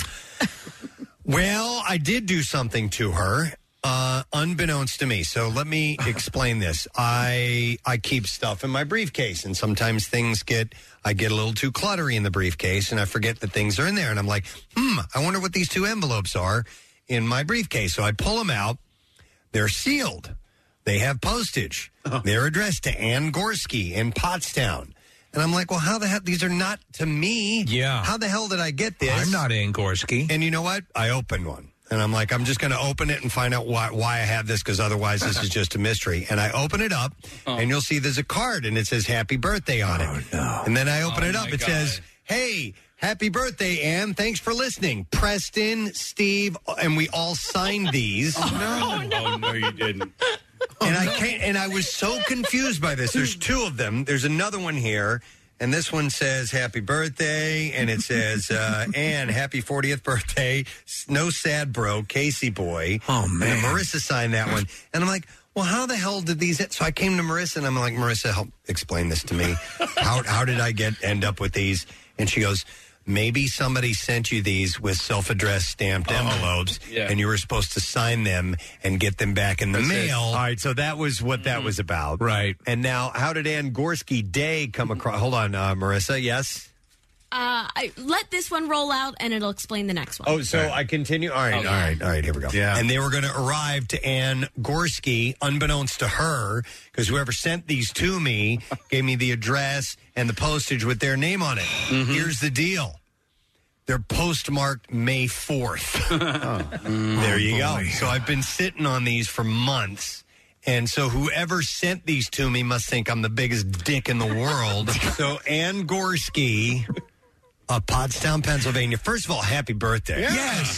Speaker 4: Well, I did do something to her, uh, unbeknownst to me. So let me explain this. I I keep stuff in my briefcase, and sometimes things get I get a little too cluttery in the briefcase, and I forget that things are in there, and I'm like, hmm, I wonder what these two envelopes are in my briefcase. So I pull them out. They're sealed. They have postage.
Speaker 1: Oh.
Speaker 4: They're addressed to Ann Gorski in Pottstown. And I'm like, well, how the hell? These are not to me.
Speaker 1: Yeah.
Speaker 4: How the hell did I get this?
Speaker 1: I'm not Ann Gorski.
Speaker 4: And you know what? I opened one. And I'm like, I'm just going to open it and find out why, why I have this because otherwise this is just a mystery. And I open it up
Speaker 16: Oh.
Speaker 4: and you'll see there's a card and it says happy birthday on it. And then I open
Speaker 16: Oh,
Speaker 4: it up.
Speaker 16: my
Speaker 4: It
Speaker 16: God.
Speaker 4: says, hey, happy birthday, Ann. Thanks for listening. Preston, Steve, and we all signed these.
Speaker 16: Oh, no. Oh, no, you didn't.
Speaker 4: and I can't. And I was so confused by this. There's two of them. There's another one here, and this one says "Happy Birthday," and it says uh, "Anne, Happy 40th Birthday." s- No sad bro, Casey boy. Oh man, and then Marissa signed that one, and I'm like. well, how the hell did these? So I came to Marissa and I'm like, Marissa, help explain this to me. how how did I get end up with these? And she goes, maybe somebody sent you these with self-addressed stamped envelopes,
Speaker 10: Yeah.
Speaker 4: and you were supposed to sign them and get them back in the
Speaker 10: That's it.
Speaker 4: mail. All right, so that was what that was about, right? And now, how did Ann Gorsky Day come across? Hold on, uh, Marissa. Yes.
Speaker 12: Uh, I, let this one roll out, and it'll explain the next one.
Speaker 4: Oh, so I continue. All right, all right, all right. Here we go. Yeah. And they were going to arrive to Ann Gorsky, unbeknownst to her, because whoever sent these to me gave me the address and the postage with their name on it. Here's the deal. They're postmarked May 4th.
Speaker 6: Mm. Oh,
Speaker 4: There you go. So I've been sitting on these for months. And so whoever sent these to me must think I'm the biggest dick in the world. so Ann Gorsky of Pottstown, Pennsylvania. First of all, happy birthday. Mm-hmm.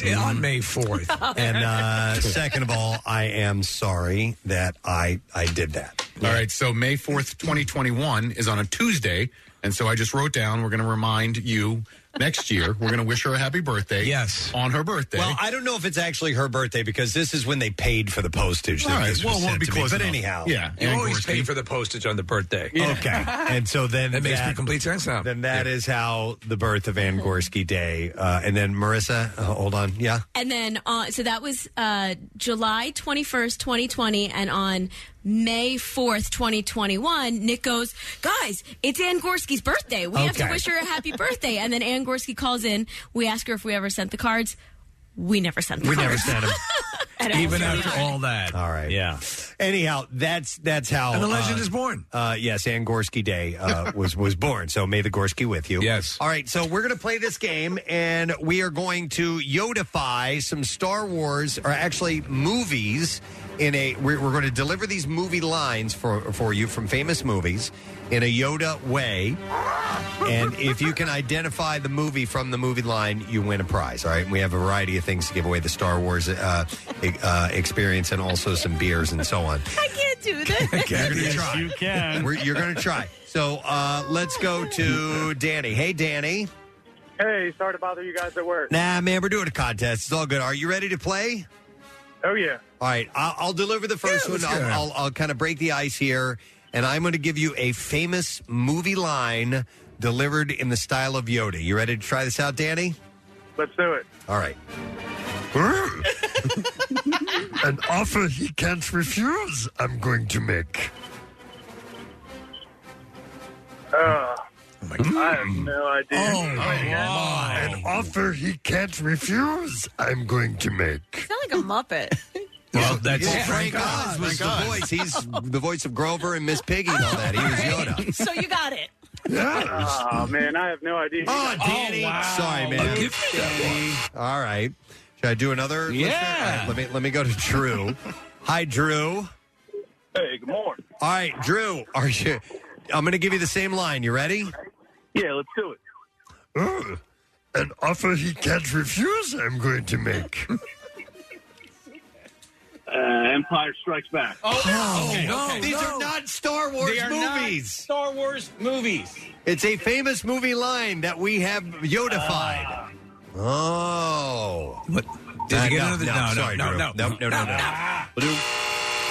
Speaker 1: Yes, on May 4th.
Speaker 4: And uh, second of all, I am sorry that I I did that.
Speaker 6: All right, so May 4th, 2021 is on a Tuesday. And so I just wrote down we're going to remind you next year. We're going to wish her a happy birthday. Yes. On her birthday.
Speaker 4: Well, I don't know if it's actually her birthday because this is when they paid for the postage.
Speaker 6: All
Speaker 4: that
Speaker 6: right.
Speaker 4: this
Speaker 6: Well,
Speaker 4: was
Speaker 6: we'll
Speaker 4: sent
Speaker 6: be
Speaker 4: to me.
Speaker 6: close
Speaker 4: But
Speaker 6: enough.
Speaker 4: anyhow,
Speaker 1: Yeah. You always pay for the postage on the birthday.
Speaker 4: Okay. And so then
Speaker 1: That makes complete sense now.
Speaker 4: Then that is how the birth of Ann Gorsky Day. Uh, and then Marissa, uh, hold on. Yeah.
Speaker 12: And then, uh, so that was uh, July 21st, 2020. And on May 4th, 2021, Nick goes, Guys, it's Ann Gorsky's birthday. We have to
Speaker 23: Okay.
Speaker 12: wish her a happy birthday. And then Ann Gorsky calls in. We ask her if we ever sent the cards. We never sent the
Speaker 4: We
Speaker 12: cards.
Speaker 4: never sent them.
Speaker 12: At all.
Speaker 4: Even after
Speaker 1: all that.
Speaker 4: All right. Yeah. Anyhow, that's that's how
Speaker 1: And the legend
Speaker 4: uh,
Speaker 1: is born.
Speaker 4: Uh, yes, Ann Gorsky Day uh, was was born. So may the Gorsky with you. Yes. All right. So we're going to play this game, and we are going to Yodify some Star Wars, or actually movies. In a, we're, we're going to deliver these movie lines for for you from famous movies in a Yoda way. And if you can identify the movie from the movie line, you win a prize. All right. And we have a variety of things to give away the Star Wars uh, e- uh, experience and also some beers and so on.
Speaker 5: I can't do this.
Speaker 4: You're gonna try. We're, you're going to try. So uh, let's go to Danny. Hey, Danny.
Speaker 24: Hey, sorry to bother you guys at work.
Speaker 4: Nah, man, we're doing a contest. It's all good. Are you ready to play?
Speaker 24: Oh yeah.
Speaker 4: All right, I'll, I'll deliver the first one. I'll, I'll, I'll kind of break the ice here, and I'm going to give you a famous movie line delivered in the style of Yoda. You ready to try this out, Danny?
Speaker 24: Let's do it.
Speaker 4: All right.
Speaker 25: An offer he can't refuse, I'm going to make.
Speaker 24: Uh, I have no idea.
Speaker 25: Hmm. Oh, An offer he can't refuse, I'm going to make.
Speaker 5: Sound like a Muppet.
Speaker 4: Well, that's
Speaker 25: Yeah,
Speaker 4: Frank
Speaker 25: thank
Speaker 4: Oz
Speaker 25: God,
Speaker 4: was
Speaker 25: thank
Speaker 4: the
Speaker 25: God.
Speaker 4: voice. He's the voice of Grover and Miss Piggy and all that. He was Yoda.
Speaker 5: so you got it.
Speaker 24: Oh man, I have no idea.
Speaker 4: Oh, Danny. Sorry, man. All right. Should I do another? listener?
Speaker 24: Yeah.
Speaker 4: All right, let me let me go to Drew. Hi, Drew.
Speaker 24: Hey, good morning.
Speaker 4: All right, Drew. Are you? I'm going to give you the same line. You ready?
Speaker 24: Yeah, let's do it.
Speaker 25: Ugh. An offer he can't refuse, I'm going to make.
Speaker 24: Uh, Empire Strikes Back.
Speaker 4: Oh,
Speaker 24: okay, okay.
Speaker 4: these
Speaker 24: No.
Speaker 4: are not Star Wars
Speaker 24: They are not
Speaker 4: movies. Star Wars movies. It's a famous movie line that we have Yodified. oh. What?
Speaker 1: Did you get another-
Speaker 4: No,
Speaker 1: no, no,
Speaker 4: sorry,
Speaker 1: no,
Speaker 4: Drew.
Speaker 1: no.
Speaker 4: no, no, no, no. We'll do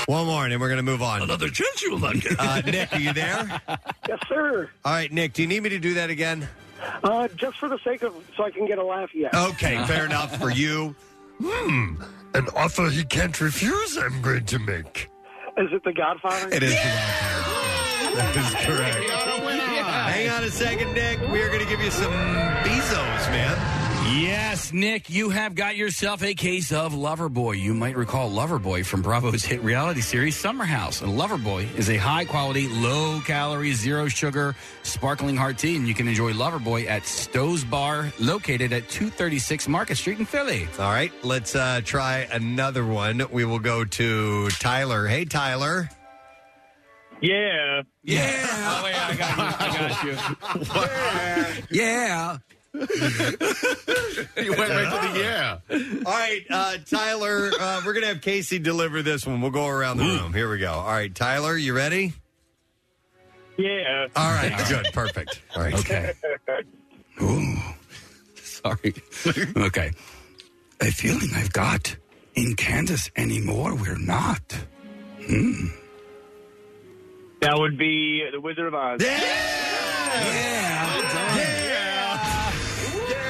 Speaker 4: one more, and then we're going to move on. Another chance you will not get. Uh, Nick, are you there?
Speaker 26: Yes, sir.
Speaker 4: All right, Nick, do you need me to do that again?
Speaker 26: Uh, just for the sake of, so I can get a laugh, yes.
Speaker 4: Okay, fair enough for you.
Speaker 25: Hmm. An offer he can't refuse, I'm going to make.
Speaker 26: Is it The Godfather?
Speaker 4: It is The Godfather. That is correct. Hang on a second, Nick. We are going to give you some Bezos, man.
Speaker 2: Yes, Nick, you have got yourself a case of Loverboy. You might recall Loverboy from Bravo's hit reality series Summer House. And Loverboy is a high quality, low calorie, zero sugar, sparkling hard tea. And you can enjoy Loverboy at Stowe's Bar, located at 236 Market Street in Philly.
Speaker 4: All right, let's uh, try another one. We will go to Tyler. Hey, Tyler.
Speaker 24: Yeah.
Speaker 1: Yeah.
Speaker 24: Oh, yeah, I got you. I got you.
Speaker 1: Yeah.
Speaker 4: You went right to the yeah. All right, uh, Tyler, uh, we're going to have Casey deliver this one. We'll go around the room. Here we go. All right, Tyler, you ready?
Speaker 24: Yeah.
Speaker 4: All right, good, perfect. All right.
Speaker 2: Okay. Sorry. okay. A feeling I've got. In Kansas anymore, we're not. Hmm.
Speaker 24: That would be The Wizard of Oz. Yeah!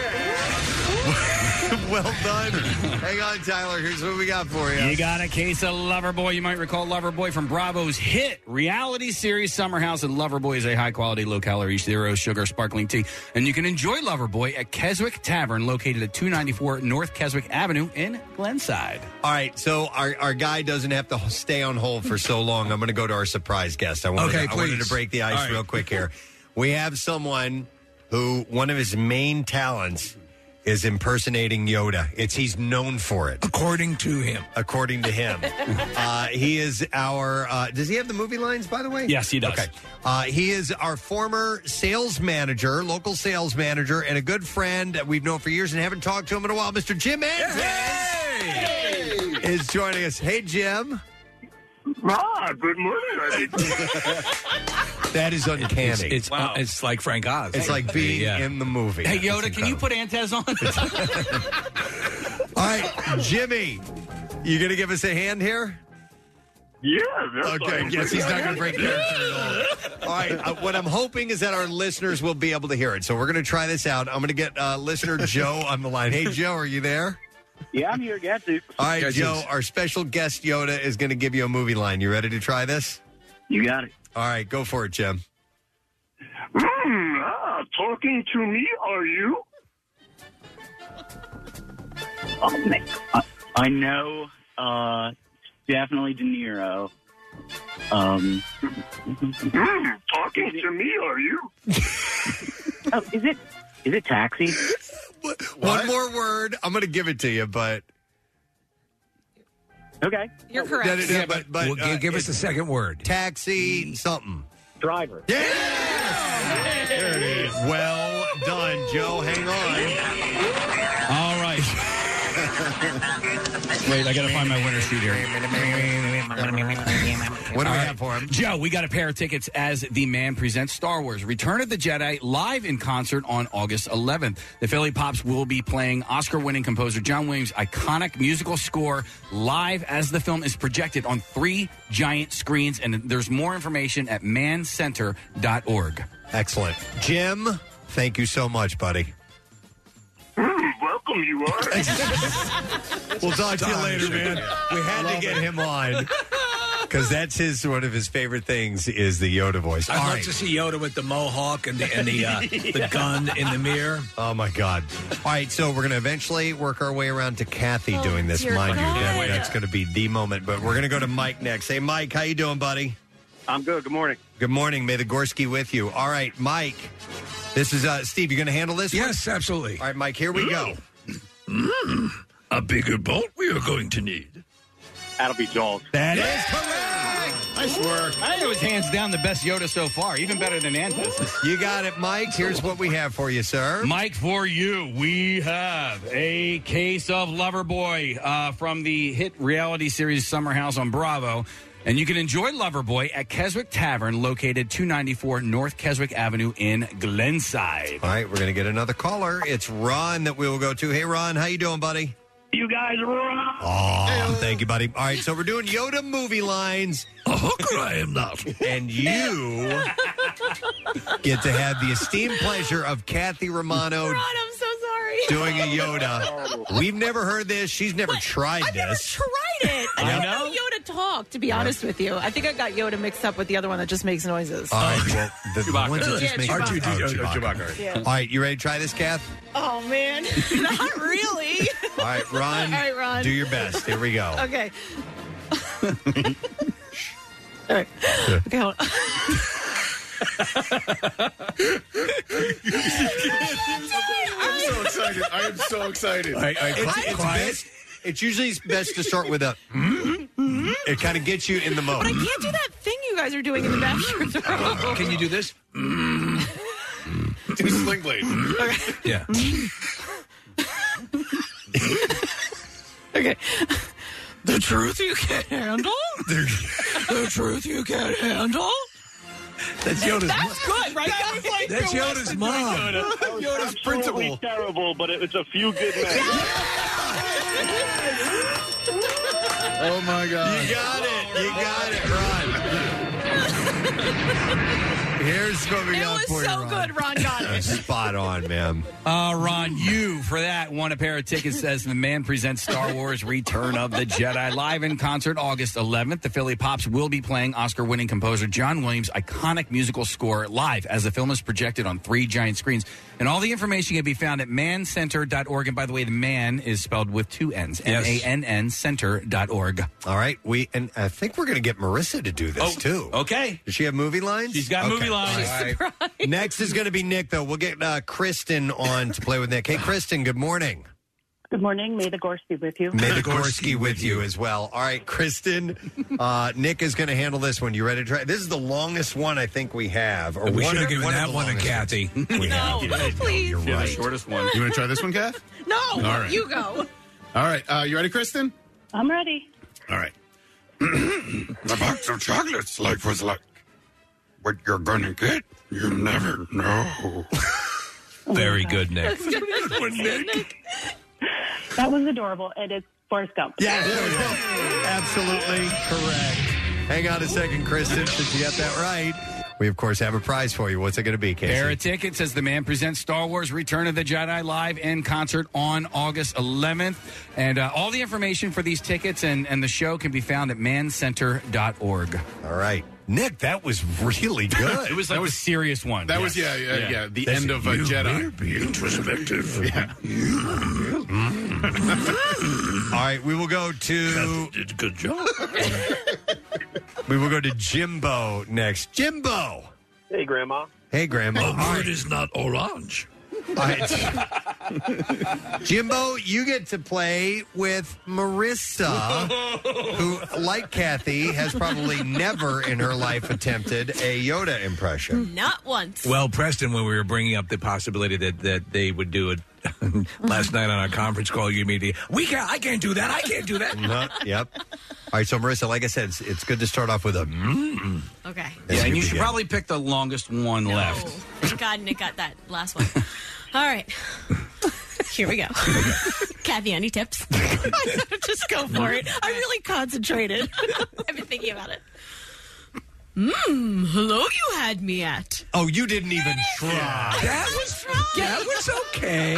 Speaker 4: well done. Hang on, Tyler. Here's what we got for you.
Speaker 2: You got a case of Loverboy. You might recall Loverboy from Bravo's hit reality series Summer House, and Loverboy is a high quality, low calorie, zero sugar sparkling tea. And you can enjoy Loverboy at Keswick Tavern, located at 294 North Keswick Avenue in Glenside.
Speaker 4: All right, so our, our guy doesn't have to stay on hold for so long. I'm going to go to our surprise guest. I wanted,
Speaker 1: Okay,
Speaker 4: I wanted
Speaker 1: please.
Speaker 4: to break the ice
Speaker 1: All right.
Speaker 4: real quick here. We have someone who one of his main talents is impersonating Yoda. It's he's known for it.
Speaker 1: According to him.
Speaker 4: According to him. uh, he is our uh, does he have the movie lines by the way?
Speaker 2: Yes, he does.
Speaker 4: Okay. Uh, he is our former sales manager, local sales manager, and a good friend that we've known for years and haven't talked to him in a while, Mr. Jim Andrews is joining us. Hey, Jim.
Speaker 24: Ah, good morning.
Speaker 4: That is uncanny.
Speaker 1: It's, it's, it's like Frank Oz.
Speaker 4: It's like being in the movie.
Speaker 2: Hey, Yoda, can you put Antez on?
Speaker 4: All right, Jimmy, you going to give us a hand here?
Speaker 24: Yeah.
Speaker 4: Okay. Yes, he's not going to break character at all. All right. Uh, what I'm hoping is that our listeners will be able to hear it. So we're going to try this out. I'm going to get uh, listener Joe on the line. Hey, Joe, are you there?
Speaker 24: Yeah, I'm here. Got you.
Speaker 4: All right,
Speaker 24: Yes,
Speaker 4: Joe,
Speaker 24: yes.
Speaker 4: our special guest Yoda is going to give you a movie line. You ready to try this?
Speaker 24: You got it.
Speaker 4: All right, go for it, Jim.
Speaker 24: Hmm, ah, talking to me, are you?
Speaker 9: I know uh, definitely De Niro. Um,
Speaker 24: Hmm, talking to me, are you?
Speaker 9: oh, is it is it Taxi?
Speaker 4: One more word. I'm going to give it to you, but
Speaker 9: okay,
Speaker 3: you're
Speaker 4: No, no, no, but, but
Speaker 1: Well, gi-
Speaker 25: uh,
Speaker 1: give us
Speaker 4: it-
Speaker 1: the second word.
Speaker 24: Mm.
Speaker 4: Taxi, something.
Speaker 9: Driver.
Speaker 4: Yeah. There it is. Well done, Joe. Hang on.
Speaker 2: All right. Wait, I got to find my winner shoot here.
Speaker 4: What do
Speaker 2: All
Speaker 4: we
Speaker 2: right.
Speaker 4: have for him?
Speaker 2: Joe, we got a pair of tickets as The Man presents Star Wars Return of the Jedi live in concert on August 11th. The Philly Pops will be playing Oscar winning composer John Williams' iconic musical score live as the film is projected on three giant screens. And there's more information at mancenter.org.
Speaker 4: Excellent. Jim, thank you so much, buddy.
Speaker 24: Welcome, you are.
Speaker 4: We'll talk to you later, man. We had to get him on because that's his one of his favorite things is the Yoda voice.
Speaker 1: I'd
Speaker 4: All
Speaker 1: love
Speaker 4: right.
Speaker 1: to see Yoda with the mohawk and the and the uh, the gun in the mirror.
Speaker 4: Oh my God! All right, so we're going to eventually work our way around to Kathy
Speaker 1: Oh,
Speaker 4: doing this,
Speaker 1: dear
Speaker 4: mind you. That-
Speaker 1: God.
Speaker 4: that's going to be the moment. But we're going to go to Mike next. Hey, Mike, how you doing, buddy?
Speaker 24: I'm good. Good morning.
Speaker 4: Good morning. May the Gorski with you. All right, Mike. This is uh, Steve. You going to handle this? Yes, absolutely. All right, Mike. Here we go.
Speaker 10: A bigger boat we are going to need.
Speaker 24: That'll be Jaws.
Speaker 4: That is
Speaker 2: correct. Nice work. I think it was hands down the best Yoda so far, even better than Antis.
Speaker 4: You got it, Mike. Here's what we have for you, sir.
Speaker 2: Mike, for you, we have a case of Loverboy uh, from the hit reality series Summer House on Bravo. And you can enjoy Loverboy at Keswick Tavern, located 294 North Keswick Avenue in Glenside.
Speaker 4: All right, we're going to get another caller. It's Ron that we will go to. Hey, Ron, how you doing, buddy?
Speaker 24: You guys rock.
Speaker 4: Oh, thank you, buddy. All right, so we're doing Yoda movie lines. A hooker, I am not. And you get to have the esteemed pleasure of Kathy Romano
Speaker 5: Ron, I'm so sorry.
Speaker 4: doing a Yoda. We've never heard this. She's never tried this.
Speaker 5: Tried it. I,
Speaker 4: I
Speaker 5: don't
Speaker 4: know.
Speaker 5: know. Yoda talk. To be honest with you, I think I got Yoda mixed up with the other one that just makes noises.
Speaker 4: All right, well, the
Speaker 5: Chewbacca.
Speaker 4: ones that just
Speaker 5: Yeah,
Speaker 4: make
Speaker 5: Chewbacca.
Speaker 4: Oh,
Speaker 5: R2D2.
Speaker 4: Chewbacca.
Speaker 5: Chewbacca. Yeah.
Speaker 4: All right, you ready to try this, Kath?
Speaker 5: Oh man, not really.
Speaker 4: All right, Ron.
Speaker 5: All right, Ron.
Speaker 4: Do your best. Here we go.
Speaker 5: Okay. All right. Okay, hold on.
Speaker 6: I'm so excited. I am so excited.
Speaker 4: it's, it's best, it's usually best to start with a. It kind of gets you in the mode.
Speaker 5: Mm-hmm. But I can't do that thing you guys are doing in the bathroom.
Speaker 1: Can you do this?
Speaker 6: Do sling blade.
Speaker 1: Yeah.
Speaker 5: okay.
Speaker 10: The truth you
Speaker 5: can't handle.
Speaker 10: the truth you can't handle.
Speaker 1: That's Yoda's.
Speaker 10: That's
Speaker 5: good, right?
Speaker 10: That was like
Speaker 1: That's
Speaker 10: the
Speaker 1: Yoda's
Speaker 10: Weston
Speaker 1: mom.
Speaker 10: Yoda.
Speaker 1: Yoda's
Speaker 24: Absolutely
Speaker 1: principal.
Speaker 24: terrible, but it was a few good men.
Speaker 6: Oh my God!
Speaker 4: You got it. You got it, Ron. Here's what we got for you, Ron.
Speaker 5: Ron got
Speaker 4: Spot on, man.
Speaker 2: Uh, Ron, you for that won a pair of tickets as the man presents Star Wars Return of the Jedi live in concert August 11th. The Philly Pops will be playing Oscar winning composer John Williams' iconic musical score live as the film is projected on three giant screens. And all the information can be found at mancenter.org. And by the way, the man is spelled with two N's M A N N center.org.
Speaker 4: All right. We And I think we're going to get Marissa to do
Speaker 14: Oh.
Speaker 4: this, too.
Speaker 2: Okay.
Speaker 4: Does she have movie lines?
Speaker 2: She's got movie lines.
Speaker 4: All right. Next is going to be Nick, though. We'll get uh, Kristen on to play with Nick. Hey, Kristen, good morning.
Speaker 11: Good morning. May the Gorse be with you.
Speaker 4: May the Gorski with you as well. All right, Kristen. Uh, Nick is going to handle this one. You ready to try? This is the longest one I think we have. Or one
Speaker 1: We should have
Speaker 4: of-
Speaker 1: given
Speaker 4: one of
Speaker 1: that
Speaker 4: the
Speaker 1: one to
Speaker 4: longest
Speaker 1: Kathy.
Speaker 4: ones We have.
Speaker 5: please.
Speaker 4: You're
Speaker 6: Yeah, the
Speaker 4: right.
Speaker 6: shortest one. You want to try this one, Kath?
Speaker 5: No,
Speaker 6: All right.
Speaker 5: you go.
Speaker 6: All right. Uh, you ready, Kristen?
Speaker 11: I'm ready.
Speaker 6: All right.
Speaker 10: The box of chocolates, like, was like, what you're gonna get, you never know.
Speaker 1: Very good,
Speaker 10: Nick.
Speaker 11: That was adorable, and it's Forrest Gump.
Speaker 4: Yeah, there we go. Absolutely correct. Hang on a second, Kristen, since you got that right. We, of course, have a prize for you. What's it going to be, Casey?
Speaker 2: Pair of tickets as the man presents Star Wars Return of the Jedi live in concert on August 11th. And uh, all the information for these tickets and, and the show can be found at mancenter.org.
Speaker 4: All right. Nick, that was really good.
Speaker 2: it was like a serious one.
Speaker 6: That was yeah, yeah, yeah. The end of a
Speaker 10: you will
Speaker 6: Jedi.
Speaker 10: be introspective.
Speaker 6: Yeah.
Speaker 4: All right, we will go to.
Speaker 10: Did a good job.
Speaker 4: We will go to Jimbo next. Jimbo.
Speaker 26: Hey, Grandma.
Speaker 4: Hey, Grandma. All
Speaker 10: It is not orange.
Speaker 4: right. Jimbo, you get to play with Marissa, who, like Kathy, has probably never in her life attempted a Yoda impression.
Speaker 12: Not once.
Speaker 1: Well, Preston, when we were bringing up the possibility that, that they would do it last night on our conference call, you immediately, we can't, I can't do that, I can't do that.
Speaker 4: Uh-huh, yep. All right, so Marissa, like I said, it's, it's good to start off with a. Mm.
Speaker 12: Okay.
Speaker 2: Yeah, and you should
Speaker 4: Begin.
Speaker 2: probably pick the longest one left.
Speaker 12: Thank God Nick got that last one. All right. Here we go. Kathy, any tips?
Speaker 5: Just go for it. I'm really concentrated.
Speaker 12: I've been thinking about it. Mmm, hello you had me at.
Speaker 4: Oh, you didn't even try.
Speaker 1: That was that was okay.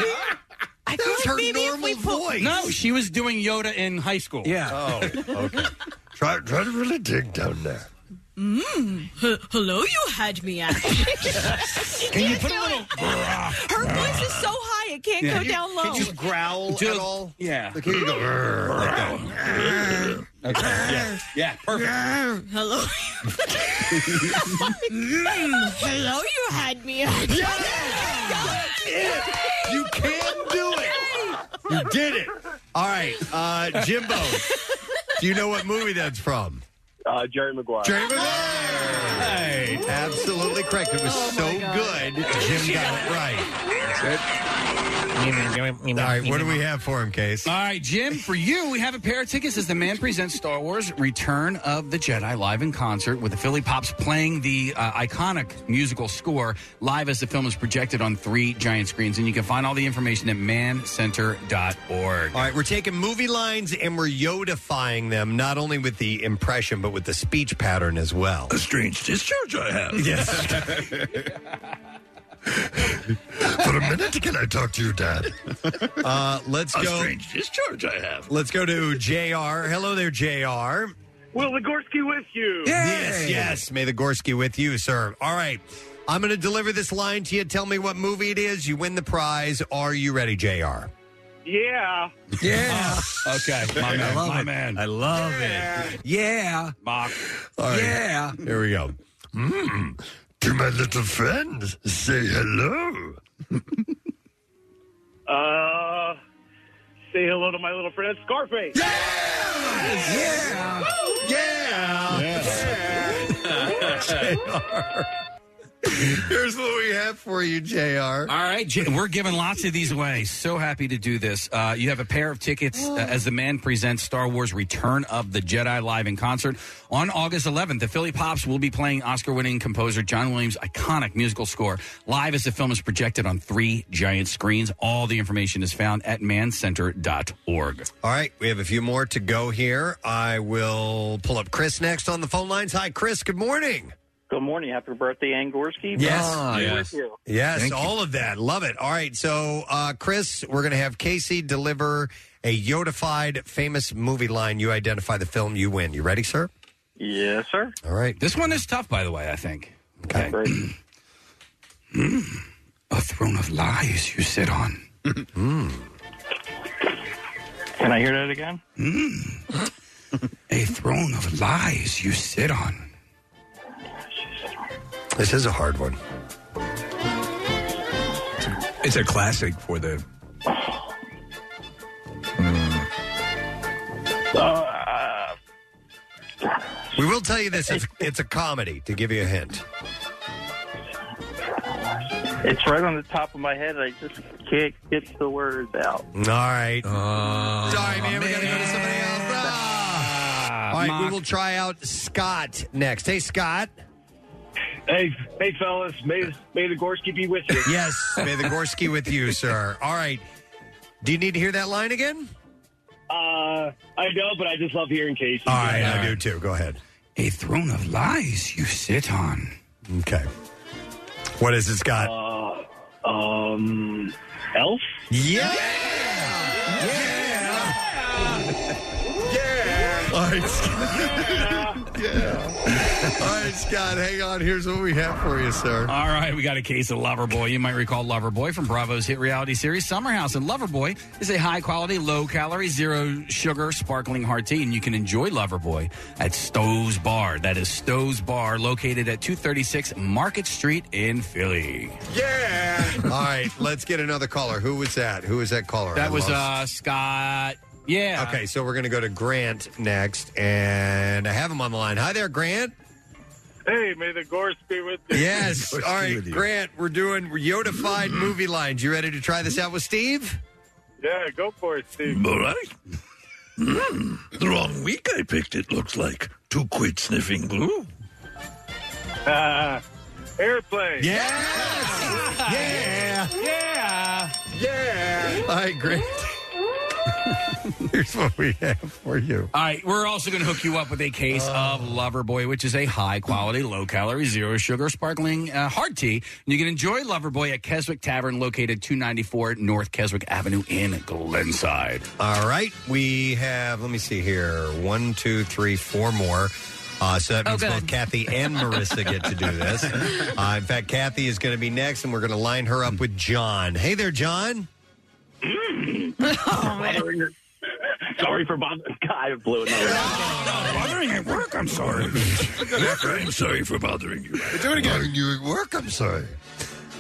Speaker 5: I feel like maybe if we put
Speaker 2: No, she was doing Yoda in high school.
Speaker 1: Yeah.
Speaker 4: Oh, okay. try, try to really dig down there.
Speaker 12: Mmm, h- hello you had me at.
Speaker 5: Can you put a little? Her voice is so high it can't
Speaker 2: Yeah.
Speaker 5: go
Speaker 2: You-
Speaker 5: down low.
Speaker 4: Just growl
Speaker 2: Do-
Speaker 4: at all?
Speaker 2: Yeah.
Speaker 4: Like, here you go. "Grr," like that.
Speaker 2: Okay. Yeah. Yeah. Perfect.
Speaker 12: hello. Mmm, hello you had me at.
Speaker 4: You can do it. You did it. All right, uh, Jimbo. do you know what movie that's from?
Speaker 26: Uh, Jerry Maguire.
Speaker 4: Jerry Maguire. Absolutely correct. It was so good. Jim got it right. All right, what do we have for him, Case?
Speaker 2: All right, Jim, for you, we have a pair of tickets as the man presents Star Wars Return of the Jedi live in concert with the Philly Pops playing the uh, iconic musical score live as the film is projected on three giant screens. And you can find all the information at mancenter.org.
Speaker 4: All right, we're taking movie lines and we're yodifying them, not only with the impression, but with the speech pattern as well.
Speaker 10: A strange discharge I have.
Speaker 4: Yes.
Speaker 25: For a minute, can I talk to you, Dad?
Speaker 4: Uh, let's
Speaker 10: A
Speaker 4: go.
Speaker 10: strange discharge I have.
Speaker 4: Let's go to JR. Hello there, JR.
Speaker 26: Will Ligorski with you.
Speaker 4: Yes, yes. May the Gorski with you, sir. All right. I'm going to deliver this line to you. Tell me what movie it is. You win the prize. Are you ready, JR?
Speaker 26: Yeah.
Speaker 1: Yeah.
Speaker 2: Okay, my man.
Speaker 1: love
Speaker 2: my
Speaker 1: it.
Speaker 2: man.
Speaker 1: I love it. Yeah.
Speaker 2: Mock.
Speaker 25: All right.
Speaker 1: Yeah.
Speaker 4: Here we go.
Speaker 25: Mm, to my little friend, say hello.
Speaker 26: Uh, say hello to my little friend Scarface.
Speaker 1: Yeah.
Speaker 4: Yeah. JR. Here's what we have for you, JR.
Speaker 2: All right, J- we're giving lots of these away. So happy to do this. Uh, you have a pair of tickets uh, as the man presents Star Wars Return of the Jedi live in concert. On August 11th, the Philly Pops will be playing Oscar winning composer John Williams' iconic musical score live as the film is projected on three giant screens. All the information is found at mancenter.org.
Speaker 4: All right, we have a few more to go here. I will pull up Chris next on the phone lines. Hi, Chris. Good morning.
Speaker 26: Good morning. Happy birthday, Angorsky.
Speaker 4: Yes.
Speaker 2: Ah,
Speaker 26: Be
Speaker 4: yes.
Speaker 26: with you.
Speaker 4: Yes, all of that. Love it. All right. So, uh, Chris, we're going to have Casey deliver a Yodified famous movie line. You identify the film, you win. You ready, sir?
Speaker 26: Yes, sir.
Speaker 4: All right.
Speaker 2: This one is tough, by the way, I think. Okay. Mm. a throne of lies you sit on.
Speaker 26: Can I hear that again?
Speaker 2: Mm. a throne of lies you sit on.
Speaker 4: This is a hard one.
Speaker 1: It's a classic for the.
Speaker 4: We will tell you this: it's, it's a comedy. To give you a hint,
Speaker 26: It's right on the top of my head. I just can't get the words out.
Speaker 4: All right.
Speaker 2: Oh,
Speaker 26: Sorry,
Speaker 4: man. We got to go to somebody else. Ah.
Speaker 2: Ah.
Speaker 4: All right, we will try out Scott next. Hey, Scott.
Speaker 26: Hey, hey, fellas. May, may the Gorski be with you.
Speaker 4: Yes, may the Gorski with you, sir. All right. Do you need to hear that line again?
Speaker 26: Uh, I know, but I just love hearing Casey.
Speaker 4: All right, I do too. Go ahead.
Speaker 2: A throne of lies you sit on.
Speaker 4: Okay. What is it, Scott?
Speaker 26: Uh, um, Elf?
Speaker 4: Yeah!
Speaker 2: Oh.
Speaker 4: All right, Scott. yeah. All right, Scott, hang on. Here's what we have for you, sir.
Speaker 2: All right, we got a case of Loverboy. You might recall Loverboy from Bravo's hit reality series Summer House. And Loverboy is a high quality, low calorie, zero sugar, sparkling hard tea. And you can enjoy Loverboy at Stowe's Bar. That is Stowe's Bar, located at 236 Market Street in Philly.
Speaker 4: Yeah. All right, let's get another caller. Who was that? Who was that caller?
Speaker 2: That
Speaker 4: I
Speaker 2: was
Speaker 4: lost-
Speaker 2: uh, Scott. Yeah.
Speaker 4: Okay, so we're going to go to Grant next, and I have him on the line. Hi there, Grant.
Speaker 26: Hey, may the Gorse be with you.
Speaker 4: Yes. All right, Grant, we're doing Yodified movie lines. You ready to try this out with Steve?
Speaker 26: Yeah, go
Speaker 4: uh,
Speaker 26: for it, Steve.
Speaker 21: All right.
Speaker 2: Hmm.
Speaker 21: Mm, the wrong week I picked, it looks like. To quit sniffing glue.
Speaker 26: Uh, airplane.
Speaker 4: Yeah.
Speaker 26: Yeah. Yeah.
Speaker 4: Yeah. All right, Grant. Here's what we have for you.
Speaker 2: All right, we're also going to hook you up with a case of Loverboy, which is a high quality, low calorie, zero sugar, sparkling uh, hard tea. And you can enjoy Loverboy at Keswick Tavern, located 294 North Keswick Avenue in Glenside.
Speaker 4: All right, we have. Let me see here. One, two, three, four more. Uh, so that
Speaker 2: Oh,
Speaker 4: means
Speaker 2: good.
Speaker 4: both Kathy and Marissa get to do this. Uh, in fact, Kathy is going to be next, and we're going to line her up with John. Hey there, John.
Speaker 26: Oh, man. Sorry for bothering. God, I blew it.
Speaker 21: Bothering at work, I'm sorry. I'm sorry for bothering you.
Speaker 4: Do it again. you at work? I'm sorry.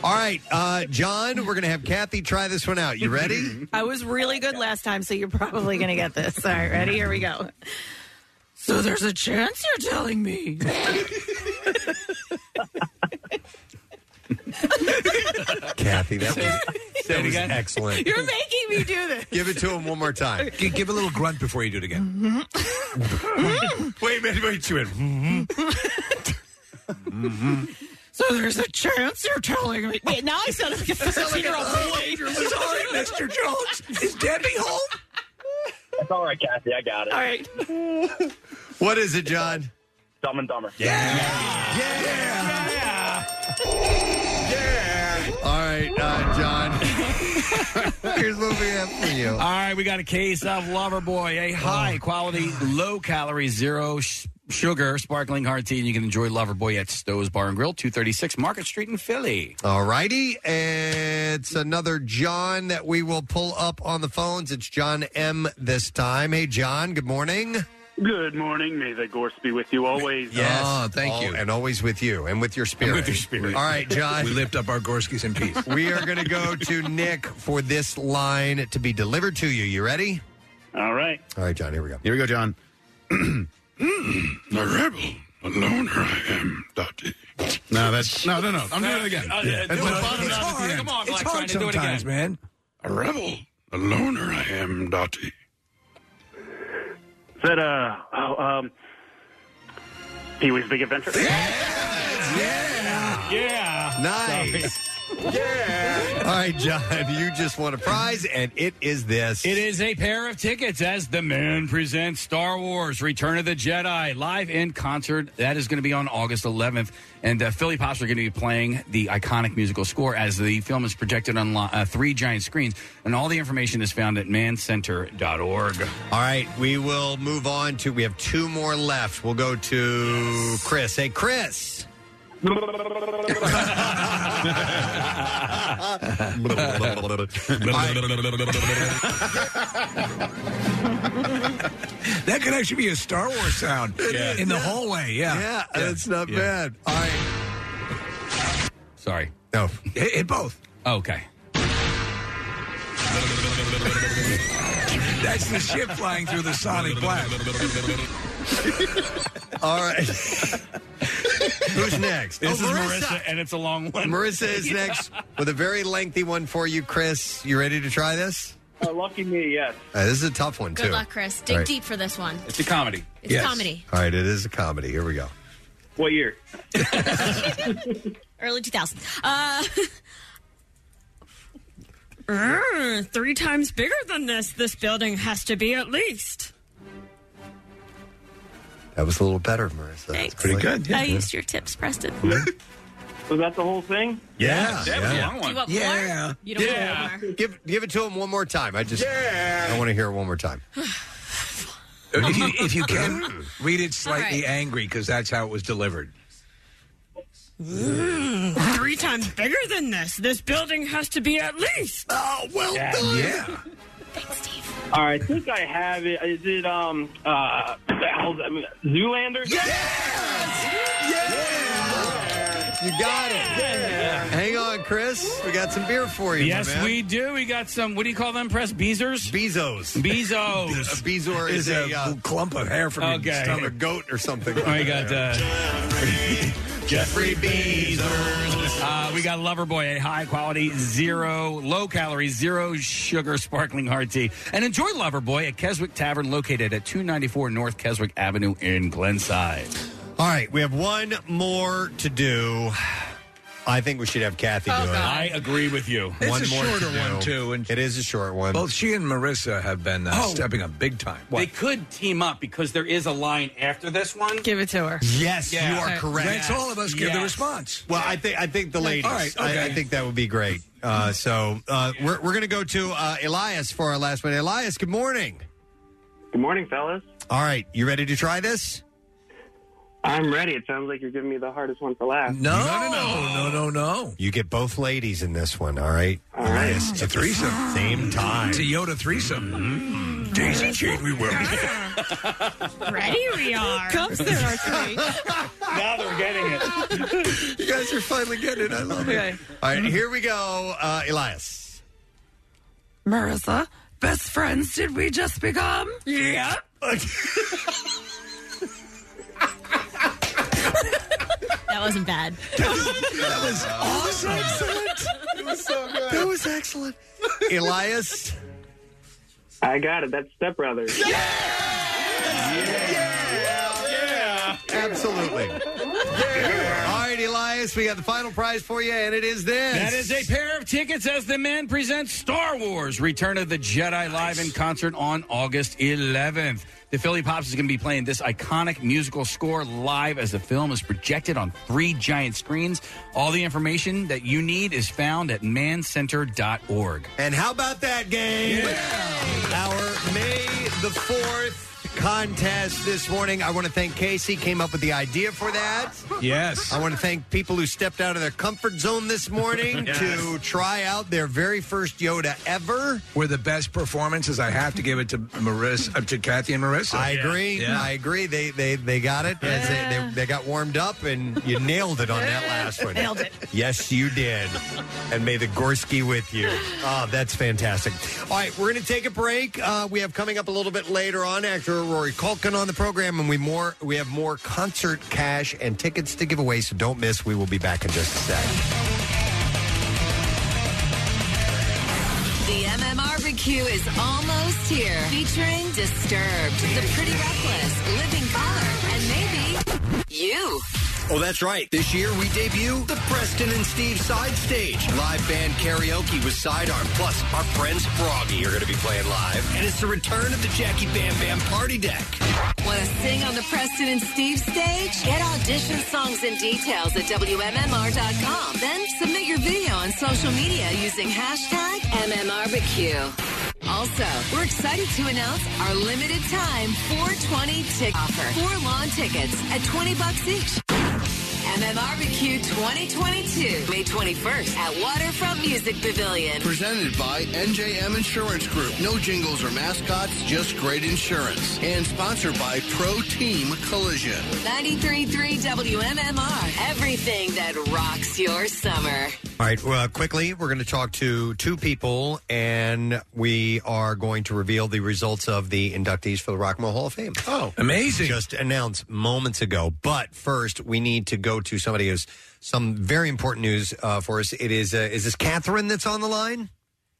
Speaker 4: All right, uh, John. We're going to have Kathy try this one out. You ready?
Speaker 5: I was really good last time, so you're probably going to get this. All right, ready? Here we go. So there's a chance you're telling me.
Speaker 4: Kathy, that was, that was excellent.
Speaker 5: You're making me do this.
Speaker 4: Give it to him one more time.
Speaker 1: G- give a little grunt before you do it again.
Speaker 21: Mm-hmm.
Speaker 4: wait, wait, wait, Mm-hmm. wait.
Speaker 5: Mm-hmm. So there's a chance you're telling me. Wait, now I sound like a 13 year old boy.
Speaker 1: Sorry, Mr. Jones. Is Debbie home?
Speaker 26: It's all right, Kathy. I got it.
Speaker 5: All right.
Speaker 4: What is it, John?
Speaker 26: Dumb and Dumber.
Speaker 4: All right, uh, John. Here's what we have for you. Oh.
Speaker 2: All right, we got a case of Loverboy, a high quality, low calorie, zero sh- sugar, sparkling hard tea. And you can enjoy Loverboy at Stowe's Bar and Grill, 236 Market Street in Philly.
Speaker 4: All righty. It's another John that we will pull up on the phones. It's John M this time. Hey, John, good morning.
Speaker 26: Good morning. May the Gorse be with you always.
Speaker 4: Oh, all- And always with you and with your spirit.
Speaker 1: With your spirit.
Speaker 4: All right, John.
Speaker 1: We lift up our Gorskis in peace.
Speaker 4: we are going to go to Nick for this line to be delivered to you. You ready?
Speaker 26: All right.
Speaker 4: All right, John, here we go.
Speaker 6: Here we go, John.
Speaker 10: the rebel
Speaker 19: a loner I am, Dottie.
Speaker 6: No, that's no, no, no. I'm doing it again.
Speaker 19: Uh,
Speaker 6: Yeah.
Speaker 19: do
Speaker 6: That's
Speaker 19: it.
Speaker 6: the bottom line
Speaker 19: It's
Speaker 6: at
Speaker 19: hard.
Speaker 6: the end.
Speaker 19: Come on, It's Black hard Friday, do it sometimes, again.
Speaker 1: man.
Speaker 19: A rebel, a loner I am, Dottie.
Speaker 14: Is that uh, oh, um, Pee Wee's Big Adventure?
Speaker 4: Yeah.
Speaker 14: Yeah.
Speaker 4: Nice. yeah. All right, John, you just won a prize, and it is this.
Speaker 2: It is a pair of tickets as the man presents Star Wars Return of the Jedi live in concert. That is going to be on August 11th. And uh, Philly Pops are going to be playing the iconic musical score as the film is projected on li- uh, three giant screens. And all the information is found at mancenter.org.
Speaker 4: All right, we will move on to. We have two more left. We'll go to Chris. Hey, Chris.
Speaker 1: That could actually be a Star Wars sound in the hallway. Yeah,
Speaker 4: Yeah, that's not
Speaker 1: Yeah.
Speaker 4: bad. All right.
Speaker 2: Sorry.
Speaker 4: No.
Speaker 1: Hit, hit both.
Speaker 2: Okay.
Speaker 1: That's the ship flying through the sonic black.
Speaker 4: All right. Who's next?
Speaker 2: This
Speaker 4: Oh,
Speaker 2: is
Speaker 4: Marissa.
Speaker 2: Marissa. and it's a long one.
Speaker 4: Marissa is next with a very lengthy one for you, Chris. You ready to try this?
Speaker 14: Uh, lucky me, yes.
Speaker 4: Uh, this is a tough one, too.
Speaker 12: Good luck, Chris. Dig
Speaker 4: All right.
Speaker 12: deep for this one.
Speaker 2: It's a comedy.
Speaker 12: It's comedy.
Speaker 4: All right, it is a comedy. Here we go.
Speaker 14: What year?
Speaker 12: Early 2000s. Uh, "Urgh, Mm, three times bigger than this. This building has to be at least.
Speaker 4: That was a little better, Marissa. That's pretty good.
Speaker 12: I used your tips, Preston.
Speaker 14: Was that the whole thing?
Speaker 4: Yeah,
Speaker 14: That was a long one. Do you want more?
Speaker 4: yeah.
Speaker 14: You don't want
Speaker 4: yeah. Give give it to him one more time. I just I want to hear it one more time. Mm.
Speaker 1: if, you, if you can read it slightly
Speaker 12: All right.
Speaker 1: angry because that's how it was delivered.
Speaker 12: "Urgh, Mm, three times bigger than this. This building has to be at least.
Speaker 4: Oh, well
Speaker 14: done.
Speaker 1: Yeah.
Speaker 14: All right, I think I have it. Is it um uh what the hell's that movie? Zoolander?
Speaker 4: You got it. Hang on, Chris. We got some beer for you. my
Speaker 2: Yes,
Speaker 4: man.
Speaker 2: we do. We got some. What do you call them? Press Beezers.
Speaker 4: Bezos.
Speaker 2: Bezos.
Speaker 4: A Bezor is, a, uh,
Speaker 1: clump of hair from
Speaker 2: okay.
Speaker 4: your stomach, goat or something.
Speaker 2: We got uh,
Speaker 4: Jeffrey Bezos.
Speaker 2: Uh, we got Loverboy, a high quality, zero, low calorie, zero sugar sparkling hard tea. And enjoy Loverboy at Keswick Tavern, located at 294 North Keswick Avenue in Glenside.
Speaker 4: All right, we have one more to do. I think we should have Kathy
Speaker 14: Oh,
Speaker 27: Oh,
Speaker 4: do it.
Speaker 2: I agree with you.
Speaker 1: It's
Speaker 4: One
Speaker 1: a
Speaker 4: more to
Speaker 1: shorter
Speaker 4: do.
Speaker 1: one too, and
Speaker 4: it is a short one.
Speaker 1: Both she and Marissa have been uh,
Speaker 2: Oh.
Speaker 1: stepping up big time.
Speaker 2: They could team up because there is a line after this one.
Speaker 27: Give it to her.
Speaker 4: Yes, you are correct.
Speaker 1: Let's all of us give the response.
Speaker 4: Well, I think I think the ladies.
Speaker 1: All right,
Speaker 4: I,
Speaker 1: okay.
Speaker 4: I think that would be great. Uh, so uh, we're we're gonna go to uh, Elias for our last one. Elias, good morning.
Speaker 14: Good morning, fellas.
Speaker 4: All right, you ready to try this?
Speaker 14: I'm ready. It sounds like you're giving me the hardest one for last.
Speaker 4: no, no,
Speaker 1: no, no, no.
Speaker 4: You get both ladies in this one. All right, Elias,
Speaker 1: It's a threesome.
Speaker 4: Same time.
Speaker 1: It's a Yoda threesome. Daisy chain we will.
Speaker 12: Ready we are.
Speaker 27: Cups there are three.
Speaker 2: now they're getting
Speaker 4: it. you guys are finally getting it. I love
Speaker 27: Okay.
Speaker 4: it. All right, here we go, uh, Elias.
Speaker 27: Marissa, best friends, did we just become?
Speaker 2: Yeah.
Speaker 12: That wasn't bad.
Speaker 4: That was awesome. It was so good. That was excellent. Elias.
Speaker 14: I got it. That's Step Brothers.
Speaker 4: Yeah. Absolutely. All right, Elias, we got the final prize for you, and it is this.
Speaker 2: That is a pair of tickets as the man presents Star Wars Return of the Jedi live in concert on August 11th. The Philly Pops is going to be playing this iconic musical score live as the film is projected on three giant screens. All the information that you need is found at mancenter.org.
Speaker 4: And how about that game? Our May the 4th contest this morning. I want to thank Casey, came up with the idea for that.
Speaker 1: Yes.
Speaker 4: I want to thank people who stepped out of their comfort zone this morning
Speaker 1: Yes.
Speaker 4: to try out their very first Yoda ever.
Speaker 1: Were the best performances. I have to give it to Marissa, uh, to Kathy and Marissa.
Speaker 4: I agree.
Speaker 1: Yeah.
Speaker 4: I agree. They they they got it. As They, they, they got warmed up, and you nailed it on that last one.
Speaker 27: Nailed it.
Speaker 4: Yes, you did. And may the Gorski with you. Oh, that's fantastic. All right, we're going to take a break. Uh, we have coming up a little bit later on after Senator Rory Culkin on the program, and we more we have more concert cash and tickets to give away. So don't miss. We will be back in just a sec.
Speaker 15: The MMR MMRBQ is almost here, featuring Disturbed, The Pretty Reckless, Living Color, and maybe you.
Speaker 13: Oh, that's right. This year we debut the Preston and Steve Side Stage. Live band karaoke with Sidearm. Plus, our friends Froggy are going to be playing live. And it's the return of the Jackie Bam Bam Party Deck.
Speaker 15: Want to sing on the Preston and Steve stage? Get audition songs and details at WMMR.com. Then submit your video on social media using hashtag MMRBQ. Also, we're excited to announce our limited time 420 ticket offer. Four lawn tickets at 20 bucks each. MMRBQ 2022, May 21st at Waterfront Music Pavilion.
Speaker 13: Presented by NJM Insurance Group. No jingles or mascots, just great insurance. And sponsored by Pro Team Collision.
Speaker 15: 93.3 WMMR, everything that rocks your summer.
Speaker 4: All right, well, quickly, we're going to talk to two people, and we are going to reveal the results of the inductees for the Rock and Roll Hall of Fame. Oh,
Speaker 1: amazing!
Speaker 4: Just announced moments ago. But first, we need to go to somebody who's some very important news uh, for us. It is uh, is this Catherine that's on the line?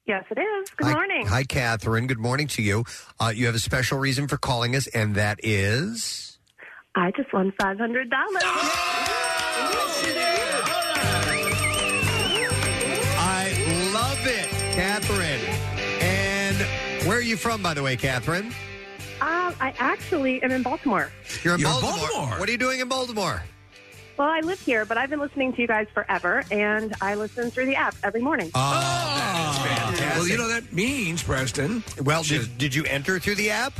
Speaker 18: Yes, it is. Good morning.
Speaker 4: Hi, Catherine. Good morning to you. Uh, you have a special reason for calling us, and that is
Speaker 18: I just won five hundred dollars.
Speaker 4: I love it, Catherine. And where are you from, by the way, Catherine?
Speaker 18: Um, I actually am in Baltimore.
Speaker 4: You're in
Speaker 18: You're in
Speaker 4: Baltimore.
Speaker 18: Baltimore.
Speaker 4: What are you doing in Baltimore?
Speaker 18: Well, I live here, but I've been listening to you guys forever, and I listen through the app every morning.
Speaker 4: Uh,
Speaker 1: Well, you know that means Preston.
Speaker 4: Well, did, did you enter through the app?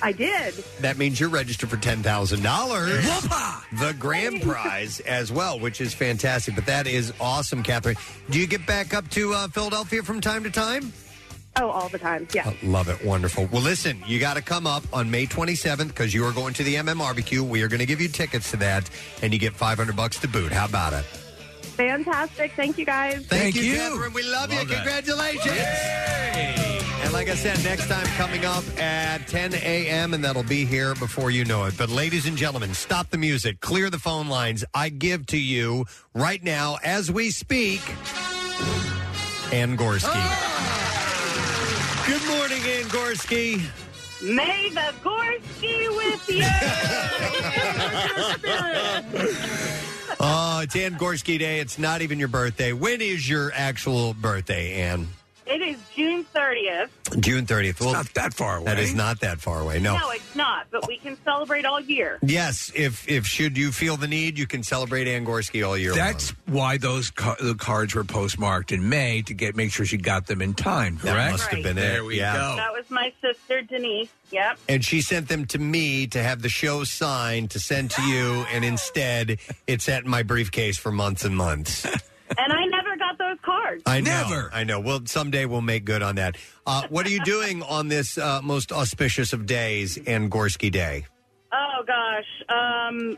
Speaker 18: I did.
Speaker 4: That means you're registered for ten thousand dollars, the grand prize as well, which is fantastic. But that is awesome, Catherine. Do you get back up to uh, Philadelphia from time to time?
Speaker 18: Oh, all the time. Yeah.
Speaker 4: Uh, Love it. Wonderful. Well, listen, you got to come up on May 27th because you are going to the MMRBQ. We are going to give you tickets to that, and you get 500 bucks to boot. How about it?
Speaker 18: Fantastic. Thank you guys.
Speaker 4: Thank, you, Catherine. We love, you. Congratulations. And like I said, next time coming up at 10 a.m., and that'll be here before you know it. But, ladies and gentlemen, stop the music, clear the phone lines. I give to you right now, as we speak, Ann Gorski. Good morning, Ann Gorski.
Speaker 19: May the Gorski with you.
Speaker 4: Oh, it's Ann Gorski Day. It's not even your birthday. When is your actual birthday, Ann?
Speaker 19: it is June 30th.
Speaker 4: June 30th. Well, not that far away. That is not that far away. No.
Speaker 19: it's not, but we can celebrate all year.
Speaker 4: Yes, if if should you feel the need, you can celebrate Ann Gorski all year
Speaker 1: That's why those ca- the cards were postmarked in May to get make sure she got them in time.
Speaker 4: That
Speaker 1: Correct.
Speaker 4: must have been it,
Speaker 1: There we
Speaker 4: yeah.
Speaker 1: go.
Speaker 19: That was my sister, Denise. Yep.
Speaker 4: And she sent them to me to have the show signed to send to you, and instead it sat in my briefcase for months and months.
Speaker 19: And I never got those cards.
Speaker 4: I know, I know. Well, someday we'll make good on that. Uh, what are you doing on this uh, most auspicious of days, Ann Gorski Day?
Speaker 19: Oh, gosh. Um,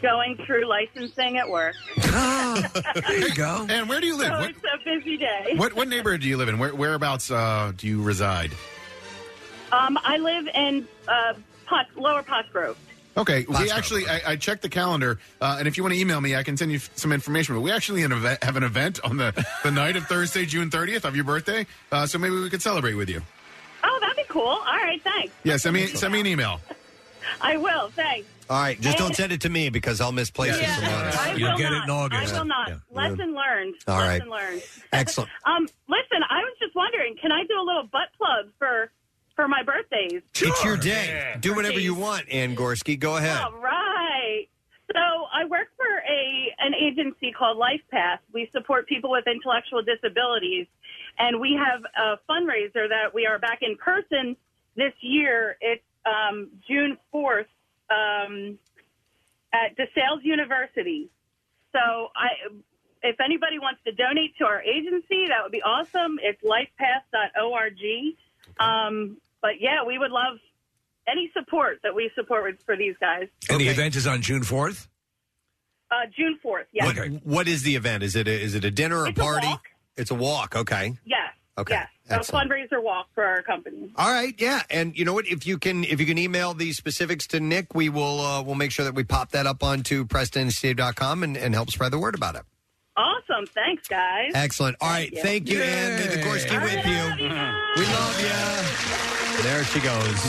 Speaker 19: going through licensing at work.
Speaker 4: Ah.
Speaker 1: there you go.
Speaker 6: And where do you live?
Speaker 19: So
Speaker 6: What,
Speaker 19: it's a busy day.
Speaker 6: what what neighborhood do you live in? Where, whereabouts uh, do you reside?
Speaker 19: Um, I live in uh, Pot, Lower Potts Grove.
Speaker 6: Okay, we
Speaker 19: Foxborough.
Speaker 6: actually I, I checked the calendar, uh, and if you want to email me, I can send you f- some information. But we actually an event, have an event on the, the night of Thursday, June thirtieth, of your birthday. Uh, so maybe we could celebrate with you.
Speaker 19: Oh, that'd be cool. All right, thanks.
Speaker 6: Yeah, send me send me an email.
Speaker 19: I will. Thanks.
Speaker 4: All right, just don't send it to me because I'll misplace it.
Speaker 19: Yeah, I
Speaker 4: Tomorrow.
Speaker 19: will not. I will not. Lesson learned.
Speaker 4: All right.
Speaker 19: Lesson learned.
Speaker 4: Excellent.
Speaker 19: Um, listen, I was just wondering, can I do a little butt plug for for my birthdays?
Speaker 4: It's your day. Do whatever you want, Ann Gorski. Go ahead.
Speaker 19: All right. So I work for a an agency called Life Path. We support people with intellectual disabilities, and we have a fundraiser that we are back in person this year. It's um, June fourth um, at DeSales University. So I. If anybody wants to donate to our agency, that would be awesome. It's lifepath.org. Um, but yeah, we would love any support that we support with, for these guys.
Speaker 1: And the event is on June fourth.
Speaker 19: Uh, June fourth. Yes.
Speaker 4: What, what is the event? Is it a, is it a dinner or a party? it's a walk. Okay.
Speaker 19: Yes.
Speaker 4: Okay.
Speaker 11: Yes, a
Speaker 4: excellent.
Speaker 11: fundraiser walk for our company.
Speaker 4: All right, yeah, and you know what? If you can, if you can email the specifics to Nick, we will uh, we'll make sure that we pop that up onto PrestonSteve.com and and help spread the word about it.
Speaker 11: Awesome. Thanks, guys.
Speaker 4: Excellent. All right, thank you, Anne. May the course be with you. We love you. There she goes,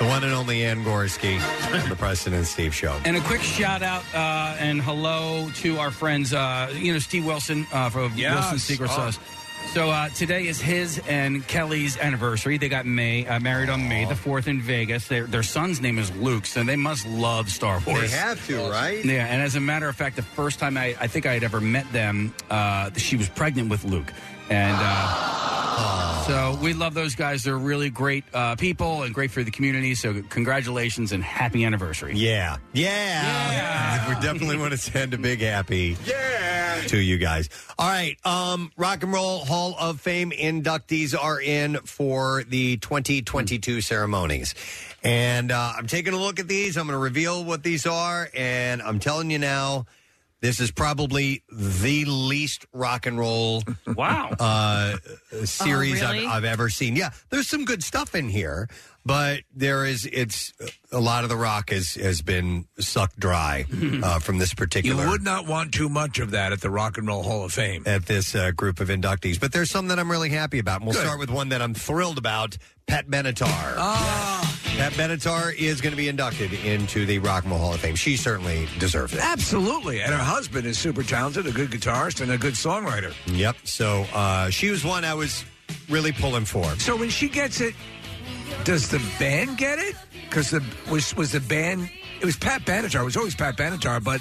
Speaker 4: the one and only Ann Gorski on the Preston and Steve Show.
Speaker 8: And a quick shout out uh, and hello to our friends, uh, you know, Steve Wilson uh, from
Speaker 2: Yes.
Speaker 8: Wilson's Secret
Speaker 2: Oh.
Speaker 8: Sauce. So uh, today is his and Kelly's anniversary. They got May uh, married on May the fourth in Vegas. Their, their son's name is Luke, so they must love Star Wars.
Speaker 4: They have to, right?
Speaker 8: Yeah, and as a matter of fact, the first time I, I think I had ever met them, uh, she was pregnant with Luke. And uh, so we love those guys. They're really great uh, people and great for the community. So congratulations and happy anniversary.
Speaker 4: Yeah. Yeah. We definitely want to send a big happy yeah. to you guys. All right. Um, Rock and Roll Hall of Fame inductees are in for the 2022 ceremonies. And uh, I'm taking a look at these. I'm going to reveal what these are. And I'm telling you now, this is probably the least rock and roll
Speaker 8: wow Oh,
Speaker 4: uh, series
Speaker 8: really?
Speaker 4: I've, I've ever seen. Yeah, there's some good stuff in here, but there is it's a lot of the rock has has been sucked dry uh, from this particular.
Speaker 1: You would not want too much of that at the Rock and Roll Hall of Fame.
Speaker 4: At this uh, group of inductees, but there's some that I'm really happy about. And we'll start with one that I'm thrilled about: Pat Benatar.
Speaker 1: Ah.
Speaker 4: Pat Benatar is going to be inducted into the Rock and Roll Hall of Fame. She certainly deserves it.
Speaker 1: Absolutely. And her husband is super talented, a good guitarist, and a good songwriter.
Speaker 4: Yep. So uh, she was one I was really pulling for.
Speaker 1: So when she gets it, does the band get it? Because the was was the band. It was Pat Benatar. It was always Pat Benatar, but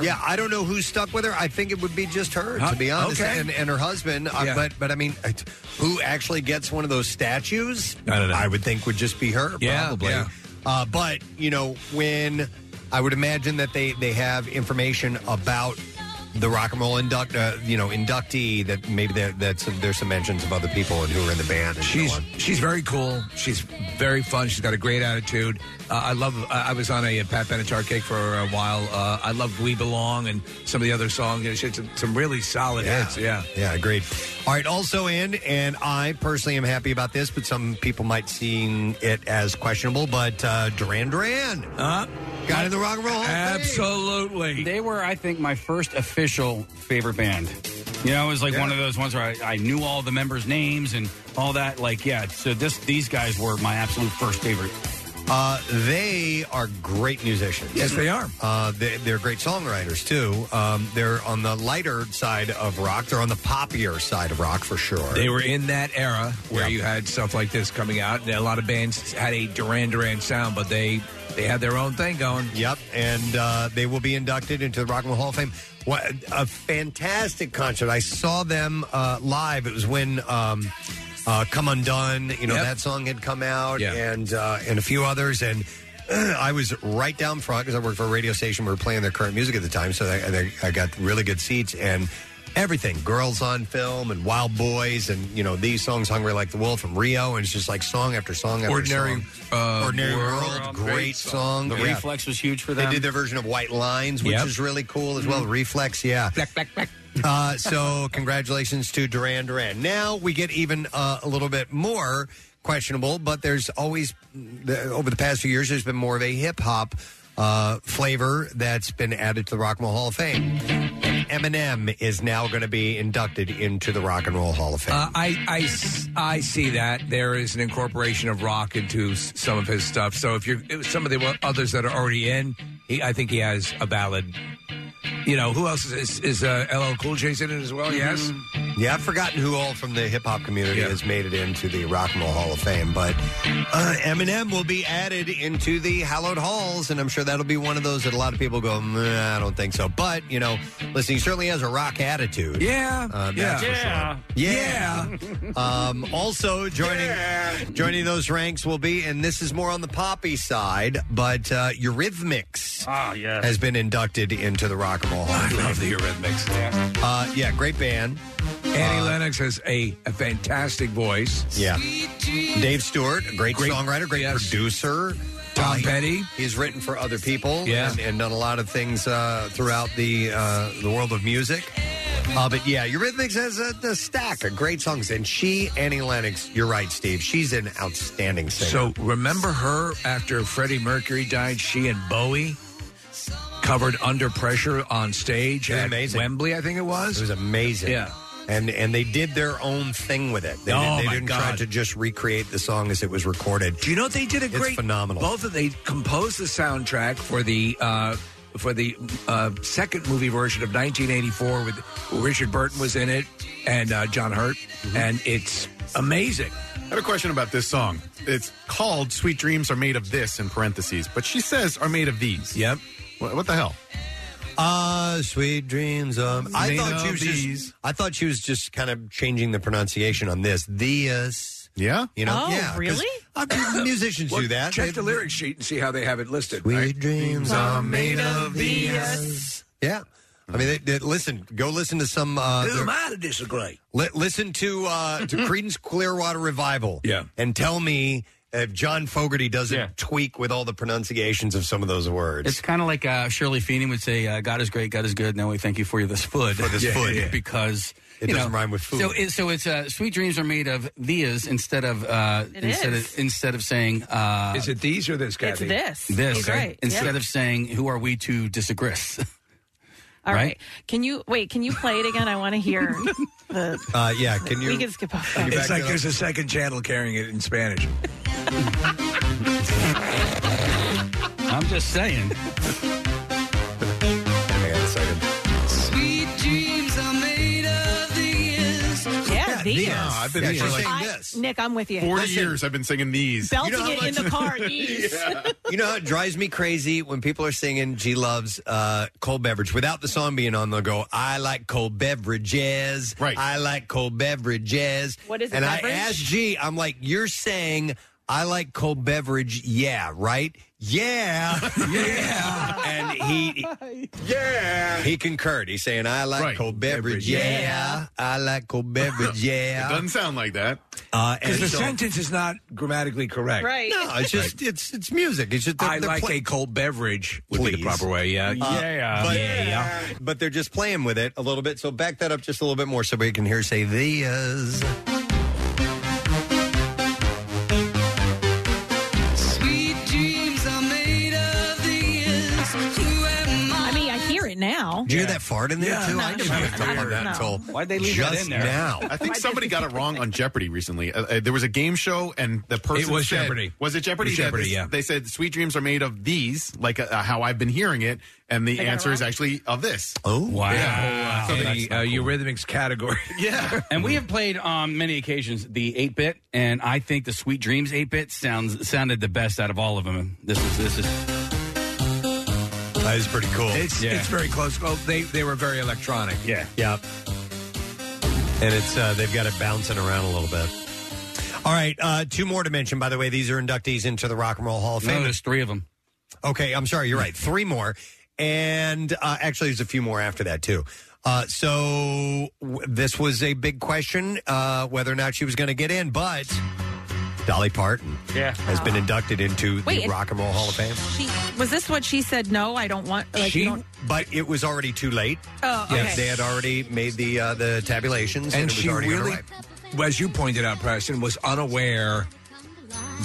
Speaker 4: yeah, I don't know who stuck with her. I think it would be just her,
Speaker 1: Huh?
Speaker 4: to be honest,
Speaker 1: Okay.
Speaker 4: and, and her husband. Uh,
Speaker 1: Yeah.
Speaker 4: but but I mean, I- who actually gets one of those statues? I don't know. I would think would just be her,
Speaker 1: Yeah,
Speaker 4: probably.
Speaker 1: yeah.
Speaker 4: Uh, but you know, when I would imagine that they they have information about the rock and roll induct, uh, you know, inductee that maybe there, that's there's some mentions of other people and who are in the band. And
Speaker 1: She's
Speaker 4: so on.
Speaker 1: she's very cool. She's very fun. She's got a great attitude. Uh, I love. I I was on a Pat Benatar cake for a while. Uh, I love "We Belong" and some of the other songs. And she had some, some really solid hits. Yeah.
Speaker 4: Yeah, agreed. All right, also in, and I personally am happy about this, but some people might see it as questionable, but uh, Duran Duran.
Speaker 1: Uh,
Speaker 4: Got in the Rock and Roll Hall of Fame.
Speaker 1: Absolutely.
Speaker 8: They were, I think, my first official favorite band. You know, it was like one of those ones where I, I knew all the members' names and all that. Like, yeah, so this these guys were my absolute first favorite.
Speaker 4: Uh, they are great musicians.
Speaker 1: Yes, they are.
Speaker 4: Uh, they, they're great songwriters, too. Um, they're on the lighter side of rock, they're on the poppier side of rock for sure.
Speaker 1: They were in that era where you had stuff like this coming out, and a lot of bands had a Duran Duran sound, but they they had their own thing going.
Speaker 4: Yep, and uh, they will be inducted into the Rock and Roll Hall of Fame. What a fantastic concert! I saw them uh, live. It was when um, uh, "Come Undone," you know
Speaker 1: Yep.
Speaker 4: that song had come out, and uh, and a few others. And I was right down front because I worked for a radio station. We were playing their current music at the time, so I, I, I got really good seats and. Everything, girls on film and Wild Boys, and you know these songs, "Hungry Like the Wolf" from Rio, and it's just like song after song after
Speaker 1: Ordinary,
Speaker 4: song.
Speaker 1: uh,
Speaker 4: ordinary
Speaker 1: World,
Speaker 4: world, great song.
Speaker 8: The
Speaker 4: Yeah.
Speaker 8: Reflex was huge for them.
Speaker 4: They did their version of White Lines, which
Speaker 8: Yep.
Speaker 4: is really cool as well.
Speaker 1: Mm-hmm.
Speaker 4: Reflex, yeah. Uh, so, congratulations to Duran Duran. Now we get even uh, a little bit more questionable, but there's always, the, over the past few years, there's been more of a hip hop uh, flavor that's been added to the Rock and Roll Hall of Fame. Eminem is now going to be inducted into the Rock and Roll Hall of Fame.
Speaker 1: Uh, I, I s- I see that there is an incorporation of rock into s- some of his stuff. So if you're if some of the others that are already in, he, I think he has a valid. You know who else is is, is uh, LL Cool J's in it as well? Yes.
Speaker 4: Yeah, I've forgotten who all from the hip hop community has made it into the Rock and Roll Hall of Fame, but uh, Eminem will be added into the hallowed halls, and I'm sure that'll be one of those that a lot of people go, "Meh, I don't think so. But you know, listen, he certainly has a rock attitude.
Speaker 1: Yeah,
Speaker 4: Uh, that's for sure. yeah. Um, also joining joining those ranks will be, and this is more on the poppy side, but uh, Eurythmics
Speaker 1: Ah,
Speaker 4: has been inducted into the Rock and Roll Hall. I
Speaker 1: love the Eurythmics.
Speaker 4: Yeah, uh, yeah great band.
Speaker 1: Annie Lennox has a, a fantastic voice.
Speaker 4: Uh, Yeah. Dave Stewart, a great, songwriter, great producer. Tom
Speaker 1: Petty.
Speaker 4: He's written for other people
Speaker 1: Yeah.
Speaker 4: and, and done a lot of things uh, throughout the uh, the world of music. Uh, but yeah, Eurythmics has a, a stack of great songs, and she, Annie Lennox, you're right, Steve. She's an outstanding singer.
Speaker 1: So remember her after Freddie Mercury died? She and Bowie covered Under Pressure on stage
Speaker 4: It was
Speaker 1: at
Speaker 4: amazing.
Speaker 1: Wembley, I think it was.
Speaker 4: It was amazing.
Speaker 1: Yeah.
Speaker 4: And and they did their own thing with it. They,
Speaker 1: Oh,
Speaker 4: did, they
Speaker 1: my
Speaker 4: didn't try
Speaker 1: God.
Speaker 4: to just recreate the song as it was recorded.
Speaker 1: Do you know what they did a
Speaker 4: It's
Speaker 1: great?
Speaker 4: phenomenal.
Speaker 1: Both of they composed the soundtrack for the uh, for the uh, second movie version of 1984 with Richard Burton was in it and uh, John Hurt,
Speaker 4: Mm-hmm.
Speaker 1: and it's amazing.
Speaker 6: I have a question about this song. It's called "Sweet Dreams Are Made of This" in parentheses, but she says "are made of these."
Speaker 1: Yep. Uh,
Speaker 6: What, what the hell?
Speaker 4: Ah, sweet dreams. Um, I
Speaker 6: Made
Speaker 4: thought she
Speaker 6: of
Speaker 4: was
Speaker 6: these.
Speaker 4: just. I thought she was just kind of changing the pronunciation on this. Theus.
Speaker 6: Yeah.
Speaker 4: You know.
Speaker 1: Oh,
Speaker 4: yeah. 'cause
Speaker 1: really?
Speaker 4: I mean, the musicians
Speaker 1: Well,
Speaker 4: do that.
Speaker 1: Check
Speaker 4: They-
Speaker 1: the lyric sheet and see how they have it listed.
Speaker 4: Sweet dreams are made of
Speaker 1: these.
Speaker 4: Yeah. I mean, they, they, listen. Go listen to some. Uh,
Speaker 1: Who
Speaker 4: their-
Speaker 1: am I to disagree?
Speaker 4: Li- listen to uh, to Creedence Clearwater Revival.
Speaker 1: Yeah.
Speaker 4: and tell me if John Fogerty doesn't tweak with all the pronunciations of some of those words.
Speaker 8: It's kind of like uh, Shirley Feeney would say, uh, "God is great, God is good." Now we thank you for this food,
Speaker 4: For this food.
Speaker 8: because
Speaker 4: It
Speaker 8: you
Speaker 4: doesn't
Speaker 8: know,
Speaker 4: rhyme with food.
Speaker 8: So, it, so it's uh, sweet dreams are made of theas instead of uh,
Speaker 3: It
Speaker 8: instead
Speaker 3: is.
Speaker 8: of instead of saying uh,
Speaker 1: is it these or this,
Speaker 3: It's Kathy? this.
Speaker 8: This
Speaker 3: He's right.
Speaker 8: instead
Speaker 3: Yeah.
Speaker 8: of saying who are we to disagree?
Speaker 3: All right.
Speaker 8: Right?
Speaker 3: Can you wait? Can you play it again? I want to hear the.
Speaker 4: Uh, yeah, can
Speaker 3: we
Speaker 4: you?
Speaker 3: can skip over.
Speaker 4: Can you
Speaker 1: It's
Speaker 4: back
Speaker 1: like
Speaker 4: it up?
Speaker 1: there's a second channel carrying it in Spanish.
Speaker 8: I'm just saying.
Speaker 4: Hang on a second.
Speaker 14: Sweet dreams are made of these.
Speaker 3: Yeah, these.
Speaker 6: No, I've been
Speaker 3: I-
Speaker 6: for like
Speaker 3: Nick, I'm with you.
Speaker 6: forty
Speaker 3: Listen,
Speaker 6: years. I've been singing these.
Speaker 3: Belting
Speaker 4: You know how
Speaker 3: it in
Speaker 4: much-
Speaker 3: the car. These.
Speaker 4: You know how it drives me crazy when people are singing "She loves uh, cold beverage" without the song being on. They'll go, "I like cold beverages." Right. I like cold beverages.
Speaker 3: What is it,
Speaker 4: And
Speaker 3: beverage?
Speaker 4: I asked G, I'm like, "You're saying I like cold beverage? Yeah, right? Yeah, yeah." and he, yeah, he concurred. He's saying, "I like cold beverage. Yeah. I like cold beverage. Yeah."
Speaker 6: It doesn't sound like that.
Speaker 4: Uh, and
Speaker 1: Because the
Speaker 4: so-
Speaker 1: sentence is not grammatically correct.
Speaker 4: Right. No, it's just- it's it's music. It's just they're-
Speaker 1: I
Speaker 4: they're
Speaker 1: like
Speaker 4: play-
Speaker 1: a cold beverage would be the
Speaker 4: Please.
Speaker 1: proper way. Yeah.
Speaker 4: Uh, But,
Speaker 1: yeah.
Speaker 4: but they're just playing with it a little bit. So back that up just a little bit more so we can hear say uh, theas.
Speaker 14: Sweet dreams are made of these. Who am I?
Speaker 3: I mean, I hear it now.
Speaker 4: Did you hear that fart in there
Speaker 3: Yeah.
Speaker 4: too?
Speaker 3: No,
Speaker 4: I didn't have to hear that
Speaker 3: no.
Speaker 4: until
Speaker 8: Why'd they leave
Speaker 4: just
Speaker 8: that in there?
Speaker 4: now.
Speaker 6: I think somebody got it wrong on Jeopardy recently. Uh, uh, there was a game show, and the person
Speaker 1: It was
Speaker 6: said-
Speaker 1: Jeopardy.
Speaker 6: Was it Jeopardy?
Speaker 1: It was
Speaker 6: that
Speaker 1: Jeopardy,
Speaker 6: they-
Speaker 1: yeah.
Speaker 6: They said sweet dreams are made of these, like uh, uh, how I've been hearing it, and the
Speaker 1: They got it
Speaker 6: answer is actually of this.
Speaker 4: Oh
Speaker 1: Wow.
Speaker 6: Yeah. So
Speaker 1: In
Speaker 6: they-
Speaker 1: the uh, Eurythmics category.
Speaker 6: Yeah.
Speaker 8: And we have played on many occasions the 8 bit, and I think the Sweet Dreams 8 bit sounds sounded the best out of all of them. This is this is
Speaker 4: That is pretty cool.
Speaker 1: It's
Speaker 8: Yeah.
Speaker 1: it's very close. Well, Oh, they they were very electronic.
Speaker 8: Yeah.
Speaker 4: Yep. And it's uh, they've got it bouncing around a little bit. All right, uh, two more to mention. By the way, these are inductees into the Rock and Roll Hall of
Speaker 8: no,
Speaker 4: Fame.
Speaker 8: there's three of them.
Speaker 4: Okay, I'm sorry. You're right. Three more. And uh, actually, there's a few more after that, too. Uh, so w- this was a big question uh, whether or not she was going to get in, but Dolly Parton
Speaker 8: Yeah.
Speaker 4: has been inducted into
Speaker 3: Wait,
Speaker 4: the
Speaker 3: and-
Speaker 4: Rock and Roll Hall of Fame.
Speaker 3: She, was this what she said? No, I don't want. Like, you
Speaker 4: she,
Speaker 3: don't,
Speaker 4: but it was already too late.
Speaker 3: Oh, okay.
Speaker 4: Yes, they had already made the uh, the tabulations, and,
Speaker 1: And
Speaker 4: it was
Speaker 1: she
Speaker 4: already
Speaker 1: really,
Speaker 4: underway.
Speaker 1: as you pointed out, Preston, was unaware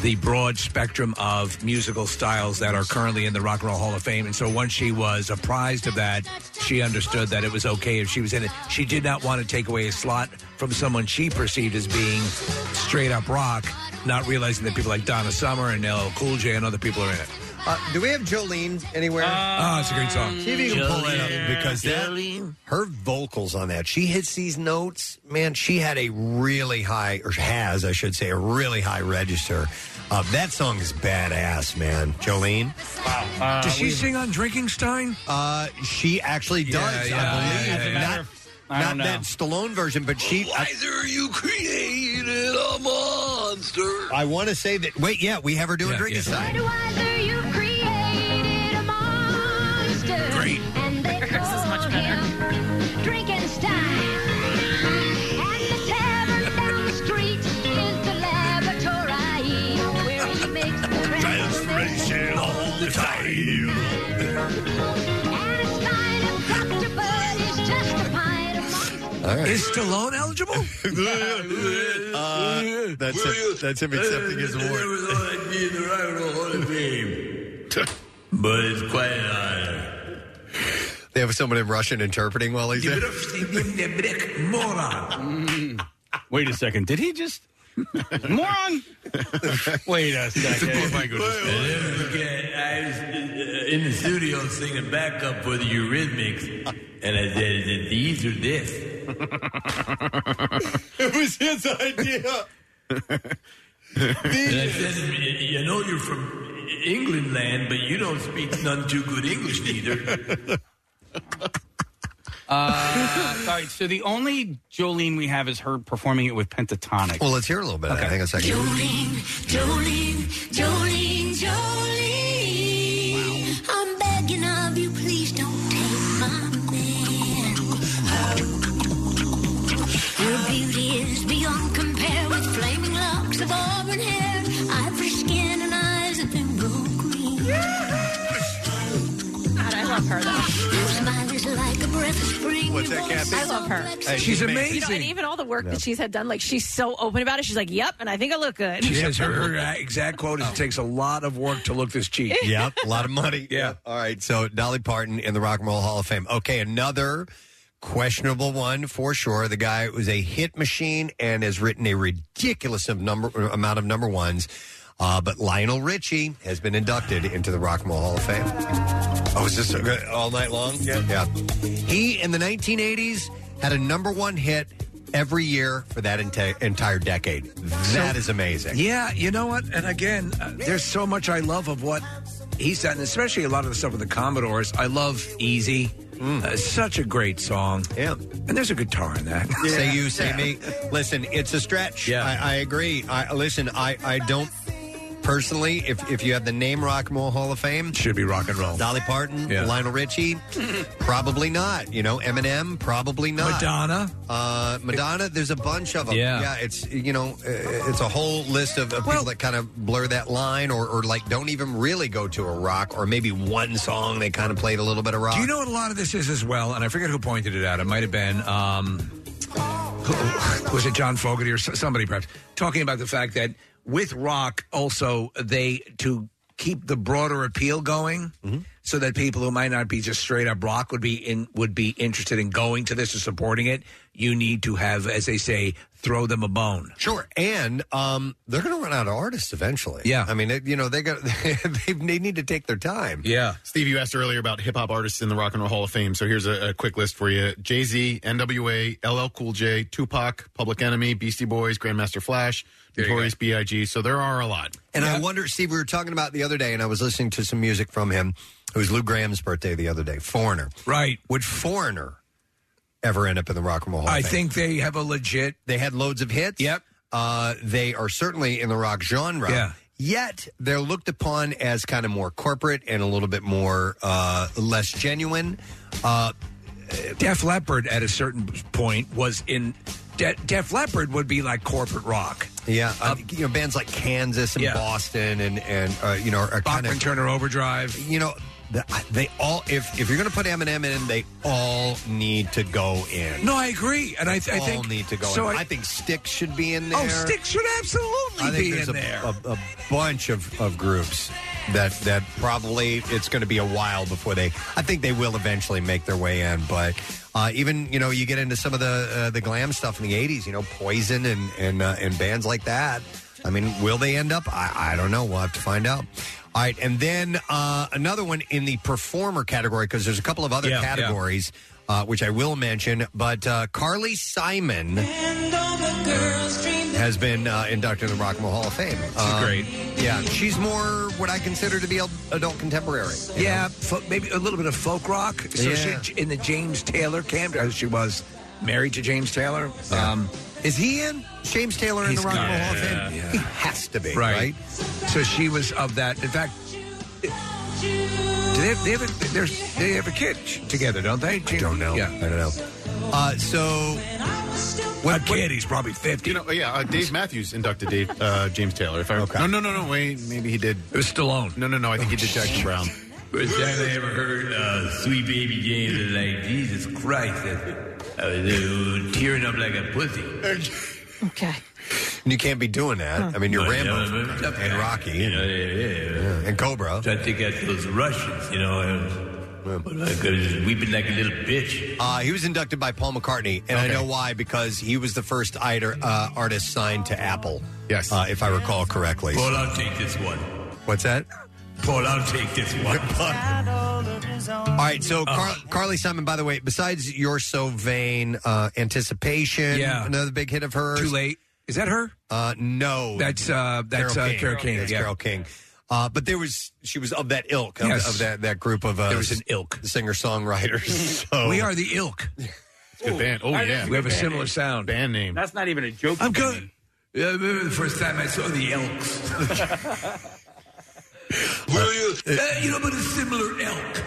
Speaker 1: the broad spectrum of musical styles that are currently in the Rock and Roll Hall of Fame. And so once she was apprised of that, she understood that it was okay if she was in it. She did not want to take away a slot from someone she perceived as being straight up rock, not realizing that people like Donna Summer and LL Cool J and other people are in it.
Speaker 4: Uh, do we have Jolene anywhere?
Speaker 1: oh, it's a great song.
Speaker 4: See if you can pull that up because that, her vocals on that, she hits these notes. Man, she had a really high, or has, I should say, a really high register. Uh, that song is badass, man. Jolene.
Speaker 8: Wow.
Speaker 1: Does she sing on Drinking Stein?
Speaker 4: Uh, she actually does, I believe. Not, not that Stallone version, but she. I-
Speaker 21: Either you created a monster.
Speaker 4: I want to say that. Wait, yeah, we have her doing
Speaker 21: Yeah,
Speaker 4: Drinking
Speaker 21: yeah.
Speaker 4: Side.
Speaker 21: Either you
Speaker 4: Great.
Speaker 21: And they
Speaker 3: Hers is much better.
Speaker 21: Drinking Stein. And the tavern down the street is the laboratory where he makes the transformation all the time. And it's kind of cocked, but it's just a pint of
Speaker 1: Is Stallone eligible?
Speaker 4: uh, that's him, that's him accepting his award.
Speaker 25: But it's quite an honor.
Speaker 4: They have someone in Russian interpreting while he's there.
Speaker 1: Moron.
Speaker 8: Wait a second. Did he just. Moron! Wait a second.
Speaker 25: in the studio singing backup for the Eurythmics, and I said, "These are this."
Speaker 14: It was his idea.
Speaker 25: and I said, "You know you're from England land, but you don't speak none too good English neither."
Speaker 8: Uh, sorry. So the only Jolene we have is her performing it with Pentatonic.
Speaker 4: Well, let's hear a little bit. I think it's like
Speaker 14: Jolene, Jolene, Jolene. I'm begging of you, please don't take my man. Your beauty is beyond compare with flaming locks of auburn hair, ivory skin, and eyes of emerald green.
Speaker 5: God, I love her though.
Speaker 14: Your smile is like a breath of spring.
Speaker 4: What's that, Kathy?
Speaker 5: I love her.
Speaker 4: Hey, she's amazing.
Speaker 5: You know, and even all the work that she's had done, like she's so open about it. She's like, "Yep," and I think I look good.
Speaker 1: She says her, her uh, exact quote is: "It takes a lot of work to look this cheap."
Speaker 4: yep, a lot of money. Yeah. All right. So Dolly Parton in the Rock and Roll Hall of Fame. Okay, another questionable one for sure. The guy was a hit machine and has written a ridiculous of number amount of number ones. Uh, but Lionel Richie has been inducted into the Rock and Roll Hall of Fame. Oh, is this a- all night long? Yeah. Yeah. He in the 1980s had a number one hit every year for that enti- entire decade. That
Speaker 1: So-
Speaker 4: is amazing.
Speaker 1: Yeah, you know what? And again, uh, there's so much I love of what he's done, especially a lot of the stuff with the Commodores. I love Easy. Uh, such a great song.
Speaker 4: Yeah.
Speaker 1: And there's a guitar in that.
Speaker 4: Say you, say me. Listen, it's a stretch. Yeah. I, I agree. I listen. I, I don't personally. If if you have the name Rock and Roll Hall of Fame,
Speaker 1: should be rock and roll.
Speaker 4: Dolly Parton,
Speaker 1: Yeah.
Speaker 4: Lionel Richie, probably not. You know, Eminem, probably not.
Speaker 1: Madonna.
Speaker 4: uh, Madonna. There's a bunch of them.
Speaker 1: Yeah.
Speaker 4: it's you know, uh, it's a whole list of, of people that kind of blur that line, or or like don't even really go to a rock, or maybe one song they kind of played a little bit of rock.
Speaker 1: Do you know what a lot of this is as well? And I forget who pointed it out. It might have been. Um, who- was it John Fogerty or s- somebody perhaps talking about the fact that with rock also they to keep the broader appeal going
Speaker 4: Mm-hmm.
Speaker 1: so that people who might not be just straight up rock would be in would be interested in going to this and supporting it you need to have as they say throw them a bone
Speaker 4: Sure, and um, they're going to run out of artists eventually. Yeah, I mean, it, you know, they got they, they need to take their time.
Speaker 1: Yeah.
Speaker 6: Steve, you asked earlier about hip hop artists in the Rock and Roll Hall of Fame. So here's a, a quick list for you Jay Z, NWA, LL Cool J, Tupac, Public Enemy, Beastie Boys, Grandmaster Flash, Notorious B.I.G. So there are a lot.
Speaker 4: And I wonder, Steve, we were talking about the other day, and I was listening to some music from him. It was Lou Graham's birthday the other day. Foreigner,
Speaker 1: right?
Speaker 4: Would Foreigner ever end up in the Rock and Roll Hall? of
Speaker 1: i
Speaker 4: Fame?
Speaker 1: think they have a legit
Speaker 4: they had loads of hits yep uh, they are certainly in the rock genre
Speaker 1: Yeah.
Speaker 4: yet they're looked upon as kind of more corporate and a little bit more uh, less genuine uh,
Speaker 1: Def Leppard at a certain point was in De- Def Leppard would be like corporate rock
Speaker 4: Yeah, uh,
Speaker 1: um,
Speaker 4: you know bands like Kansas and Boston and and uh, you know are kind
Speaker 1: Bachman
Speaker 4: of
Speaker 1: Turner Overdrive.
Speaker 4: You know, the- they all if if you're going to put Eminem in, they all need to go in.
Speaker 1: No, I agree, and I, th-
Speaker 4: They
Speaker 1: I
Speaker 4: all
Speaker 1: think
Speaker 4: need to go
Speaker 1: So
Speaker 4: in.
Speaker 1: I,
Speaker 4: I think Sticks should be in there.
Speaker 1: oh, Stick should absolutely
Speaker 4: I think
Speaker 1: be
Speaker 4: there's
Speaker 1: in
Speaker 4: a,
Speaker 1: there.
Speaker 4: A, a bunch of, of groups that that probably it's going to be a while before they. I think they will eventually make their way in, but uh, even you know you get into some of the uh, the glam stuff in the '80s, you know, Poison and and uh, and bands like that. I mean, will they end up? I, I don't know. We'll have to find out. All right, and then uh, another one in the performer category because there's a couple of other
Speaker 14: Yeah, yeah.
Speaker 4: categories Uh, which I will mention, but uh, Carly Simon has been uh, inducted in the Rock and Roll Hall of Fame. She's
Speaker 1: great.
Speaker 4: Yeah, she's more uh, what I consider to be ad- adult contemporary. you
Speaker 1: yeah, fo- maybe a little bit of folk rock. So
Speaker 4: Yeah.
Speaker 1: she, in the James Taylor camp, as she was married to James Taylor. Um,
Speaker 4: is he in James Taylor in the Rock and Roll Hall of Fame? He has to be right.
Speaker 1: So she was of that. In fact, do they have, they have a, there's- they have a kid together, don't they? I don't know. Yeah.
Speaker 4: I don't know. Uh, so,
Speaker 1: what, a kid, he's probably 50.
Speaker 6: You know, yeah, uh, Dave Matthews inducted Dave, uh, James Taylor. If I No, no, no, no, wait. Maybe he did. It
Speaker 1: was Stallone. Oh,
Speaker 6: No, no, no. I think he did Jackson Brown.
Speaker 25: Uh, First time I ever heard uh, Sweet Baby James, I was like, Jesus Christ, that's I was uh, tearing up like a pussy.
Speaker 3: Okay.
Speaker 4: And you can't be doing that. I mean, you're
Speaker 25: But,
Speaker 4: Rambo
Speaker 25: uh, but it's up
Speaker 4: and
Speaker 25: there.
Speaker 4: Rocky.
Speaker 25: You know, yeah, yeah.
Speaker 4: And Cobra.
Speaker 25: Trying to take out those Russians, you know. I was, I was weeping like a little bitch.
Speaker 4: Uh, he was inducted by Paul McCartney, and I know why because he was the first iter, uh, artist signed to Apple. Yes, uh, if I recall correctly.
Speaker 25: Paul, I'll take this one.
Speaker 4: What's that?
Speaker 25: Paul, I'll take this one. Uh-huh.
Speaker 4: All right, so Car- Carly Simon. By the way, besides "You're So Vain," uh, "Anticipation,"
Speaker 1: Yeah.
Speaker 4: another big hit of hers.
Speaker 1: Too late. Is that her?
Speaker 4: Uh, no,
Speaker 1: That's, uh, that's, uh, Carole King,
Speaker 4: That's
Speaker 1: yeah.
Speaker 4: Carole King. Uh, but there was she was of that ilk of,
Speaker 1: Yes.
Speaker 4: of that that group of uh,
Speaker 1: There was an ilk
Speaker 4: singer songwriters. So.
Speaker 1: We are the ilk.
Speaker 6: Good band. Oh
Speaker 1: I-
Speaker 6: yeah,
Speaker 1: We have a similar
Speaker 6: sound. Band name.
Speaker 8: That's not even a joke.
Speaker 1: I'm good. Yeah, I remember the first time I saw the elks.
Speaker 25: Will you?
Speaker 1: Uh, you know, but a similar elk.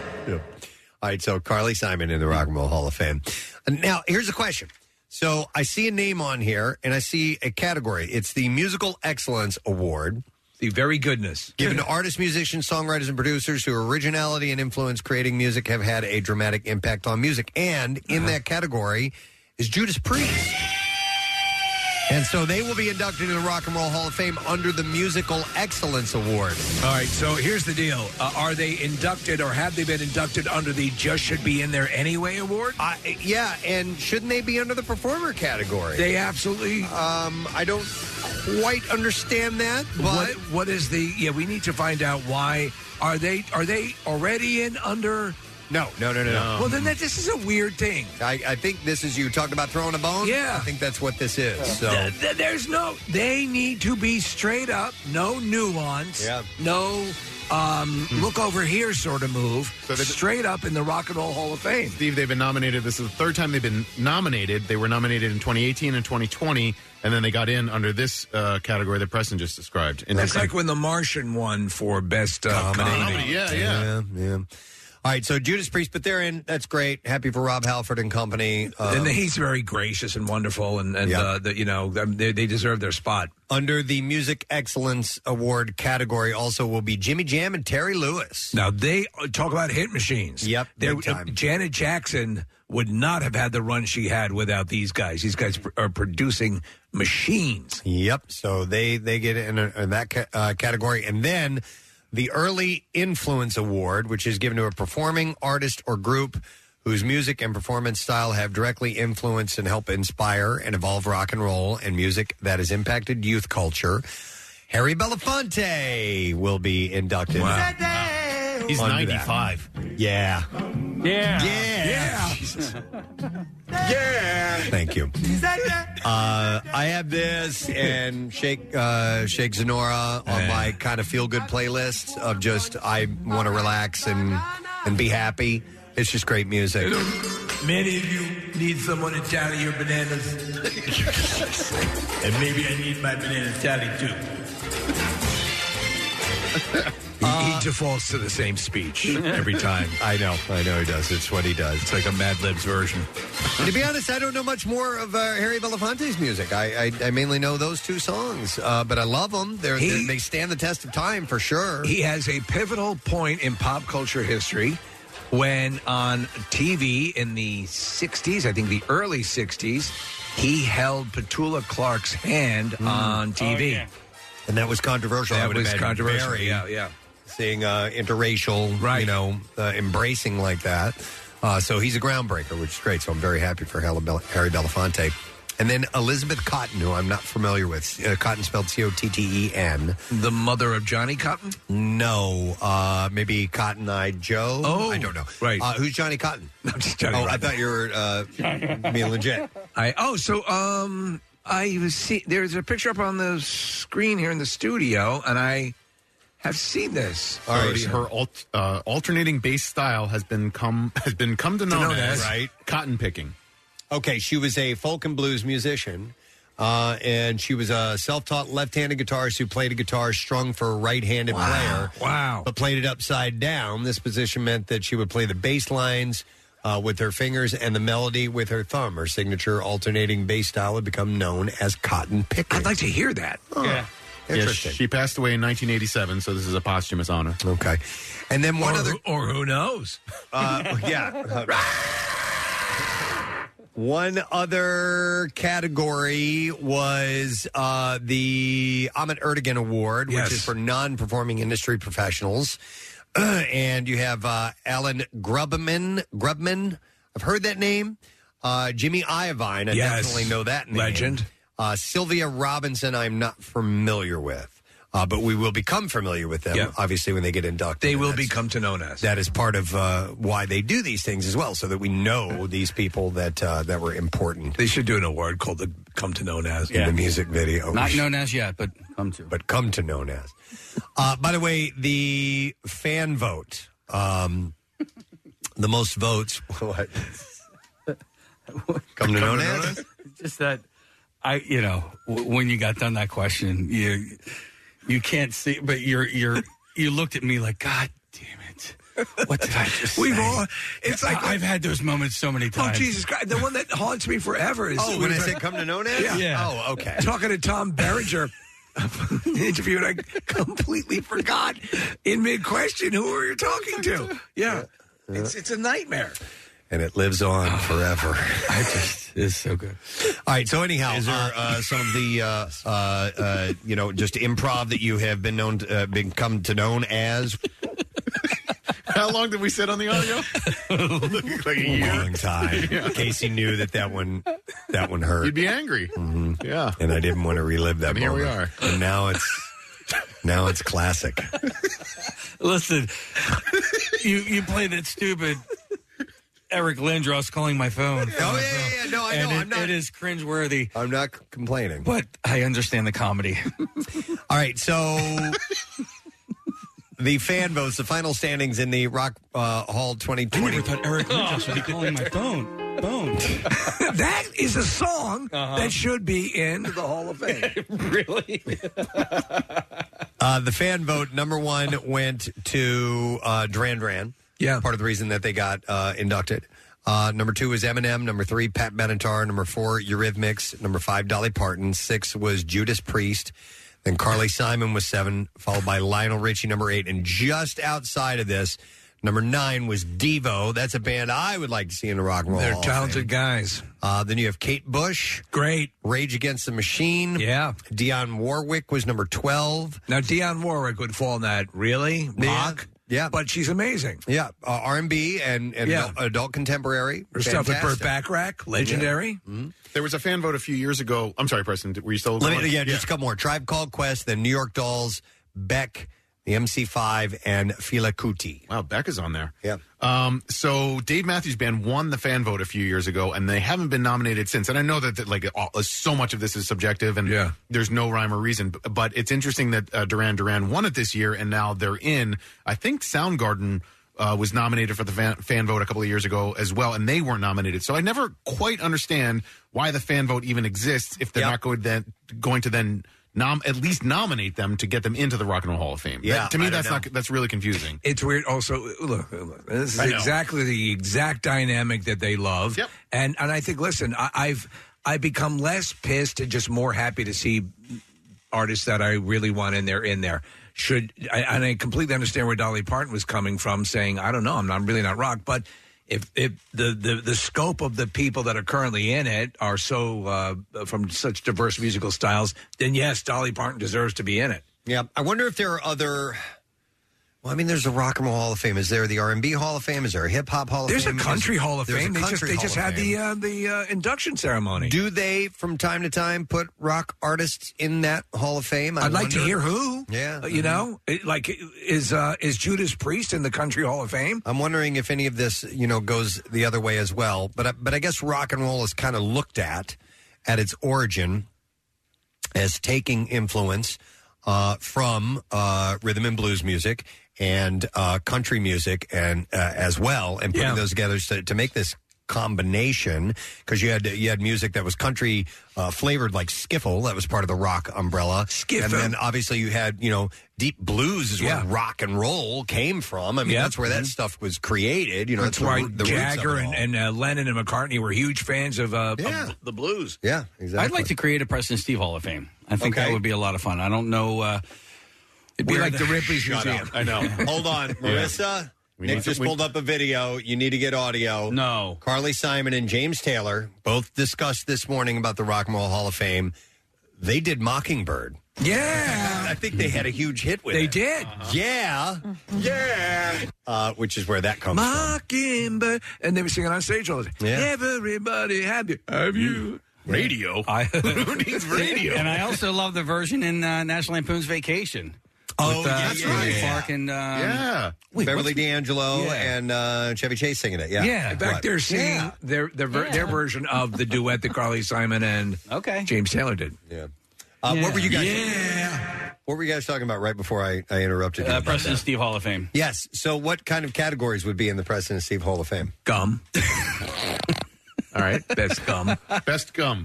Speaker 4: All right, so Carly Simon in the Rock and Roll Hall of Fame. And Now, here's a question. So I see a name on here, and I see a category. It's the Musical Excellence Award.
Speaker 1: The very goodness.
Speaker 4: Given to artists, musicians, songwriters, and producers whose originality and influence creating music have had a dramatic impact on music. And in
Speaker 1: Uh-huh.
Speaker 4: that category is Judas Priest. And so they will be inducted into the Rock and Roll Hall of Fame under the Musical Excellence Award.
Speaker 1: All right, so here's the deal. Uh, are they inducted or have they been inducted under the Just Should Be In There Anyway award?
Speaker 4: I, yeah, and shouldn't they be under the performer category?
Speaker 1: They absolutely.
Speaker 4: Um, I don't quite understand that, but
Speaker 1: what, what is the. Yeah, we need to find out why. Are they Are they already in under.
Speaker 4: No, no, no, no, no.
Speaker 1: Well, then that, this is a weird thing.
Speaker 4: I, I think this is you talking about throwing a bone.
Speaker 1: Yeah.
Speaker 4: I think that's what this is. So
Speaker 1: Th- th- there's no. They need to be straight up, no nuance,
Speaker 4: Yeah. Hmm.
Speaker 1: no um, look over here sort of move. straight up in the Rock and Roll Hall of Fame.
Speaker 6: Steve, they've been nominated. This is the third time they've been nominated. They were nominated in 2018 and 2020, and then they got in under this uh, category that Preston just described. And
Speaker 1: That's like when The Martian won for best uh, comedy.
Speaker 6: Yeah, yeah.
Speaker 4: yeah, yeah. All right, so Judas Priest, but they're in. That's great. Happy for Rob Halford and company. Um,
Speaker 1: and he's very gracious and wonderful, and, and
Speaker 4: Yeah.
Speaker 1: uh, the, you know they, they deserve their spot.
Speaker 4: under the Music Excellence Award category, also will be Jimmy Jam and Terry Lewis.
Speaker 1: Now they uh, talk about hit machines. Yep,
Speaker 4: big
Speaker 1: time. Janet Jackson would not have had the run she had without these guys. These guys pr- are producing machines.
Speaker 4: Yep. So they they get in, uh in that ca- uh, category, and then the early influence award, which is given to a performing artist or group whose music and performance style have directly influenced and help inspire and evolve rock and roll and music that has impacted youth culture. Harry Belafonte will be inducted.
Speaker 6: He's
Speaker 4: Under that.
Speaker 6: 95.
Speaker 4: Yeah.
Speaker 8: Yeah.
Speaker 4: Yeah.
Speaker 8: Yeah.
Speaker 4: Thank you. Uh, I have this and Shake uh, Shake Zenora on
Speaker 1: Eh.
Speaker 4: my kind of feel good playlist of just I want to relax and and be happy. It's just great music.
Speaker 1: Many of you need someone to tally your bananas,
Speaker 25: and maybe I need my banana tally too.
Speaker 1: he, he defaults to the same speech every time.
Speaker 4: I know, I know he does. It's what he does. It's
Speaker 1: like a Mad Libs version.
Speaker 4: to be honest, I don't know much more of uh, Harry Belafonte's music. I, I I mainly know those two songs, uh, but I love them. They're,
Speaker 1: He-
Speaker 4: they're- they stand the test of time for sure.
Speaker 1: He has a pivotal point in pop culture history when on TV in the 60s, I think the early 60s, he held Petula Clark's hand
Speaker 25: Mm. Oh,
Speaker 1: on TV.
Speaker 4: and that was controversial. I
Speaker 1: That
Speaker 4: would
Speaker 1: was
Speaker 4: imagine.
Speaker 1: controversial.
Speaker 4: Very,
Speaker 1: Yeah, yeah.
Speaker 4: Seeing uh, interracial, you know, uh, embracing like that. Uh, so he's a groundbreaker, which is great. So I'm very happy for Hella Bel- Harry Belafonte. And then Elizabeth Cotton, who I'm not familiar with. Uh, Cotton spelled C O T T E N.
Speaker 1: The mother of Johnny Cotton?
Speaker 4: No, uh, maybe Cotton Eye Joe.
Speaker 1: Oh,
Speaker 4: I don't know.
Speaker 1: right.
Speaker 4: Uh, who's Johnny Cotton?
Speaker 1: I'm just joking.
Speaker 4: oh, I thought you were uh, being legit.
Speaker 1: I oh so um I was see there's a picture up on the screen here in the studio and I have seen this.
Speaker 6: All right, her alt, uh, alternating bass style has been come has been come to
Speaker 1: To
Speaker 6: known,
Speaker 1: known
Speaker 6: as,
Speaker 1: as. Right.
Speaker 6: cotton picking.
Speaker 4: Okay, she was a folk and blues musician, uh, and she was a self-taught left-handed guitarist who played a guitar strung for a right-handed player.
Speaker 1: Wow!
Speaker 4: But played it upside down. This position meant that she would play the bass lines uh, with her fingers and the melody with her thumb. Her signature alternating bass style would become known as cotton picking. I'd
Speaker 1: like to hear that.
Speaker 6: Yeah.
Speaker 4: Interesting.
Speaker 6: she passed away in 1987, so this is a posthumous honor.
Speaker 4: Okay. And then one Uh,
Speaker 1: or,
Speaker 4: other.
Speaker 1: who- or who knows?
Speaker 4: Uh, yeah. One other category was uh, the Ahmet Erdogan Award, which is for non performing industry professionals. and you have uh, Alan Grubman. Grubman, I've heard that name. Uh, Jimmy Iovine, I
Speaker 1: Yes.
Speaker 4: definitely know that name.
Speaker 1: Legend.
Speaker 4: Uh, Sylvia Robinson, I'm not familiar with. Uh, but we will become familiar with them, obviously, when they get inducted.
Speaker 1: They will
Speaker 4: That's-
Speaker 1: become to known as.
Speaker 4: that is part of uh, why they do these things as well, so that we know these people that uh, that were important.
Speaker 1: They should do an award called the Come to Known As.
Speaker 4: Yeah. The music video.
Speaker 2: Not known as yet, but come to.
Speaker 4: But come to known as. Uh, by the way, the fan vote, um, the most votes. What? come to known as.
Speaker 8: Just that I, you know, w- when you got done that question, you you can't see, but you're you're you looked at me like God damn it, what did I just?
Speaker 1: We've
Speaker 8: say?"
Speaker 1: all- it's
Speaker 8: I-
Speaker 1: like-
Speaker 8: I've had those moments so many
Speaker 1: Oh
Speaker 8: times.
Speaker 1: Jesus Christ! The one that haunts me forever is
Speaker 8: Oh, when I said come to known as?
Speaker 1: Yeah.
Speaker 8: Yeah. Oh, okay.
Speaker 1: Talking to Tom Berenger interview, and I completely forgot in mid question who we were talking to. Yeah, it's it's a nightmare.
Speaker 4: and it lives on forever. I just
Speaker 8: it's so good.
Speaker 4: All right. So anyhow, is there uh, some of the uh, uh, uh, you know just improv that you have been known to, uh, been come to known as?
Speaker 6: How long did we sit on the audio?
Speaker 4: like a long time. Casey knew that that one that one hurt. Mm-hmm.
Speaker 6: You'd be angry. Yeah,
Speaker 4: and I didn't want to relive that.
Speaker 6: And here we
Speaker 4: moment. And now it's now it's classic.
Speaker 8: Listen, you you play that stupid Eric Lindros calling my phone. Oh yeah,
Speaker 4: yeah, no, I
Speaker 8: know. I'm not. It is cringeworthy.
Speaker 4: I'm not complaining,
Speaker 8: but I understand the comedy.
Speaker 4: All right, so the fan votes, the final standings in the Rock uh, Hall 2020.
Speaker 8: Eric Lindros would be calling my phone. Boom.
Speaker 1: that is a song
Speaker 4: Uh-huh.
Speaker 1: that should be in the Hall of Fame.
Speaker 8: really?
Speaker 4: Uh, the fan vote number one went to uh, Duran Duran. Yeah, part of the reason that they got uh, inducted. Uh, number two is Eminem. Number three, Pat Benatar. Number four, Eurythmics. Number five, Dolly Parton. Six was Judas Priest. Then Carly Simon was seven, followed by Lionel Richie, number eight. And just outside of this, number nine was Devo. That's a band I would like to see in the Rock and Roll.
Speaker 1: They're
Speaker 4: Hall of
Speaker 1: talented
Speaker 4: Fame.
Speaker 1: guys.
Speaker 4: Uh, then you have Kate Bush.
Speaker 1: Great.
Speaker 4: Rage Against the Machine.
Speaker 1: Yeah.
Speaker 4: Dionne Warwick was number 12.
Speaker 1: Now Dionne Warwick would fall in that really rock.
Speaker 4: Yeah,
Speaker 1: but she's amazing.
Speaker 4: Yeah, uh, R&B and, and
Speaker 1: Yeah.
Speaker 4: adult, adult contemporary.
Speaker 1: Her stuff with Burt Bacharach, legendary.
Speaker 6: There was a fan vote a few years ago. I'm sorry, Preston. Were you still?
Speaker 4: Let
Speaker 6: going?
Speaker 4: me, yeah, just a couple more. Tribe Called Quest, the New York Dolls, Beck, the MC5, and Fila Kuti.
Speaker 6: Wow, Beck is on there.
Speaker 4: Yeah.
Speaker 6: Um, so Dave Matthews Band won the fan vote a few years ago, and they haven't been nominated since. And I know that, that like all, uh, so much of this is subjective, and there's no rhyme or reason. b- But it's interesting that uh, Duran Duran won it this year, and now they're in. I think Soundgarden. Uh, was nominated for the fan, fan vote a couple of years ago as well, and they weren't nominated. So I never quite understand why the fan vote even exists if they're not going, then, going to then nom- at least nominate them to get them into the Rock and Roll Hall of Fame.
Speaker 1: Yeah,
Speaker 6: That- to me
Speaker 1: I don't
Speaker 6: that's
Speaker 1: know.
Speaker 6: not that's really confusing.
Speaker 1: It's weird. Also, look, look, this is
Speaker 6: I know.
Speaker 1: exactly the exact dynamic that they love. Yep. And and I think, listen, I, I've I've become less pissed and just more happy to see artists that I really want in there in there. Should I, and I completely understand where Dolly Parton was coming from, saying, "I don't know, I'm, not, I'm really not rock," but. If, if the, the, the scope of the people that are currently in it are so uh, from such diverse musical styles, then yes, Dolly Parton deserves to be in it.
Speaker 4: Yeah, I wonder if there are other... Well, I mean, there's a Rock and Roll Hall of Fame. Is there the R&B Hall of Fame? Is there a Hip Hop Hall of
Speaker 1: There's a
Speaker 4: Fame?
Speaker 1: country Hall of
Speaker 4: There's a
Speaker 1: Fame. They just
Speaker 4: country
Speaker 1: they
Speaker 4: Hall
Speaker 1: just
Speaker 4: of
Speaker 1: had
Speaker 4: Fame.
Speaker 1: the uh, the uh, induction ceremony.
Speaker 4: Do they, from time to time, put rock artists in that Hall of Fame? I
Speaker 1: I'd like to
Speaker 4: wonder.
Speaker 1: hear who.
Speaker 4: Yeah,
Speaker 1: Uh, you
Speaker 4: mhm.
Speaker 1: know, It- like is uh, is Judas Priest in the Country Hall of Fame?
Speaker 4: I'm wondering if any of this, you know, goes the other way as well. But I- but I guess rock and roll is kind of looked at at its origin as taking influence uh, from uh, rhythm and blues music and uh, country music and uh, as well, and putting those together to, to make this combination because you had you had music that was country uh, flavored like skiffle that was part of the rock umbrella skiffle and then obviously you had you know deep blues is where rock and roll came from i mean
Speaker 1: Yeah.
Speaker 4: that's where that
Speaker 1: Mhm.
Speaker 4: stuff was created you know
Speaker 1: that's
Speaker 4: the
Speaker 1: why
Speaker 4: root- the roots of it
Speaker 1: Jagger
Speaker 4: all.
Speaker 1: and, and uh, Lennon and McCartney were huge fans of, uh, of the blues.
Speaker 4: Yeah, exactly.
Speaker 8: I'd like to create a Preston Steve Hall of Fame. I think
Speaker 1: Okay.
Speaker 8: that would be a lot of fun. I don't know. Uh,
Speaker 1: It'd be
Speaker 8: where
Speaker 1: like the Ripley's
Speaker 8: Shut
Speaker 1: Museum.
Speaker 8: up.
Speaker 1: I know.
Speaker 4: Hold on,
Speaker 8: Yeah.
Speaker 4: Marissa. Nick just pulled up a video. You need to get audio.
Speaker 8: No.
Speaker 4: Carly Simon and James Taylor both discussed this morning about the Rock and Roll Hall of Fame. They did Mockingbird.
Speaker 1: Yeah.
Speaker 4: I think they had a huge hit with
Speaker 1: They
Speaker 4: it.
Speaker 1: did.
Speaker 4: Uh-huh.
Speaker 1: Mm-hmm.
Speaker 4: Yeah. Yeah. Uh, which is where that comes from.
Speaker 1: Mockingbird. And they were singing on stage all the time.
Speaker 4: Yeah. Uh,
Speaker 1: Everybody have you. Have you.
Speaker 8: Radio. I,
Speaker 1: um,
Speaker 8: Who needs
Speaker 1: radio?
Speaker 8: And I also love the version in uh, National Lampoon's Vacation.
Speaker 4: Oh,
Speaker 8: with, uh,
Speaker 4: yeah, that's
Speaker 8: Amy
Speaker 4: right.
Speaker 8: Clark and um,
Speaker 4: yeah. Beverly D'Angelo and uh, Chevy Chase singing it. Yeah.
Speaker 1: back
Speaker 4: Right.
Speaker 1: there singing
Speaker 4: Yeah.
Speaker 1: their their, ver- their version of the duet that Carly Simon and
Speaker 8: okay.
Speaker 1: James Taylor did.
Speaker 4: Yeah. Uh, What were you guys? What were you guys talking about right before I, I interrupted you?
Speaker 8: uh,
Speaker 4: about
Speaker 8: President
Speaker 4: that?
Speaker 8: Steve Hall of Fame.
Speaker 4: Yes. So, what kind of categories would be in the President Steve Hall of Fame?
Speaker 1: Gum. All right. Best gum.
Speaker 6: Best gum.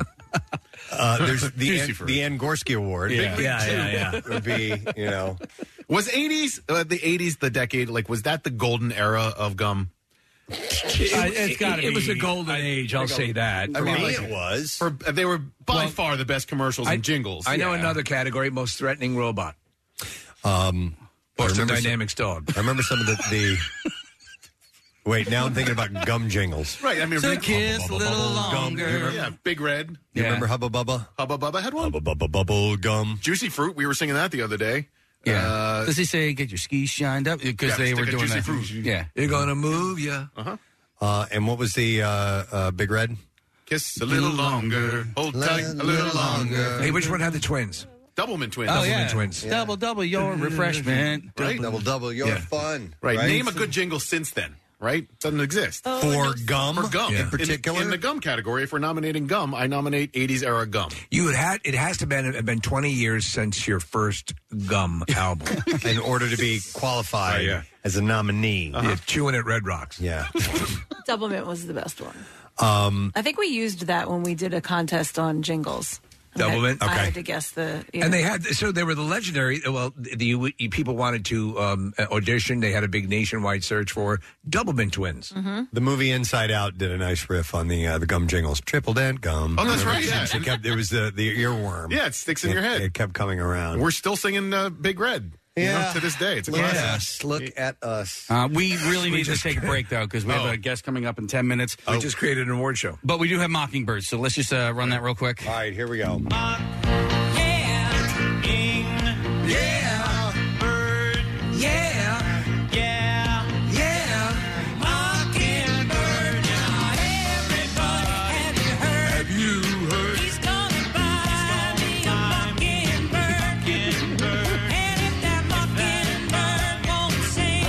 Speaker 4: Uh, there's the
Speaker 6: Juicy
Speaker 4: An,
Speaker 6: fruit.
Speaker 4: the Angorsky Award.
Speaker 6: Yeah. Yeah, yeah, yeah.
Speaker 4: Would be you know
Speaker 6: Was 80s, uh, the 80s, the decade, like, was that the golden era of gum?
Speaker 1: it's gotta it- it was be. a golden I- age, I'll say that.
Speaker 6: I mean,
Speaker 1: For
Speaker 6: like,
Speaker 1: me, it
Speaker 4: was.
Speaker 6: For, they were by far the best commercials and jingles.
Speaker 1: I know another category, most threatening robot.
Speaker 4: Um, I
Speaker 1: Boston
Speaker 4: remember some-
Speaker 1: Dynamics dog.
Speaker 4: I remember some of the. the wait, now I'm thinking about gum jingles.
Speaker 6: Right. I mean,
Speaker 4: So
Speaker 6: Rick-
Speaker 4: kiss a little longer.
Speaker 6: You remember- Yeah, Big Red.
Speaker 4: You remember Hubba Bubba?
Speaker 6: Hubba Bubba had one.
Speaker 4: Hubba Bubba Bubble Gum.
Speaker 6: Juicy Fruit. We were singing that the other day.
Speaker 8: Yeah.
Speaker 6: Uh,
Speaker 8: Does he say get your skis shined up? Because
Speaker 6: Yeah,
Speaker 8: they
Speaker 6: stick
Speaker 8: were
Speaker 6: a
Speaker 8: doing
Speaker 6: juicy
Speaker 8: that.
Speaker 6: fruit.
Speaker 8: Yeah.
Speaker 1: You're gonna move, yeah.
Speaker 6: Uh-huh.
Speaker 4: Uh, and what was the uh, uh, Big Red?
Speaker 6: Kiss a little longer. Hold tight a little longer.
Speaker 1: Hey, which one had the twins?
Speaker 6: Doubleman twins.
Speaker 8: Oh, yeah. Double, double your refreshment.
Speaker 6: Right? Double,
Speaker 4: double your
Speaker 6: Yeah.
Speaker 4: fun.
Speaker 6: Right. Name a good jingle since then. Right? Doesn't exist.
Speaker 4: For gum?
Speaker 6: For gum.
Speaker 4: Yeah. In
Speaker 6: the-
Speaker 4: particular?
Speaker 6: In, the gum category, if we're nominating gum, I nominate 80s era gum.
Speaker 1: You would had it has to been have been twenty years since your first gum album.
Speaker 4: In order to be qualified
Speaker 6: Oh,
Speaker 4: as a nominee.
Speaker 1: Yeah, chewing at Red Rocks.
Speaker 4: Yeah.
Speaker 5: Double mint was the best one.
Speaker 4: Um,
Speaker 5: I think we used that when we did a contest on jingles. And
Speaker 1: Double
Speaker 5: I-
Speaker 1: mint?
Speaker 5: I
Speaker 1: Okay.
Speaker 5: had to guess the. yeah.
Speaker 1: And they had so they were the legendary. Well, the you, you people wanted to um, audition. They had a big nationwide search for Doubleman twins.
Speaker 4: The movie Inside Out did a nice riff on the uh, the gum jingles. Triple dent gum.
Speaker 6: Oh, that's right,
Speaker 4: Remember,
Speaker 6: yeah.
Speaker 4: It, kept, it was the, the earworm.
Speaker 6: Yeah, it sticks in
Speaker 4: It-
Speaker 6: your head.
Speaker 4: It kept coming around.
Speaker 6: We're still singing uh, Big Red. you know,
Speaker 4: Yeah.
Speaker 6: to this day. It's a
Speaker 4: Look at
Speaker 6: classic.
Speaker 4: us. Look at us.
Speaker 8: Uh, we really
Speaker 4: We
Speaker 8: need to
Speaker 4: just
Speaker 8: take a break, though, because we have
Speaker 4: Oh.
Speaker 8: a guest coming up in 10 minutes.
Speaker 1: We just created an award show.
Speaker 8: But we do have Mockingbirds, so let's just uh, run that real quick. All
Speaker 4: right, here we go.
Speaker 14: Yeah. Yeah. Bird. Yeah. Yeah. Yeah. Mockingbird. Now everybody, have you heard? Have you heard? He's coming by. He's coming by. me a mockingbird. and if that mockingbird won't sing,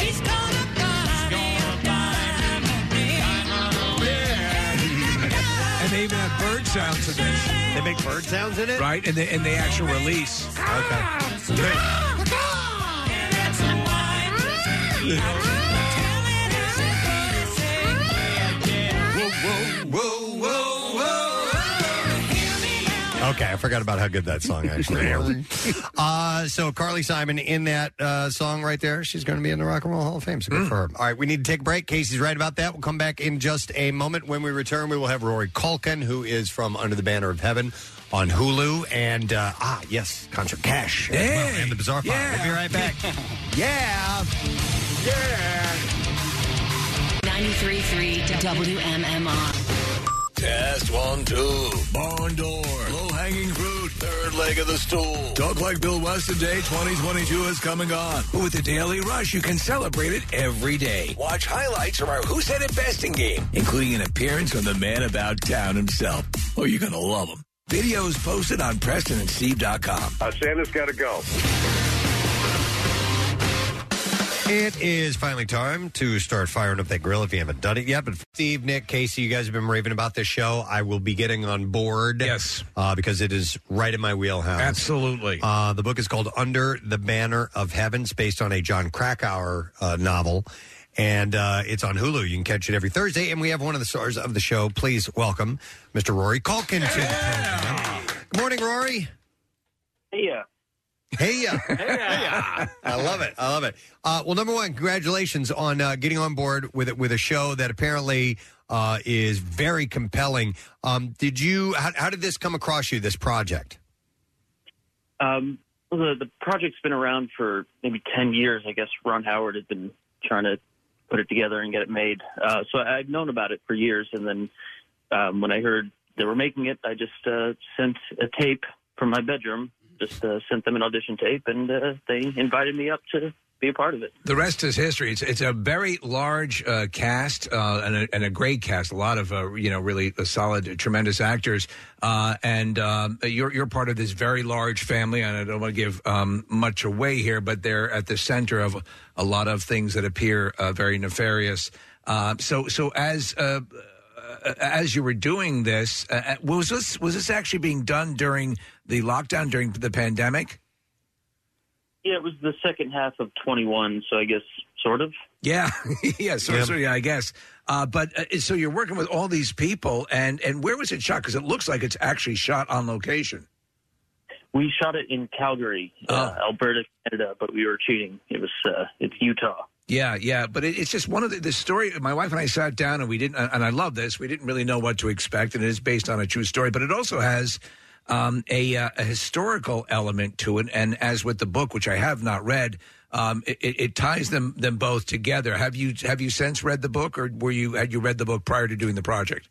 Speaker 14: he's gonna buy me a diamond ring.
Speaker 1: And they even have bird sounds in this.
Speaker 4: They make bird sounds in it,
Speaker 1: right? And the and the actual release.
Speaker 4: Okay.
Speaker 14: And that's why.
Speaker 4: Whoa, whoa, whoa, whoa. Okay, I forgot about how good that song actually was. Uh, so Carly Simon in that uh, song right there, she's going to be in the Rock and Roll Hall of Fame. So
Speaker 6: Mm.
Speaker 4: good for her. All right, we need to take a break. Casey's right about that. We'll come back in just a moment. When we return, we will have Rory Culkin, who is from Under the Banner of Heaven on Hulu, and uh, ah, yes, Contra Cash as well,
Speaker 14: Hey,
Speaker 4: and the Bizarre File. We'll be right back. yeah. Yeah.
Speaker 15: 93.3 WMMR.
Speaker 13: Test one, two. Barn door. Low hanging fruit. Third leg of the stool.
Speaker 1: Talk like Bill Weston Day 2022 is coming on. With the Daily Rush, you can celebrate it every day. Watch highlights from our Who Said It Besting game, including an appearance from the man about town himself. Oh, you're going to love him. Videos posted on PrestonandSteve.com.
Speaker 24: Uh, Santa's got to go.
Speaker 4: It is finally time to start firing up that grill if you haven't done it yet. But Steve, Nick, Casey, you guys have been raving about this show. I will be getting on board. Yes. Uh, because it is right in my wheelhouse.
Speaker 1: Absolutely.
Speaker 4: Uh, the book is called Under the Banner of Heaven. It's based on a John Krakauer uh, novel. And uh, it's on Hulu. You can catch it every Thursday. And we have one of the stars of the show. Please welcome Mr. Rory Culkin to the program. Good morning, Rory.
Speaker 24: Hey, yeah.
Speaker 4: Hey, yeah. I love it. I love it. Uh, well, number one, congratulations on uh, getting on board with it with a show that apparently uh, is very compelling. Um, did you? How, how did this come across you? This project?
Speaker 26: Um, well, the, the project's been around for maybe 10 years. I guess Ron Howard had been trying to put it together and get it made. Uh, so I've known about it for years, and then um, when I heard they were making it, I just uh, sent a tape from my bedroom. Just uh, sent them an audition tape, and uh, they invited me up to be a part of it.
Speaker 1: The rest is history. It's it's a very large uh, cast uh, and, a, and a great cast. A lot of uh, you know really uh, solid, tremendous actors. Uh, and um, you're you're part of this very large family. And I don't want to give um, much away here, but they're at the center of a lot of things that appear uh, very nefarious. Uh, so so as. Uh, uh, as you were doing this, uh, uh, was this was this actually being done during the lockdown during the pandemic?
Speaker 26: Yeah, it was the second half of 21, so I guess sort of.
Speaker 1: Yeah, yeah, so, so yeah, I guess. Uh, but uh, so you're working with all these people, and and where was it shot? Because it looks like it's actually shot on location.
Speaker 26: We shot it in Calgary,
Speaker 1: Oh.
Speaker 26: uh, Alberta, Canada, but we were cheating. It was uh, it's Utah.
Speaker 1: Yeah, yeah, but it, it's just one of the, the story. My wife and I sat down, and we didn't, and I love this. We didn't really know what to expect, and it is based on a true story, but it also has um, a, uh, a historical element to it. And as with the book, which I have not read, um, it, it it ties them them both together. Have you have you since read the book, or were you had you read the book prior to doing the project?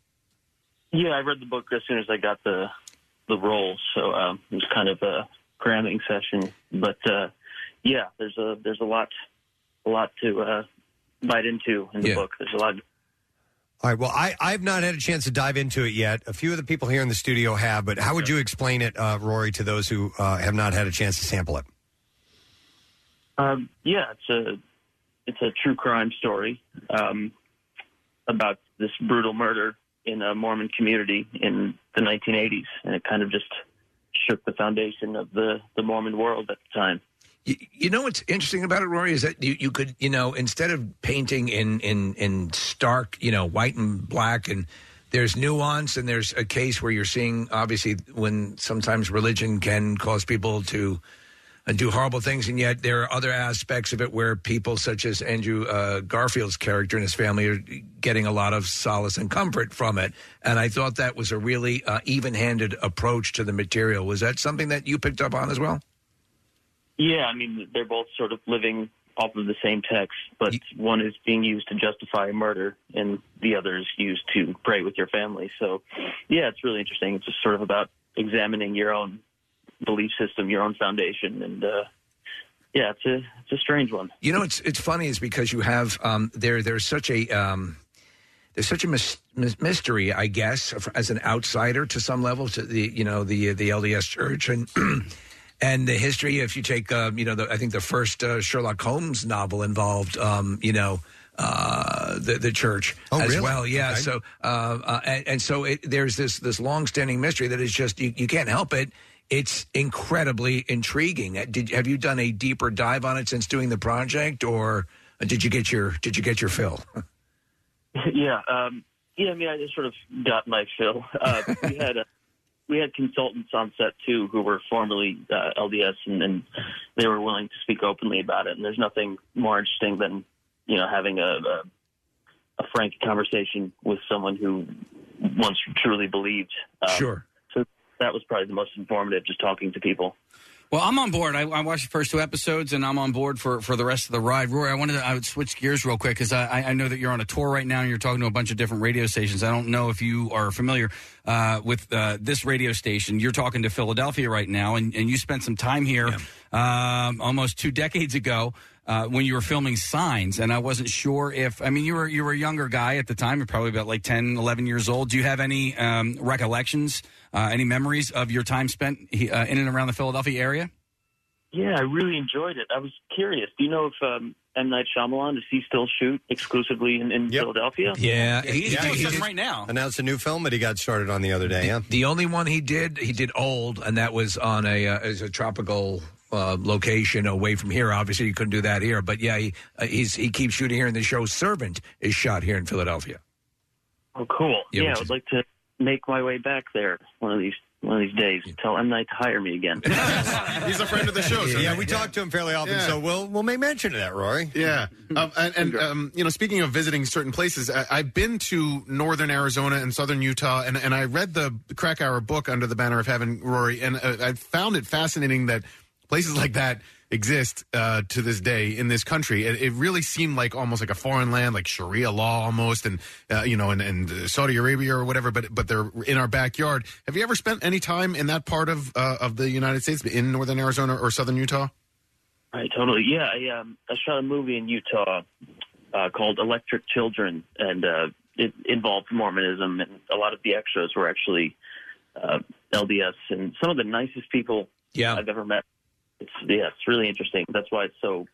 Speaker 26: Yeah, I read the book as soon as I got the the role, so um, it was kind of a cramming session. But uh, yeah, there's a there's a lot a lot to uh, bite into in the book. There's a lot.
Speaker 4: All right. Well, I, I've not had a chance to dive into it yet. A few of the people here in the studio have, but how would you explain it, uh, Rory, to those who uh, have not had a chance to sample it?
Speaker 26: Um, yeah, it's a it's a true crime story um, about this brutal murder in a Mormon community in the 1980s, and it kind of just shook the foundation of the the Mormon world at the time.
Speaker 1: You, you know what's interesting about it, Rory, is that you, you could, you know, instead of painting in, in, in stark, you know, white and black, and there's nuance, and there's a case where you're seeing, obviously, when sometimes religion can cause people to and do horrible things, and yet there are other aspects of it where people such as Andrew uh, Garfield's character and his family are getting a lot of solace and comfort from it. And I thought that was a really uh, even-handed approach to the material. Was that something that you picked up on as well?
Speaker 26: Yeah, I mean they're both sort of living off of the same text, but one is being used to justify a murder, and the other is used to pray with your family. So, yeah, it's really interesting. It's just sort of about examining your own belief system, your own foundation, and uh, yeah, it's a it's a strange one.
Speaker 1: You know, it's it's funny is because you have um, there there's such a um, there's such a mys- mys- mystery, I guess, f- as an outsider to some level to the you know the the LDS Church and. And the history, if you take, um, you know, the, I think the first uh, Sherlock Holmes novel involved, um, you know, uh, the the church
Speaker 4: Oh,
Speaker 1: as
Speaker 4: really?
Speaker 1: well. Yeah.
Speaker 4: Okay.
Speaker 1: So uh, uh, and, and so it, there's this this long-standing mystery that is just you, you can't help it. It's incredibly intriguing. Uh, Did have you done a deeper dive on it since doing the project, or did you get your did you get your fill?
Speaker 26: yeah, um, yeah. I mean, I just sort of got my fill. Uh, we had a, we had consultants on set too who were formerly uh, LDS, and, and they were willing to speak openly about it. And there's nothing more interesting than you know having a, a a frank conversation with someone who once truly believed. Um,
Speaker 1: sure.
Speaker 26: So that was probably the most informative, just talking to people.
Speaker 8: Well, I'm on board. I, I watched the first two episodes, and I'm on board for, for the rest of the ride. Rory, I wanted to I would switch gears real quick because I, I know that you're on a tour right now, and you're talking to a bunch of different radio stations. I don't know if you are familiar uh, with uh, this radio station. You're talking to Philadelphia right now, and, and you spent some time here um, almost two decades ago. Uh, when you were filming signs and i wasn't sure if i mean you were you were a younger guy at the time you're probably about like 10 11 years old do you have any um, recollections uh, any memories of your time spent he- uh, in and around the philadelphia area
Speaker 26: Yeah, I really enjoyed it. I was curious. Do you know if um, M Night Shyamalan does he still shoot exclusively in, in Philadelphia?
Speaker 8: now.
Speaker 4: Announced a new film that he got started on the other day. Yeah.
Speaker 1: The only one he did, he did old, and that was on a uh, as a tropical uh, location away from here. Obviously, you couldn't do that here, but yeah, he uh, he's, he keeps shooting here, and the show Servant is shot here in Philadelphia.
Speaker 26: Oh, cool.
Speaker 1: Yeah,
Speaker 26: Yeah,
Speaker 1: which
Speaker 26: I would like to make my way back there one of these one of these days. Tell M Night to hire me again.
Speaker 6: He's a friend of the show. So
Speaker 4: yeah, we talk to him fairly often,
Speaker 6: Yeah.
Speaker 4: so we'll we'll make mention of that, Rory.
Speaker 6: Yeah, um, and, and um, you know, speaking of visiting certain places, I, I've been to northern Arizona and southern Utah, and, and I read the Crack Hour book under the banner of Heaven, Rory, and uh, I found it fascinating that places like that exist uh, to this day in this country. It, it really seemed like almost like a foreign land, like Sharia law almost, and uh, you know, and, and Saudi Arabia or whatever. But but they're in our backyard. Have you ever spent any time in that part of uh, of the United States, in northern Arizona or southern Utah?
Speaker 26: Right, totally. Yeah, I, um, I shot a movie in Utah uh, called Electric Children, and uh, it involved Mormonism, and a lot of the extras were actually uh, LDS, and some of the nicest people
Speaker 1: yeah.
Speaker 26: I've ever met. It's, yeah, it's really interesting. That's why it's so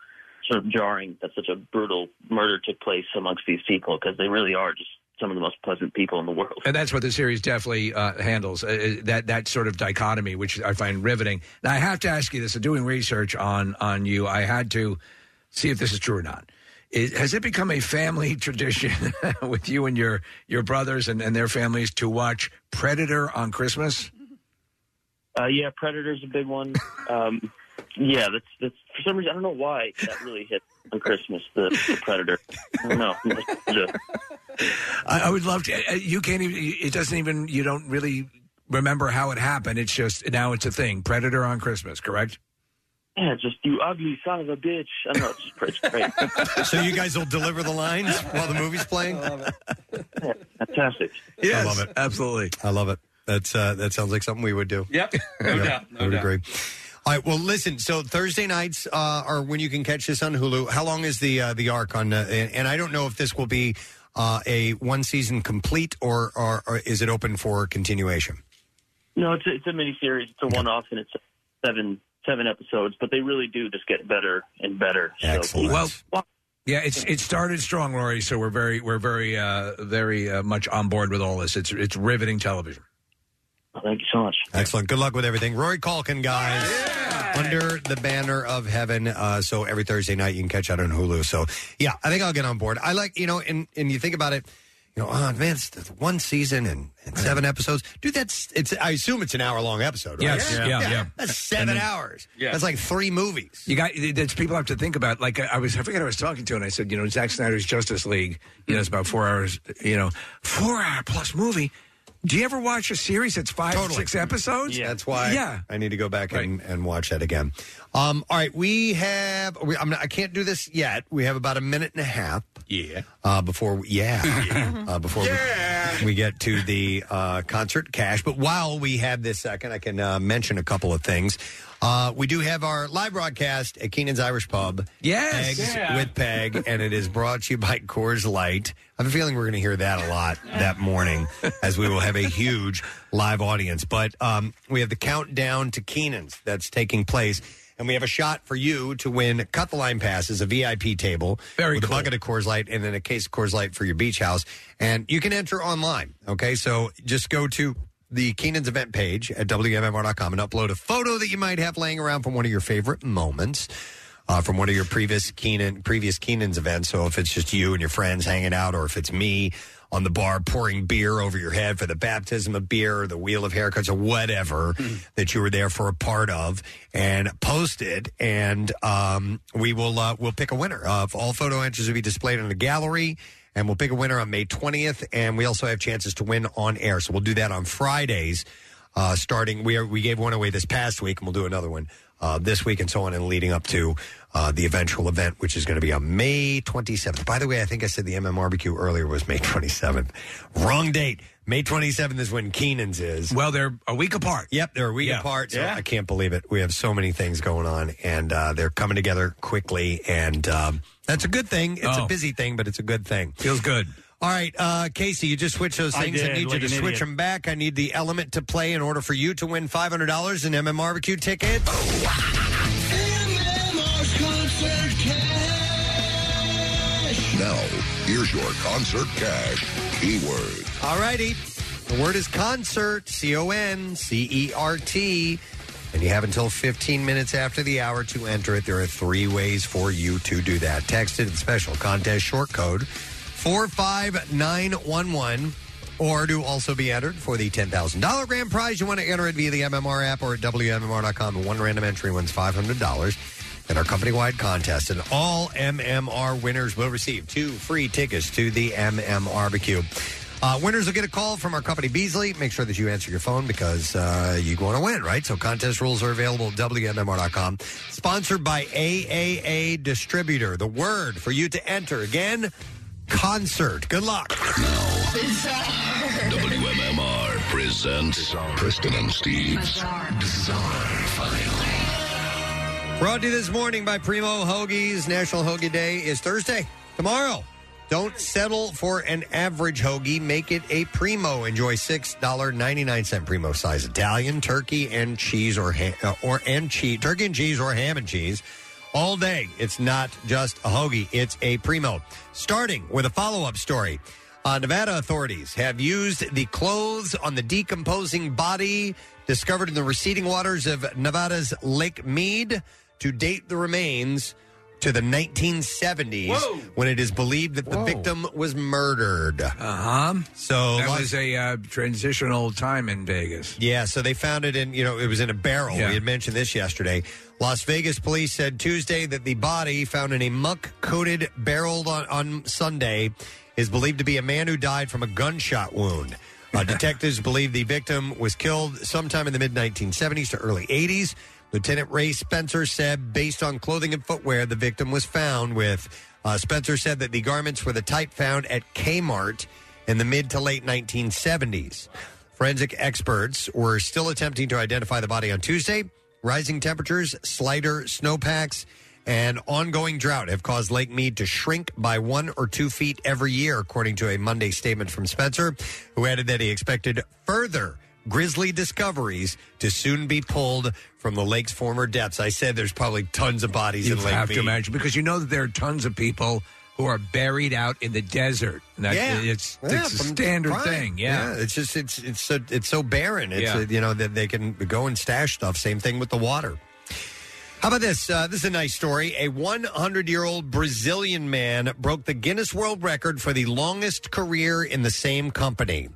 Speaker 26: sort of jarring that such a brutal murder took place amongst these people, because they really are just some of the most pleasant people in the world.
Speaker 1: And that's what the series definitely uh, handles uh, uh, that that sort of dichotomy, which I find riveting. Now, I have to ask you this: in doing research on on you, I had to see if this is true or not. Is, has it become a family tradition with you and your your brothers and, and their families to watch Predator on Christmas?
Speaker 26: Uh, yeah, Predator's a big one. Um, yeah, that's that's for some reason I don't know why that really hit on Christmas. The, the Predator. I don't know. uh,
Speaker 1: I, I would love to. uh, You can't even. It doesn't even. You don't really remember how it happened. It's just now it's a thing. Predator on Christmas, correct?
Speaker 26: Yeah, just you ugly son of a bitch. I don't know. It's just pretty great.
Speaker 4: so you guys will deliver the lines while the movie's playing.
Speaker 26: Fantastic.
Speaker 4: Yes, I love it.
Speaker 1: Absolutely,
Speaker 4: I love it. That's uh, that sounds like something we would do.
Speaker 8: Yep, no doubt, no
Speaker 4: I would
Speaker 8: doubt.
Speaker 4: agree. All right. Well, listen. So Thursday nights uh, are when you can catch this on Hulu. How long is the uh, the arc on? Uh, and, and I don't know if this will be uh, a one season complete or, or or is it open for continuation?
Speaker 26: No, it's a, it's a mini series. It's a one off, and it's seven seven episodes. But they really do just get better and better. So,
Speaker 1: Well, yeah, it's it started strong, Rory. So we're very we're very uh, very uh, much on board with all this. It's it's riveting television.
Speaker 26: Thank you so much.
Speaker 4: Excellent. Good luck with everything. Rory Calkin, guys. Under the banner of heaven. Uh, so every Thursday night you can catch out on Hulu. So yeah, I think I'll get on board. I like, you know, and, and you think about it, you know, oh man, it's it's one season and, and seven episodes. Dude, that's, it's, I assume it's an hour long episode, right?
Speaker 1: Yes. Yeah. Yeah. Yeah.
Speaker 4: That's seven
Speaker 1: And then-
Speaker 4: hours.
Speaker 1: Yeah.
Speaker 4: That's like three movies.
Speaker 1: You got that's people have to think about. Like I, I was, I forget who I was talking to, and I said, you know, Zack Snyder's Justice League. You know, it's about four hours. You know, four hour plus movie. Do you ever watch a series that's five, six episodes?
Speaker 4: Yeah, that's why.
Speaker 1: Yeah.
Speaker 4: I need to go back and, and watch that again. Um, all right, we have. We, I'm not, I can't do this yet. We have about a minute and a half. Yeah. Uh, before we, yeah, uh, before We, we get to the uh, concert cash. But while we have this second, I can uh, mention a couple of things. Uh, we do have our live broadcast at Keenan's Irish Pub.
Speaker 1: Yes.
Speaker 4: Eggs
Speaker 1: Yeah.
Speaker 4: with Peg, and it is brought to you by Coors Light. I have a feeling we're going to hear that a lot that morning, as we will have a huge live audience. But um, we have the countdown to Keenan's that's taking place. And we have a shot for you to win cut the line passes, a VIP table Very with a bucket of Coors Light, and then a case of Coors Light for your beach house. And you can enter online. Okay, so just go to the Keenan's event page at WMMR.com and upload a photo that you might have laying around from one of your favorite moments uh, from one of your previous Keenan previous Keenan's events. So if it's just you and your friends hanging out, or if it's me on the bar pouring beer over your head for the baptism of beer, or the wheel of haircuts, or whatever that you were there for a part of, and post it, and um, we will uh, we'll pick a winner. Uh, all photo entries will be displayed in the gallery. And we'll pick a winner on May 20th, and we also have chances to win on air. So we'll do that on Fridays uh, starting we are, we gave one away this past week and we'll do another one uh, this week and so on and leading up to uh, the eventual event which is going to be on may 27th by the way i think i said the mmbarbecue earlier was may 27th wrong date may 27th is when keenan's is
Speaker 1: well they're a week apart
Speaker 4: yep they're a week
Speaker 1: Yeah.
Speaker 4: apart so
Speaker 1: Yeah.
Speaker 4: i can't believe it we have so many things going on and uh, they're coming together quickly and um, that's a good thing it's a
Speaker 1: Oh.
Speaker 4: busy thing but it's a good thing
Speaker 1: feels good
Speaker 4: all right, uh, Casey, you just switched those
Speaker 1: I
Speaker 4: things. I,
Speaker 1: did,
Speaker 4: need
Speaker 1: like
Speaker 4: you to
Speaker 1: an
Speaker 4: switch
Speaker 1: idiot.
Speaker 4: them back. I need the element to play in order for you to win $500 in MM barbecue tickets.
Speaker 7: Now, here's your concert cash keyword.
Speaker 4: All righty. The word is concert, C O N C E R T. And you have until 15 minutes after the hour to enter it. There are three ways for you to do that. Text it in special contest short code 45911 or to also be entered for the $10,000 grand prize. You want to enter it via the MMR app or at WMMR.com. And one random entry wins $500 in our company wide contest. And all MMR winners will receive two free tickets to the MMR barbecue. Uh, winners will get a call from our company, Beasley. Make sure that you answer your phone because uh, you want to win, right? So contest rules are available at WMMR.com. Sponsored by AAA Distributor. The word for you to enter again, concert. Good luck.
Speaker 7: WMMR presents Preston and Steve's Bizarre, File.
Speaker 4: Brought to you this morning by Primo Hoagies. National Hoagie Day is Thursday, tomorrow. Don't settle for an average hoagie. Make it a Primo. Enjoy six dollar ninety nine cent Primo size Italian turkey and cheese or ha- uh, or and cheese turkey and cheese or ham and cheese all day. It's not just a hoagie. It's a Primo. Starting with a follow up story. Uh, Nevada authorities have used the clothes on the decomposing body discovered in the receding waters of Nevada's Lake Mead to date the remains to the 1970s
Speaker 1: Whoa.
Speaker 4: when it is believed that the victim was murdered.
Speaker 1: Uh huh.
Speaker 4: So
Speaker 1: that
Speaker 4: Las-
Speaker 1: was a uh, transitional time in Vegas.
Speaker 4: Yeah, so they found it in, you know, it was in a barrel. We had mentioned this yesterday. Las Vegas police said Tuesday that the body found in a muck coated barrel on, on Sunday is believed to be a man who died from a gunshot wound. Uh, detectives believe the victim was killed sometime in the mid 1970s to early 80s. Lieutenant Ray Spencer said, based on clothing and footwear, the victim was found with. Uh, Spencer said that the garments were the type found at Kmart in the mid to late 1970s. Forensic experts were still attempting to identify the body on Tuesday. Rising temperatures, slighter snowpacks, and ongoing drought have caused Lake Mead to shrink by one or two feet every year, according to a Monday statement from Spencer, who added that he expected further grisly discoveries to soon be pulled from the lake's former depths. I said there's probably tons of bodies
Speaker 1: You
Speaker 4: in Lake
Speaker 1: have
Speaker 4: Mead.
Speaker 1: to imagine because you know that there are tons of people who are buried out in the desert. And that, it's,
Speaker 4: Yeah,
Speaker 1: it's a
Speaker 4: from
Speaker 1: standard
Speaker 4: crime.
Speaker 1: thing. Yeah.
Speaker 4: it's just it's it's so it's so barren. It's
Speaker 1: Yeah.
Speaker 4: uh, you know that they can go and stash stuff. Same thing with the water. How about this? Uh, this is a nice story. A 100 year old Brazilian man broke the Guinness World Record for the longest career in the same company.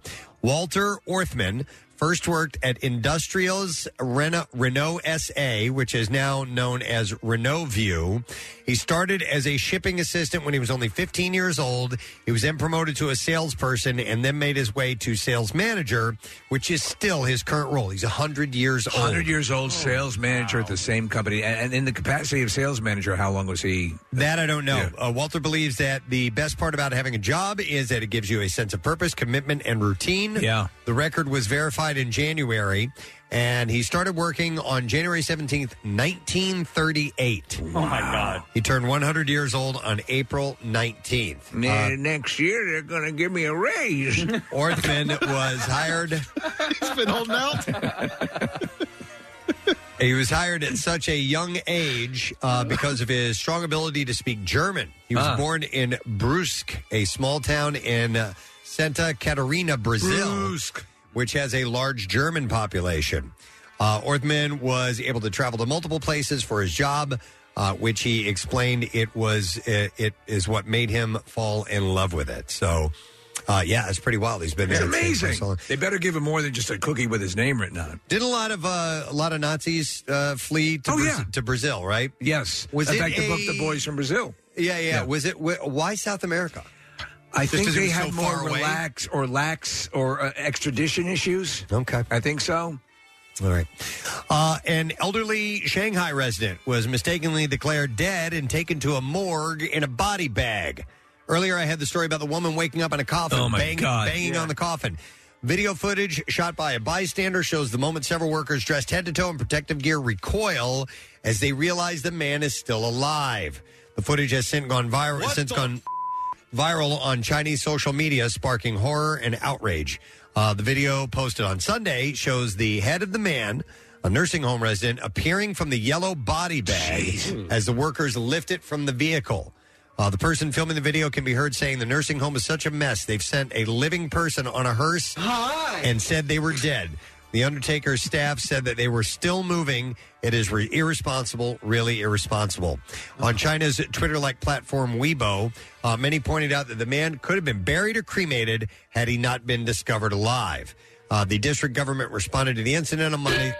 Speaker 4: Walter Orthman first worked at Industrials Rena- Renault SA, which is now known as Renault View. He started as a shipping assistant when he was only 15 years old. He was then promoted to a salesperson and then made his way to sales manager, which is still his current role. He's 100 years old.
Speaker 1: 100 years old
Speaker 4: oh,
Speaker 1: sales manager at the same company. And, and in the capacity of sales manager, how long was he?
Speaker 4: That I don't know. Uh, Walter believes that the best part about having a job is that it gives you a sense of purpose, commitment, and routine.
Speaker 1: Yeah.
Speaker 4: The record was verified in January, and he started working on January 17th, 1938. Oh, my God. He turned 100 years old on April 19th.
Speaker 1: Yeah,
Speaker 4: Uh,
Speaker 1: next year, they're going to give me a raise.
Speaker 4: Orthman was hired.
Speaker 1: He's been holding out.
Speaker 4: He was hired at such a young age uh, because of his strong ability to speak German. He was
Speaker 1: Ah.
Speaker 4: born in Brusque, a small town in uh, Santa Catarina, Brazil, which has a large German population. Uh, Orthman was able to travel to multiple places for his job, uh, which he explained it was it, it is what made him fall in love with it. So, uh, yeah, it's pretty wild. He's been
Speaker 1: It's
Speaker 4: there for
Speaker 1: amazing.
Speaker 4: so long.
Speaker 1: They better give him more than just a cookie with his name written on it.
Speaker 4: Did a lot of uh, a lot of Nazis uh, flee to,
Speaker 1: Oh,
Speaker 4: Braz-
Speaker 1: yeah.
Speaker 4: to Brazil, right?
Speaker 1: Yes.
Speaker 4: Was
Speaker 1: In
Speaker 4: it
Speaker 1: fact, the book, The
Speaker 4: a-
Speaker 1: Boys from Brazil.
Speaker 4: Yeah, yeah. Was it wh- why South America?
Speaker 1: I
Speaker 4: Just
Speaker 1: think
Speaker 4: 'cause it
Speaker 1: they
Speaker 4: was so
Speaker 1: had more
Speaker 4: far away?
Speaker 1: relax or lax or uh, extradition issues.
Speaker 4: Okay.
Speaker 1: I think so.
Speaker 4: All right. Uh, an elderly Shanghai resident was mistakenly declared dead and taken to a morgue in a body bag. Earlier, I had the story about the woman waking up in a coffin,
Speaker 1: Oh, my
Speaker 4: bang-
Speaker 1: God.
Speaker 4: banging
Speaker 1: Yeah.
Speaker 4: on the coffin. Video footage shot by a bystander shows the moment several workers dressed head to toe in protective gear recoil as they realize the man is still alive. The footage has since gone viral. since gone viral on Chinese social media, sparking horror and outrage. Uh, the video posted on Sunday shows the head of the man, a nursing home resident, appearing from the yellow body bag as the workers lift it from the vehicle. Uh, the person filming the video can be heard saying, The nursing home is such a mess. They've sent a living person on a hearse and said they were dead. The Undertaker's staff said that they were still moving. It is re- irresponsible, really irresponsible. On China's Twitter like platform Weibo, uh, many pointed out that the man could have been buried or cremated had he not been discovered alive. Uh, the district government responded to the incident on Monday,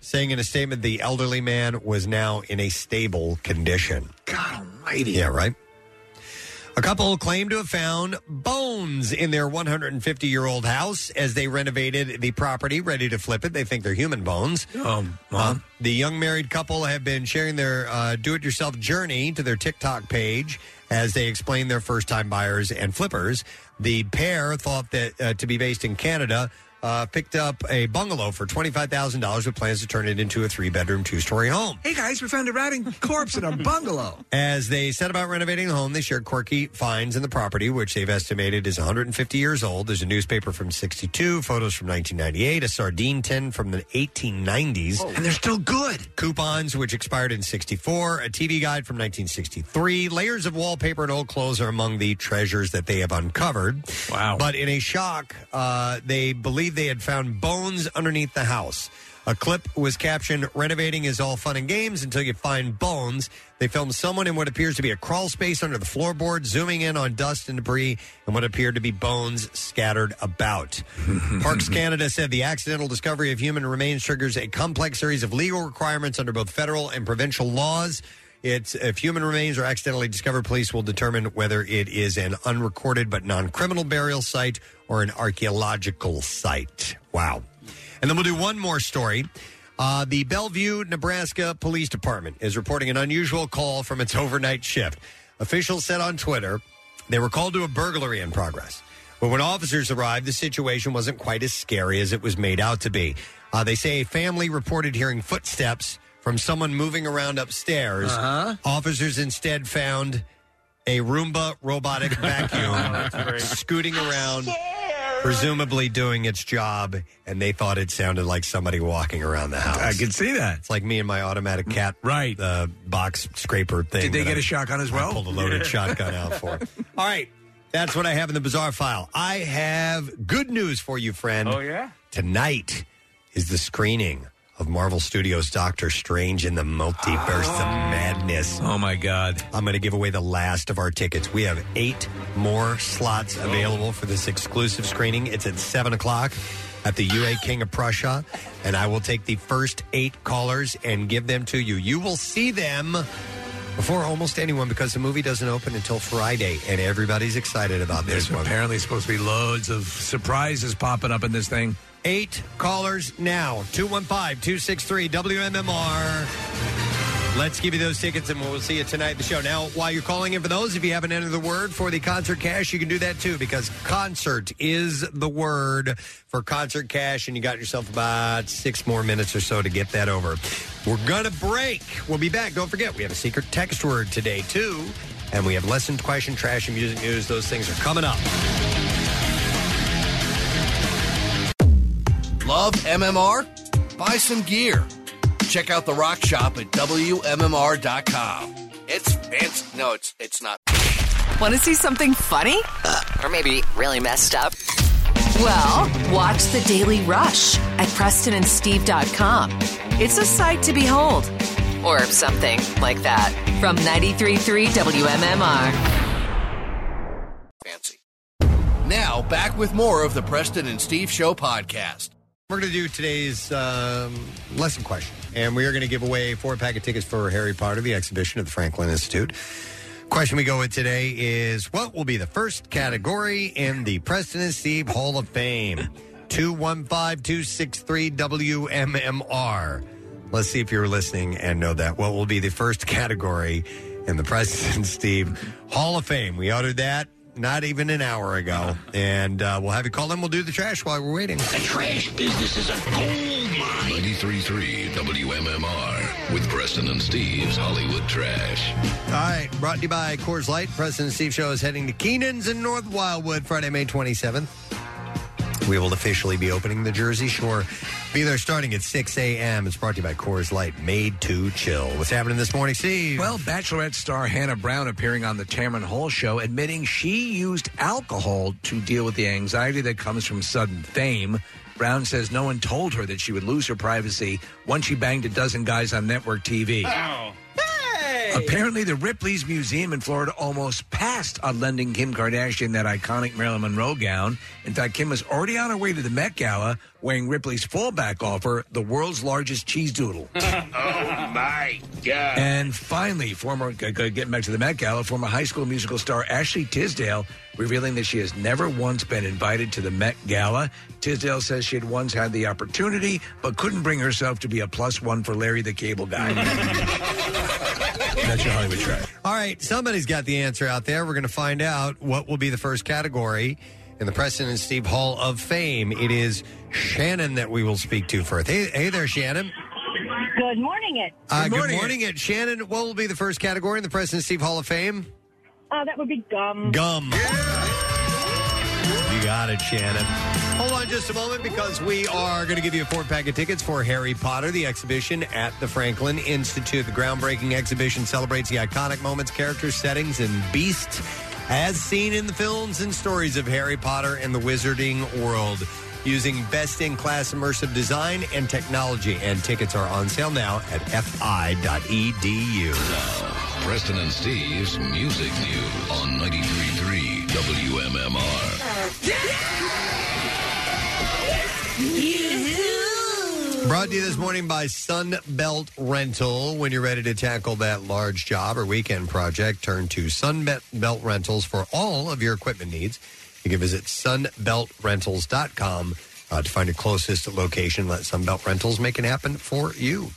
Speaker 4: saying in a statement the elderly man was now in a stable condition. God almighty. Yeah, right? All A couple claim to have found bones in their 150 year old house as they renovated the property, ready to flip it. They think they're human bones.
Speaker 1: Um,
Speaker 4: Uh, the young married couple have been sharing their uh, do it yourself journey to their TikTok page as they explain their first time buyers and flippers. The pair thought that uh, to be based in Canada. Uh, picked up a bungalow for $25,000 with plans to turn it into a three bedroom, two story home.
Speaker 1: Hey guys, we found a rotting corpse in a bungalow.
Speaker 4: As they set about renovating the home, they shared quirky finds in the property, which they've estimated is 150 years old. There's a newspaper from 62, photos from 1998, a sardine tin from the 1890s.
Speaker 14: Oh.
Speaker 4: And
Speaker 1: they're still good.
Speaker 4: Coupons, which expired in 64, a TV guide from 1963. Layers of wallpaper and old clothes are among the treasures that they have uncovered. Wow. But in a shock, uh, they believe they had found bones underneath the house. A clip was captioned Renovating is all fun and games until you find bones. They filmed someone in what appears to be a crawl space under the floorboard, zooming in on dust and debris and what appeared to be bones scattered about. Parks Canada said the accidental discovery of human remains triggers a complex series of legal requirements under both federal and provincial laws. It's if human remains are accidentally discovered, police will determine whether it is an unrecorded but non-criminal burial site or an archaeological site. Wow. And then we'll do one more story. Uh, the Bellevue, Nebraska Police Department is reporting an unusual call from its overnight shift. Officials said on Twitter they were called to a burglary in progress. But when officers arrived, the situation wasn't quite as scary as it was made out to be. Uh, they say a family reported hearing footsteps from someone moving around upstairs. Officers instead found a Roomba robotic vacuum scooting around, presumably doing its job, and they thought it sounded like somebody walking around the house. I
Speaker 1: could see that. Mm,
Speaker 4: It's like me and my automatic cat,
Speaker 1: right?
Speaker 4: Uh, box scraper thing.
Speaker 1: Did they
Speaker 4: that
Speaker 1: get
Speaker 4: I-
Speaker 1: a shotgun as
Speaker 4: I
Speaker 1: well?
Speaker 4: pulled a loaded shotgun out for. it. All right, that's what I have in the bizarre file. I have good news for you, friend.
Speaker 14: Oh, yeah?
Speaker 4: Tonight is the screening of Marvel Studios' Doctor Strange in the Multiverse of Madness.
Speaker 1: Oh my God!
Speaker 4: I'm going to give away the last of our tickets. We have eight more slots available for this exclusive screening. It's at seven o'clock. At the UA King of Prussia, and I will take the first eight callers and give them to you. You will see them before almost anyone because the movie doesn't open until Friday, and everybody's excited about this one.
Speaker 1: Apparently, supposed to be loads of surprises popping up in this thing.
Speaker 4: Eight callers now 215 263 WMMR. Let's give you those tickets and we'll see you tonight at the show. Now, while you're calling in for those, if you haven't entered the word for the concert cash, you can do that too because concert is the word for concert cash, and you got yourself about six more minutes or so to get that over. We're going to break. We'll be back. Don't forget, we have a secret text word today too, and we have lesson, question, trash, and music news. Those things are coming up.
Speaker 13: Love MMR? Buy some gear. Check out the rock shop at WMMR.com. It's fancy. No, it's it's not.
Speaker 9: Want to see something funny? Uh, or maybe really messed up? Well, watch The Daily Rush at PrestonandSteve.com. It's a sight to behold, or something like that, from 93.3 WMMR.
Speaker 13: Fancy. Now, back with more of the Preston and Steve Show podcast.
Speaker 4: We're going to do today's um, lesson question, and we are going to give away four pack of tickets for Harry Potter, the exhibition at the Franklin Institute. Question we go with today is what will be the first category in the Preston and Steve Hall of Fame? 215 263 WMMR. Let's see if you're listening and know that. What will be the first category in the Preston and Steve Hall of Fame? We uttered that not even an hour ago, and uh, we'll have you call in. We'll do the trash while we're waiting.
Speaker 7: The trash business is a gold mine. 93.3 WMMR with Preston and Steve's Hollywood Trash.
Speaker 4: All right, brought to you by Coors Light. President Steve Show is heading to Keenan's in North Wildwood Friday, May 27th. We will officially be opening the Jersey Shore. Be there starting at 6 a.m. It's brought to you by Coors Light, made to chill. What's happening this morning, Steve?
Speaker 1: Well, Bachelorette star Hannah Brown appearing on the Tamron Hall show, admitting she used alcohol to deal with the anxiety that comes from sudden fame. Brown says no one told her that she would lose her privacy once she banged a dozen guys on network TV.
Speaker 14: Hey!
Speaker 1: Apparently, the Ripley's Museum in Florida almost passed on lending Kim Kardashian that iconic Marilyn Monroe gown. In fact, Kim was already on her way to the Met Gala wearing Ripley's fallback offer, the world's largest cheese doodle.
Speaker 14: oh my god!
Speaker 1: And finally, former g- g- getting back to the Met Gala, former High School Musical star Ashley Tisdale revealing that she has never once been invited to the Met Gala. Tisdale says she had once had the opportunity, but couldn't bring herself to be a plus one for Larry the Cable Guy. That's your Hollywood track.
Speaker 4: All right, somebody's got the answer out there. We're going to find out what will be the first category in the Preston and Steve Hall of Fame. It is Shannon that we will speak to first. Hey, hey there, Shannon.
Speaker 10: Good morning, it.
Speaker 4: Uh, good morning, it. Shannon. What will be the first category in the Preston and Steve Hall of Fame?
Speaker 10: Uh, that would be gum.
Speaker 4: Gum. You got it, Shannon. Hold on just a moment because we are going to give you a four pack of tickets for Harry Potter, the exhibition at the Franklin Institute. The groundbreaking exhibition celebrates the iconic moments, characters, settings, and beasts as seen in the films and stories of Harry Potter and the Wizarding World. Using best in class immersive design and technology. And tickets are on sale now at E fi.edu.
Speaker 7: Now, Preston and Steve's Music News on 93.3 WMMR.
Speaker 4: Brought to you this morning by Sunbelt Rental. When you're ready to tackle that large job or weekend project, turn to Sunbelt Rentals for all of your equipment needs. You can visit sunbeltrentals.com uh, to find your closest location. Let Sunbelt Rentals make it happen for you.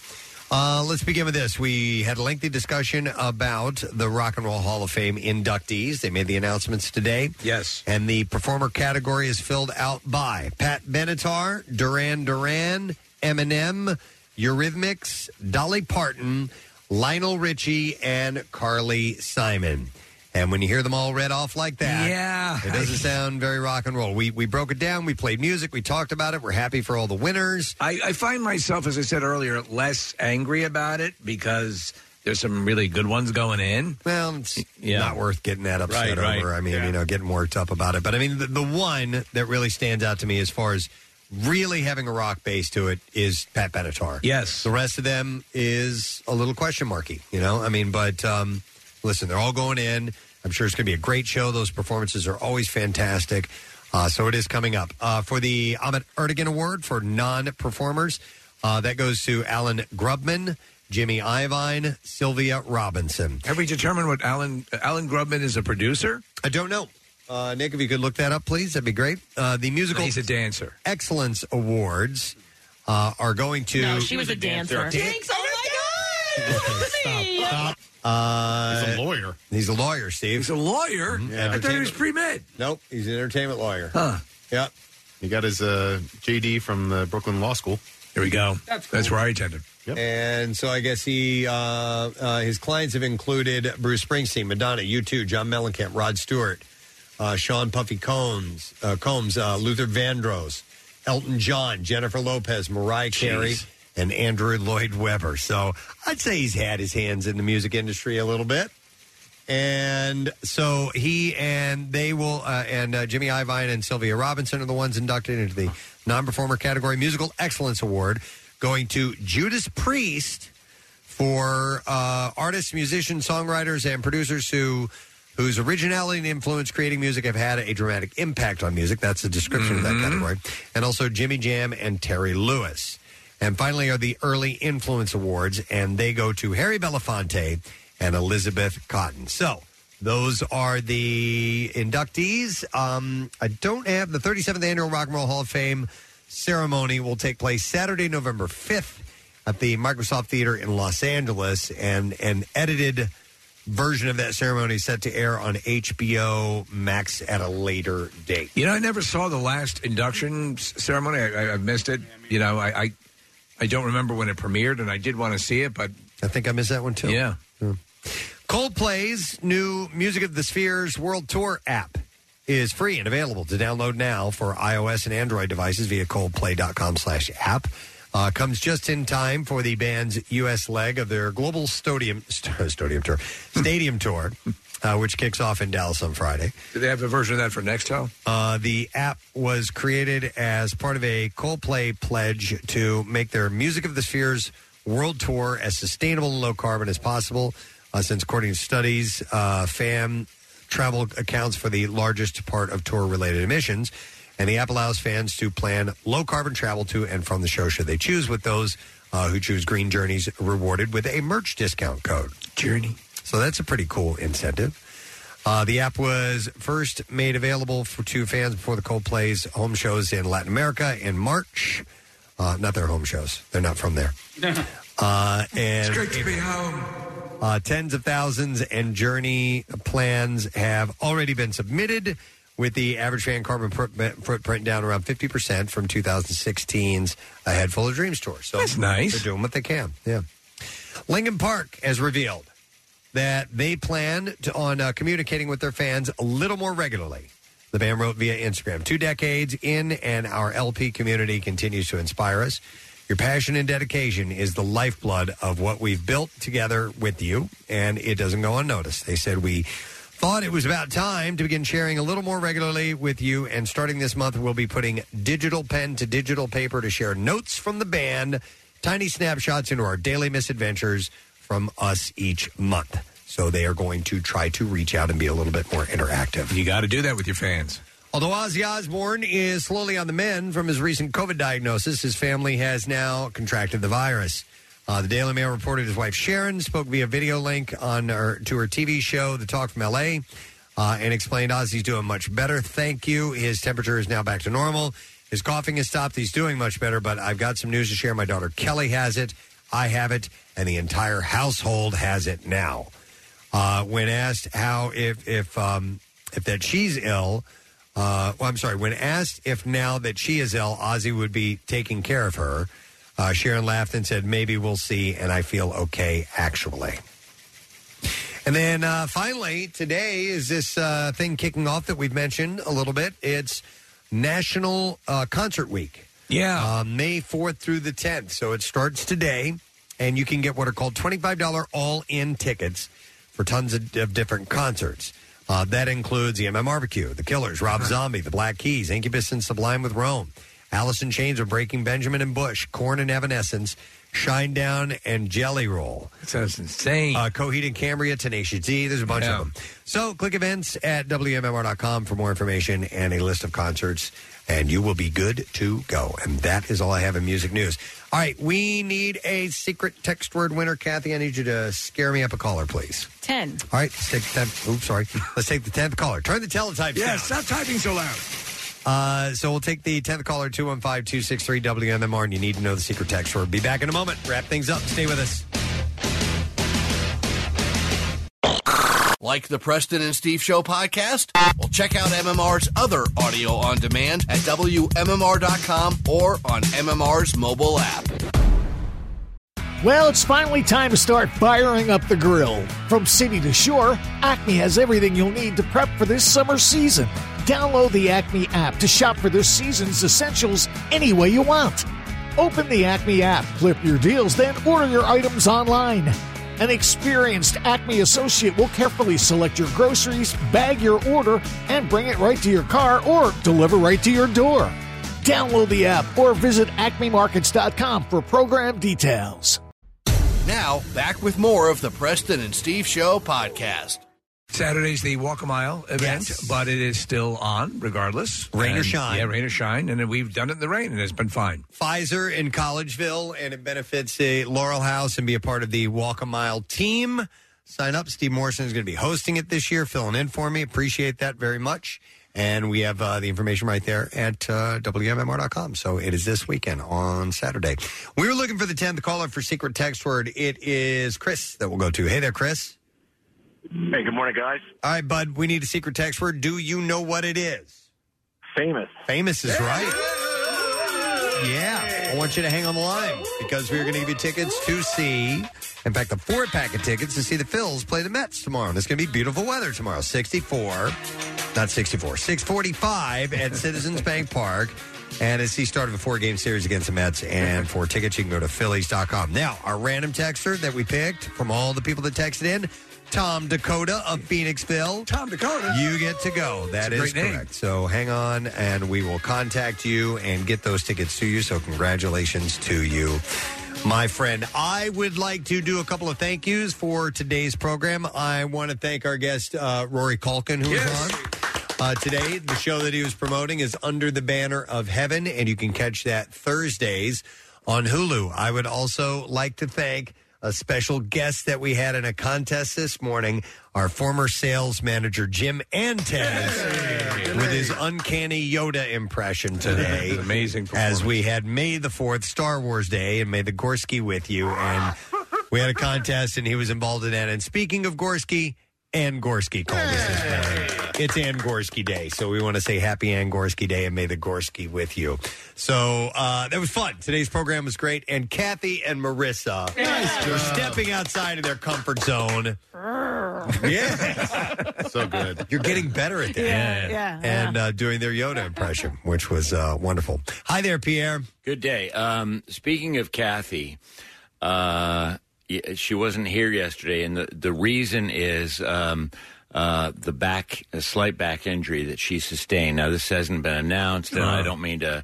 Speaker 4: Uh, let's begin with this. We had a lengthy discussion about the Rock and Roll Hall of Fame inductees. They made the announcements today.
Speaker 1: Yes.
Speaker 4: And the performer category is filled out by Pat Benatar, Duran Duran, Eminem, Eurythmics, Dolly Parton, Lionel Richie, and Carly Simon. And when you hear them all read off like that,
Speaker 1: Yeah.
Speaker 4: it doesn't sound very rock and roll. We we broke it down. We played music. We talked about it. We're happy for all the winners.
Speaker 1: I, I find myself, as I said earlier, less angry about it because there's some really good ones going in.
Speaker 4: Well, it's not worth getting that upset
Speaker 1: Right, right.
Speaker 4: over. I mean, you know, getting worked up about it. But I mean, the, the one that really stands out to me as far as really having a rock base to it is Pat Benatar.
Speaker 1: Yes.
Speaker 4: The rest of them is a little question marky, you know? I mean, but um, listen, they're all going in. I'm sure it's going to be a great show. Those performances are always fantastic. Uh, so it is coming up. Uh, for the Ahmet Erdogan Award for non performers, uh, that goes to Alan Grubman, Jimmy Ivine, Sylvia Robinson.
Speaker 1: Have we determined what Alan Alan Grubman is a producer?
Speaker 4: I don't know. Uh, Nick, if you could look that up, please, that'd be great. Uh, the musical
Speaker 1: He's a dancer.
Speaker 4: excellence awards uh, are going to.
Speaker 3: No, she was a dancer. Jinx, oh my God! Me.
Speaker 4: Uh,
Speaker 6: He's a lawyer.
Speaker 4: He's a lawyer, Steve. He's
Speaker 1: a lawyer.
Speaker 6: I thought he was
Speaker 1: pre med.
Speaker 4: Nope, he's an entertainment lawyer.
Speaker 1: Huh.
Speaker 4: Yeah.
Speaker 6: He got his uh, JD from the Brooklyn Law School.
Speaker 1: There we go. That's, where I attended.
Speaker 4: And so I guess he uh, uh, his clients have included Bruce Springsteen, Madonna, U2, John Mellencamp, Rod Stewart, uh, Sean Puffy Combs, uh, Combs, uh, Luther Vandross, Elton John, Jennifer Lopez, Mariah Carey, and Andrew Lloyd Webber. So I'd say he's had his hands in the music industry a little bit. And so he and they will, uh, and uh, Jimmy Ivine and Sylvia Robinson are the ones inducted into the non performer category Musical Excellence Award, going to Judas Priest for uh, artists, musicians, songwriters, and producers who. Whose originality and influence creating music have had a dramatic impact on music. That's the description of that category. And also Jimmy Jam and Terry Lewis. And finally are the Early Influence Awards, and they go to Harry Belafonte and Elizabeth Cotton. So those are the inductees. Um, I don't have the 37th Annual Rock and Roll Hall of Fame ceremony will take place Saturday, November 5th at the Microsoft Theater in Los Angeles, and an edited version of that ceremony is set to air on HBO Max at a later date.
Speaker 1: You know, I never saw the last induction s- ceremony. I, I, I missed it. You know, I, I I don't remember when it premiered, and I did want to see it, but
Speaker 4: I think I missed that one too.
Speaker 1: Yeah.
Speaker 4: Coldplay's new Music of the Spheres World Tour app is free and available to download now for iOS and Android devices via coldplay.com slash app. Uh, comes just in time for the band's U.S. leg of their global stadium, stadium tour, stadium tour, uh, which kicks off in Dallas on Friday.
Speaker 1: Do they have a version of that for Nextel?
Speaker 4: Uh, the app was created as part of a Coldplay pledge to make their Music of the Spheres world tour as sustainable and low carbon as possible. uh, since, according to studies, uh, FAM travel accounts for the largest part of tour related emissions. And the app allows fans to plan low carbon travel to and from the show should they choose, with those uh, who choose Green Journeys rewarded with a merch discount code. Journey. So that's a pretty cool incentive. Uh, the app was first made available for to fans before the Coldplay's home shows in Latin America in March. Uh, not their home shows; they're not from there. Uh, and
Speaker 14: It's great to be home.
Speaker 4: uh, tens of thousands and journey plans have already been submitted, with the average fan carbon footprint- footprint down around 50% from 2016's A Head Full of Dreams tour. So
Speaker 1: That's nice.
Speaker 4: They're doing what they can. Yeah. Lincoln Park has revealed that they plan to, on uh, communicating with their fans a little more regularly. The band wrote via Instagram. Two decades in, and our LP community continues to inspire us. Your passion and dedication is the lifeblood of what we've built together with you, and it doesn't go unnoticed. They said we thought it was about time to begin sharing a little more regularly with you. And starting this month, we'll be putting digital pen to digital paper to share notes from the band, tiny snapshots into our daily misadventures from us each month. So they are going to try to reach out and be a little bit more interactive.
Speaker 1: You got to do that with your fans.
Speaker 4: Although Ozzy Osbourne is slowly on the mend from his recent COVID diagnosis, his family has now contracted the virus. Uh, the Daily Mail reported his wife Sharon spoke via video link on her, to her TV show, The Talk from LA, uh, and explained Ozzy's doing much better. Thank you. His temperature is now back to normal. His coughing has stopped. He's doing much better, but I've got some news to share. My daughter Kelly has it. I have it, and the entire household has it now. Uh, when asked how if if um, if that she's ill, uh, well, I'm sorry. When asked if now that she is ill, Ozzy would be taking care of her, uh, Sharon laughed and said, "Maybe we'll see." And I feel okay, actually. And then uh, finally, today is this uh, thing kicking off that we've mentioned a little bit. It's National uh, Concert Week.
Speaker 1: Yeah.
Speaker 4: Uh, May 4th through the 10th. So it starts today, and you can get what are called $25 all in tickets for tons of, of different concerts. Uh, that includes EMM Barbecue, The Killers, Rob Zombie, The Black Keys, Incubus and Sublime with Rome, Allison Chains are Breaking Benjamin and Bush, Corn and Evanescence, Shine Down and Jelly Roll.
Speaker 1: sounds insane.
Speaker 4: Uh, Coheed and Cambria, Tenacious D. There's a bunch
Speaker 1: Yeah.
Speaker 4: of them. So click events at WMMR.com for more information and a list of concerts, and you will be good to go. And that is all I have in music news. All right, we need a secret text word winner. Kathy, I need you to scare me up a caller, please.
Speaker 3: 10.
Speaker 4: All right, let's take the 10th. Oops, sorry. Let's take the 10th caller. Turn the teletype
Speaker 1: Yeah,
Speaker 4: down.
Speaker 1: stop typing so loud.
Speaker 4: Uh, so we'll take the 10th caller, 215 263 WMMR, and you need to know the secret text word. Be back in a moment. Wrap things up. Stay with us.
Speaker 12: Like the Preston and Steve Show podcast? Well, check out MMR's other audio on demand at WMMR.com or on MMR's mobile app.
Speaker 16: Well, it's finally time to start firing up the grill. From city to shore, Acme has everything you'll need to prep for this summer season. Download the Acme app to shop for this season's essentials any way you want. Open the Acme app, clip your deals, then order your items online. An experienced Acme associate will carefully select your groceries, bag your order, and bring it right to your car or deliver right to your door. Download the app or visit acmemarkets.com for program details.
Speaker 12: Now, back with more of the Preston and Steve Show podcast.
Speaker 1: Saturday's the Walk a Mile event, but it is still on regardless.
Speaker 4: Rain or
Speaker 1: And-
Speaker 4: shine.
Speaker 1: Yeah, rain or shine. And we've done it in the rain, and it's been fine.
Speaker 4: Pfizer in Collegeville, and it benefits uh, Laurel House and be a part of the Walk a Mile team. Sign up. Steve Morrison is going to be hosting it this year, filling in for me. Appreciate that very much. And we have uh, the information right there at uh, WMMR.com. So it is this weekend on Saturday. We were looking for the 10th caller for secret text word. It is Chris that we'll go to. Hey there, Chris.
Speaker 17: Hey, good morning, guys.
Speaker 4: All right, bud, we need a secret text word. Do you know what it is?
Speaker 17: Famous.
Speaker 4: Famous is right. Yeah. I want you to hang on the line because we're going to give you tickets to see, in fact, a four pack of tickets to see the Phils play the Mets tomorrow. And it's going to be beautiful weather tomorrow 64, not 64, 645 at Citizens Bank Park. And it's the start of a four game series against the Mets. And for tickets, you can go to Phillies.com. Now, our random texter that we picked from all the people that texted in, Tom Dakota of Phoenixville.
Speaker 1: Tom Dakota.
Speaker 4: You get to go. That
Speaker 1: It's a
Speaker 4: is
Speaker 1: great name.
Speaker 4: correct. So hang on, and we will contact you and get those tickets to you. So congratulations to you. My friend, I would like to do a couple of thank yous for today's program. I want to thank our guest, uh, Rory Culkin, who is on. Uh, today, the show that he was promoting is Under the Banner of Heaven, and you can catch that Thursdays on Hulu. I would also like to thank a special guest that we had in a contest this morning, our former sales manager, Jim Antez, with his uncanny Yoda impression today.
Speaker 1: Amazing
Speaker 4: As we had May the 4th, Star Wars Day, and May the Gorski with you. And we had a contest, and he was involved in that. And speaking of Gorski, Ann Gorski called us this morning. It's Ann Gorski Day, so we want to say happy Ann Gorski Day and may the Gorski with you. So uh, that was fun. Today's program was great. And Kathy and Marissa are stepping outside of their comfort zone. yeah.
Speaker 6: So good.
Speaker 4: You're getting better at that.
Speaker 14: Yeah, yeah, yeah.
Speaker 4: And uh, doing their Yoda impression, which was uh, wonderful. Hi there, Pierre.
Speaker 11: Good day. Um, speaking of Kathy, uh, y- she wasn't here yesterday, and the, the reason is um, uh, the back, a slight back injury that she sustained. Now, this hasn't been announced, and I don't mean to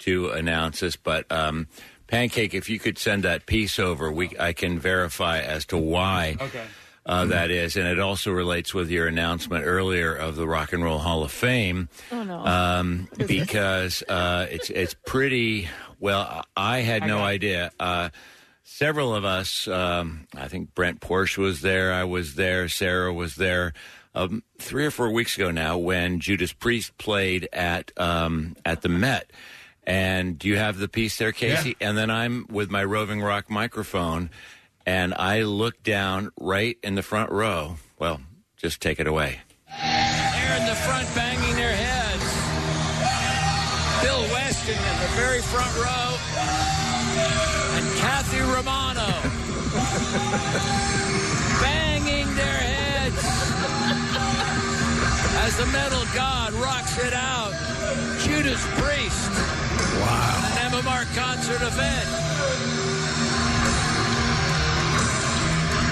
Speaker 11: to announce this, but um, Pancake, if you could send that piece over, we I can verify as to why.
Speaker 14: Okay.
Speaker 11: Uh, that is, and it also relates with your announcement earlier of the Rock and Roll Hall of Fame.
Speaker 14: Oh, no.
Speaker 11: Um,
Speaker 14: What is this?
Speaker 11: because uh, it's it's pretty well. I I had no idea. Uh, several of us, um, I think Brent Porsche was there. I was there. Sarah was there. Um, three or four weeks ago now, when Judas Priest played at um, at the Met. And do you have the piece there, Casey? And then I'm with my roving rock microphone, and I look down right in the front row. Well, just take it away.
Speaker 18: They're in the front banging their heads. Bill Weston in the very front row. And Kathy Romano banging their heads as the metal god rocks it out. Judas Priest. Wow. An MMR concert event.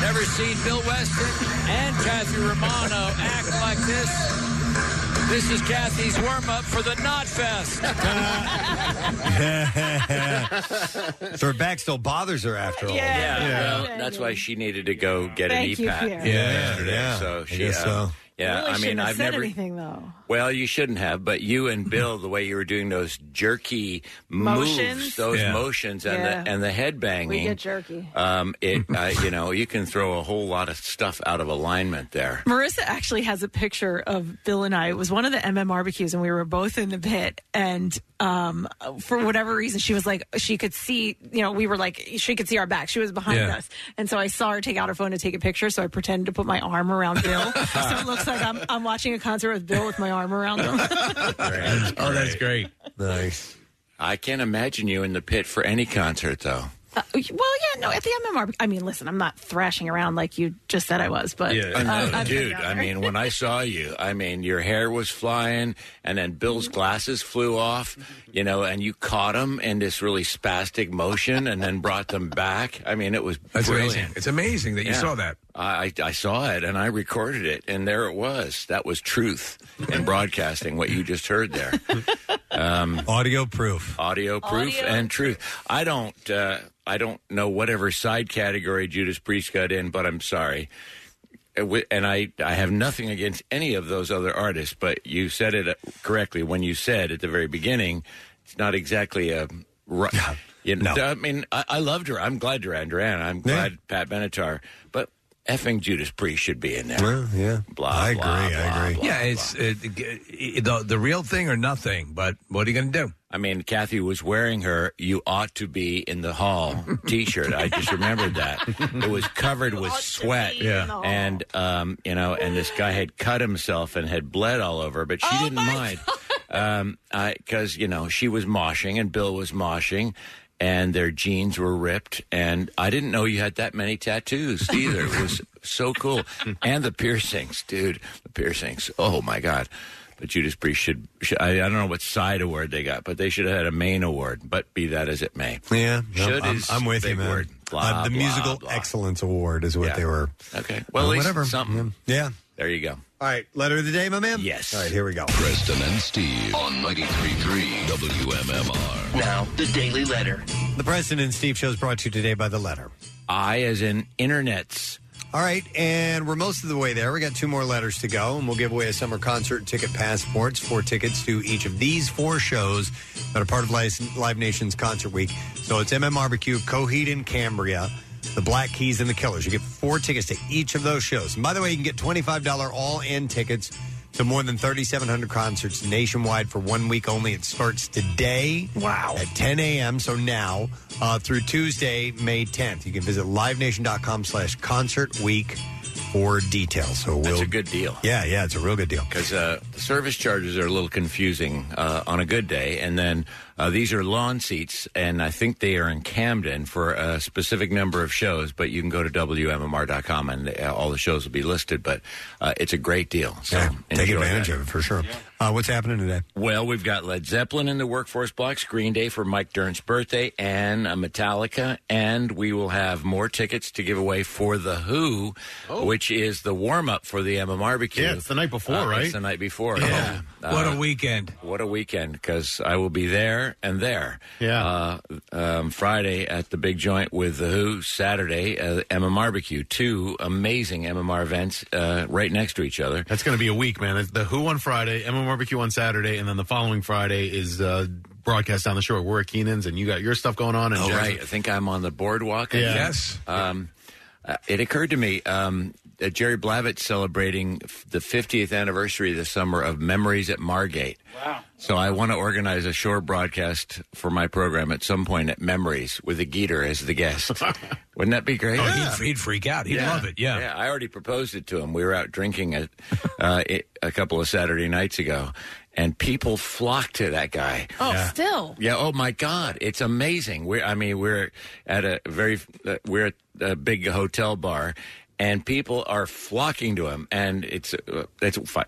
Speaker 18: Never seen Bill Weston and Kathy Romano act like this. This is Kathy's warm-up for the Knot Fest.
Speaker 4: so her back still bothers her after all.
Speaker 11: Yeah, well, that's why she needed to go get
Speaker 4: Thank
Speaker 11: an
Speaker 4: you,
Speaker 11: EPAT.
Speaker 4: Pierre.
Speaker 11: you know,
Speaker 4: Yeah,
Speaker 11: yesterday.
Speaker 4: yeah. I
Speaker 11: So she,
Speaker 4: guess
Speaker 11: uh,
Speaker 4: so.
Speaker 11: yeah.
Speaker 5: Really
Speaker 11: I mean,
Speaker 5: shouldn't have
Speaker 11: I've
Speaker 5: said
Speaker 11: never.
Speaker 5: anything though.
Speaker 11: Well, you shouldn't have, but you and Bill, the way you were doing those jerky moves,
Speaker 5: Motions?
Speaker 11: those
Speaker 5: Yeah.
Speaker 11: motions, and the
Speaker 5: Yeah.
Speaker 11: and the head
Speaker 5: We
Speaker 11: banging,
Speaker 5: get jerky.
Speaker 11: um, it uh, you know you can throw a whole lot of stuff out of alignment there.
Speaker 3: Marissa actually has a picture of Bill and I. It was one of the MM barbecues, and we were both in the pit. And um, for whatever reason, she was like, she could see, you know, we were like, she could see our back. She was behind
Speaker 14: Yeah.
Speaker 3: us. And so I saw her take out her phone to take a picture. So I pretended to put my arm around Bill. so it looks like I'm, I'm watching a concert with Bill with my arm around him.
Speaker 11: oh, that's
Speaker 4: great. Nice.
Speaker 11: I can't imagine you in the pit for any concert though.
Speaker 3: Uh, well, yeah, no, at the MMR, I mean, listen, I'm not thrashing around like you just said I was, but
Speaker 11: I know,
Speaker 3: uh, I've been
Speaker 11: dude.
Speaker 3: down
Speaker 11: I
Speaker 3: there.
Speaker 11: mean, when I saw you, I mean, your hair was flying, and then Bill's glasses flew off, you know, and you caught them in this really spastic motion, and then brought them back. I mean, it was
Speaker 1: That's
Speaker 11: brilliant.
Speaker 1: amazing. It's amazing that you
Speaker 11: Yeah.
Speaker 1: saw that.
Speaker 11: I, I I saw it and I recorded it, and there it was. That was truth in broadcasting. What you just heard there, um,
Speaker 4: audio proof,
Speaker 11: audio proof,
Speaker 19: Audio
Speaker 11: and truth. I don't uh, I don't know whatever side category Judas Priest got in, but I'm sorry. It wa- And I, I have nothing against any of those other artists, but you said it uh, correctly when you said at the very beginning, it's not exactly a. ru- You know, I mean, I, I loved her. I'm glad Duran Duran. I'm glad Pat Benatar. But effing Judas Priest should be in there.
Speaker 4: Well, yeah.
Speaker 11: Blah, I agree. I agree.
Speaker 1: yeah, it's it, it- the the real thing or nothing. But what are you going to do?
Speaker 11: I mean, Kathy was wearing her "You ought to be in the hall" T-shirt. I just remembered that it was covered with sweat,
Speaker 14: Yeah. in the hall.
Speaker 11: and um, you know, and this guy had cut himself and had bled all over, but she
Speaker 14: Oh
Speaker 11: didn't mind because you know she was moshing and Bill was moshing. And their jeans were ripped, and I didn't know you had that many tattoos either. It was so cool, and the piercings, dude. The piercings. Oh my god! But Judas Priest should, should I, I don't know what side award they got, but they should have had a main award. But be that as it may,
Speaker 4: Yeah. no,
Speaker 11: should
Speaker 4: I'm,
Speaker 11: is
Speaker 4: I'm with you,
Speaker 11: big
Speaker 4: man.
Speaker 11: word. Blah,
Speaker 4: Uh, the
Speaker 11: blah,
Speaker 4: Musical Excellence Award is what
Speaker 11: Yeah.
Speaker 4: they were.
Speaker 11: Okay.
Speaker 4: Uh,
Speaker 11: Well, at least
Speaker 4: whatever.
Speaker 11: something.
Speaker 4: Yeah.
Speaker 11: There you go.
Speaker 4: All right, letter of the day, my man?
Speaker 11: Yes.
Speaker 4: All right, here we go.
Speaker 7: Preston and Steve on 93.3 WMMR.
Speaker 4: Now,
Speaker 7: the Daily Letter.
Speaker 4: The President and Steve show is brought to you today by The Letter.
Speaker 11: I as in internets.
Speaker 4: All right, and we're most of the way there. We got two more letters to go, and we'll give away a summer concert ticket passports, four tickets to each of these four shows that are part of Live Live Nation's Concert Week. So it's MMRBQ, Coheed and Cambria, the Black Keys, and the Killers. You get four tickets to each of those shows. And by the way, you can get $25 all-in tickets to more than 3,700 concerts nationwide for one week only. It starts today. Wow. At 10 a.m., so now, uh, through Tuesday, May 10th. You can visit livenation.com slash concert week for details. So we'll,
Speaker 11: That's a good deal.
Speaker 4: Yeah, yeah, it's a real good deal.
Speaker 11: Because uh, the service charges are a little confusing uh, on a good day. And then uh, these are lawn seats, and I think they are in Camden for a specific number of shows. But you can go to WMMR.com, and uh, all the shows will be listed. But uh, it's a great deal. So
Speaker 4: Yeah, take
Speaker 11: enjoy
Speaker 4: advantage
Speaker 11: that.
Speaker 4: of it for sure. Uh, what's happening today?
Speaker 11: Well, we've got Led Zeppelin in the workforce blocks, Green Day for Mike Dern's birthday, and uh, Metallica. And we will have more tickets to give away for The Who, which is the warm up for the MMRBQ.
Speaker 6: Oh. Yeah, it's the night before,
Speaker 11: Uh,
Speaker 6: right?
Speaker 11: It's the night before.
Speaker 6: Yeah. What
Speaker 11: Uh,
Speaker 6: a
Speaker 11: weekend. What a weekend, because I will be there and there. Yeah. Uh, um, Friday at the Big Joint with The Who, Saturday, uh, MMRBQ. Two amazing MMR events uh, right next to each other.
Speaker 6: That's going to be a week, man. It's The Who on Friday, Emma Barbecue on Saturday, and then the following Friday is uh, broadcast down the shore. We're at Keenan's, and you got your stuff going on. And
Speaker 11: Oh,
Speaker 6: Jackson-
Speaker 11: right. I think I'm on the boardwalk.
Speaker 6: Yeah.
Speaker 11: Yes. Um, uh, it occurred to me um, that Jerry Blavitt's celebrating f- the 50th anniversary this summer of Memories at Margate. Wow. So I want to organize a shore broadcast for my program at some point at Memories with a Geeter as the guest. Wouldn't that be great?
Speaker 1: Oh, he'd, he'd freak out. He'd love it. Yeah.
Speaker 11: I already proposed it to him. We were out drinking at, uh, it, a couple of Saturday nights ago, and people flocked to that guy.
Speaker 5: Oh, still.
Speaker 11: Yeah. Oh my God, it's amazing. We, I mean, we're at a very, uh, we're at a big hotel bar, and people are flocking to him, and it's, uh, it's fi-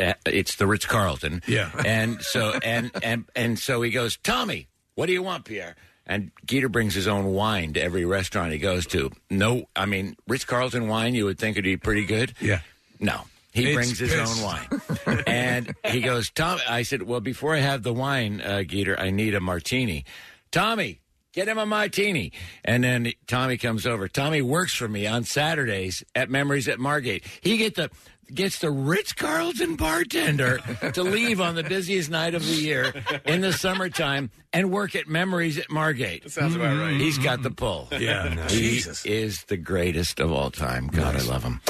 Speaker 11: uh, It's the Ritz Carlton.
Speaker 14: Yeah.
Speaker 11: And so, and and and so he goes, Tommy, what do you want, Pierre? And Geeter brings his own wine to every restaurant he goes to. No, I mean Ritz Carlton wine. You would think would be pretty good. Yeah. No. He
Speaker 14: It's
Speaker 11: brings his
Speaker 14: pissed.
Speaker 11: own wine and he goes, Tom. I said, well, before I have the wine, uh, Geeter, I need a martini. Tommy, get him a martini. And then Tommy comes over. Tommy works for me on Saturdays at Memories at Margate. He get the gets the Ritz Carlton bartender to leave on the busiest night of the year in the summertime and work at Memories at Margate.
Speaker 6: sounds about right.
Speaker 11: He's got the pull.
Speaker 6: Yeah, no,
Speaker 11: he
Speaker 6: Jesus.
Speaker 11: is the greatest of all time. God, I love him.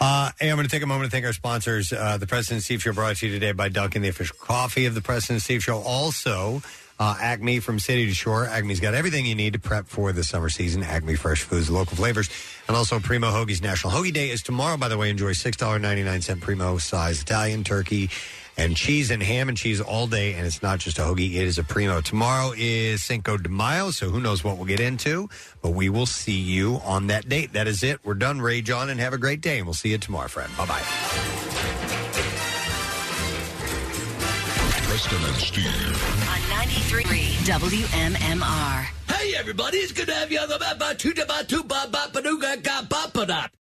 Speaker 4: Uh, hey, I'm going to take a moment to thank our sponsors. Uh, the President and Steve Show brought to you today by Dunkin', the official coffee of the President and Steve Show. Also, uh, Acme from city to shore. Acme's got everything you need to prep for the summer season. Acme Fresh Foods, local flavors, and also Primo Hoagie's National Hoagie Day is tomorrow. By the way, enjoy six dollar ninety nine cent Primo size Italian turkey and cheese and ham and cheese all day. And it's not just a hoagie, it is a primo. Tomorrow is Cinco de Mayo, so who knows what we'll get into, but we will see you on that date. That is it. We're done. Rage on and have a great day. And we'll see you tomorrow, friend. Bye bye.
Speaker 7: Preston and Steve.
Speaker 15: On 93.3 WMMR.
Speaker 14: Hey, everybody, it's good to have you on the Baba Tuta Batu Baba Paduga Gabapada.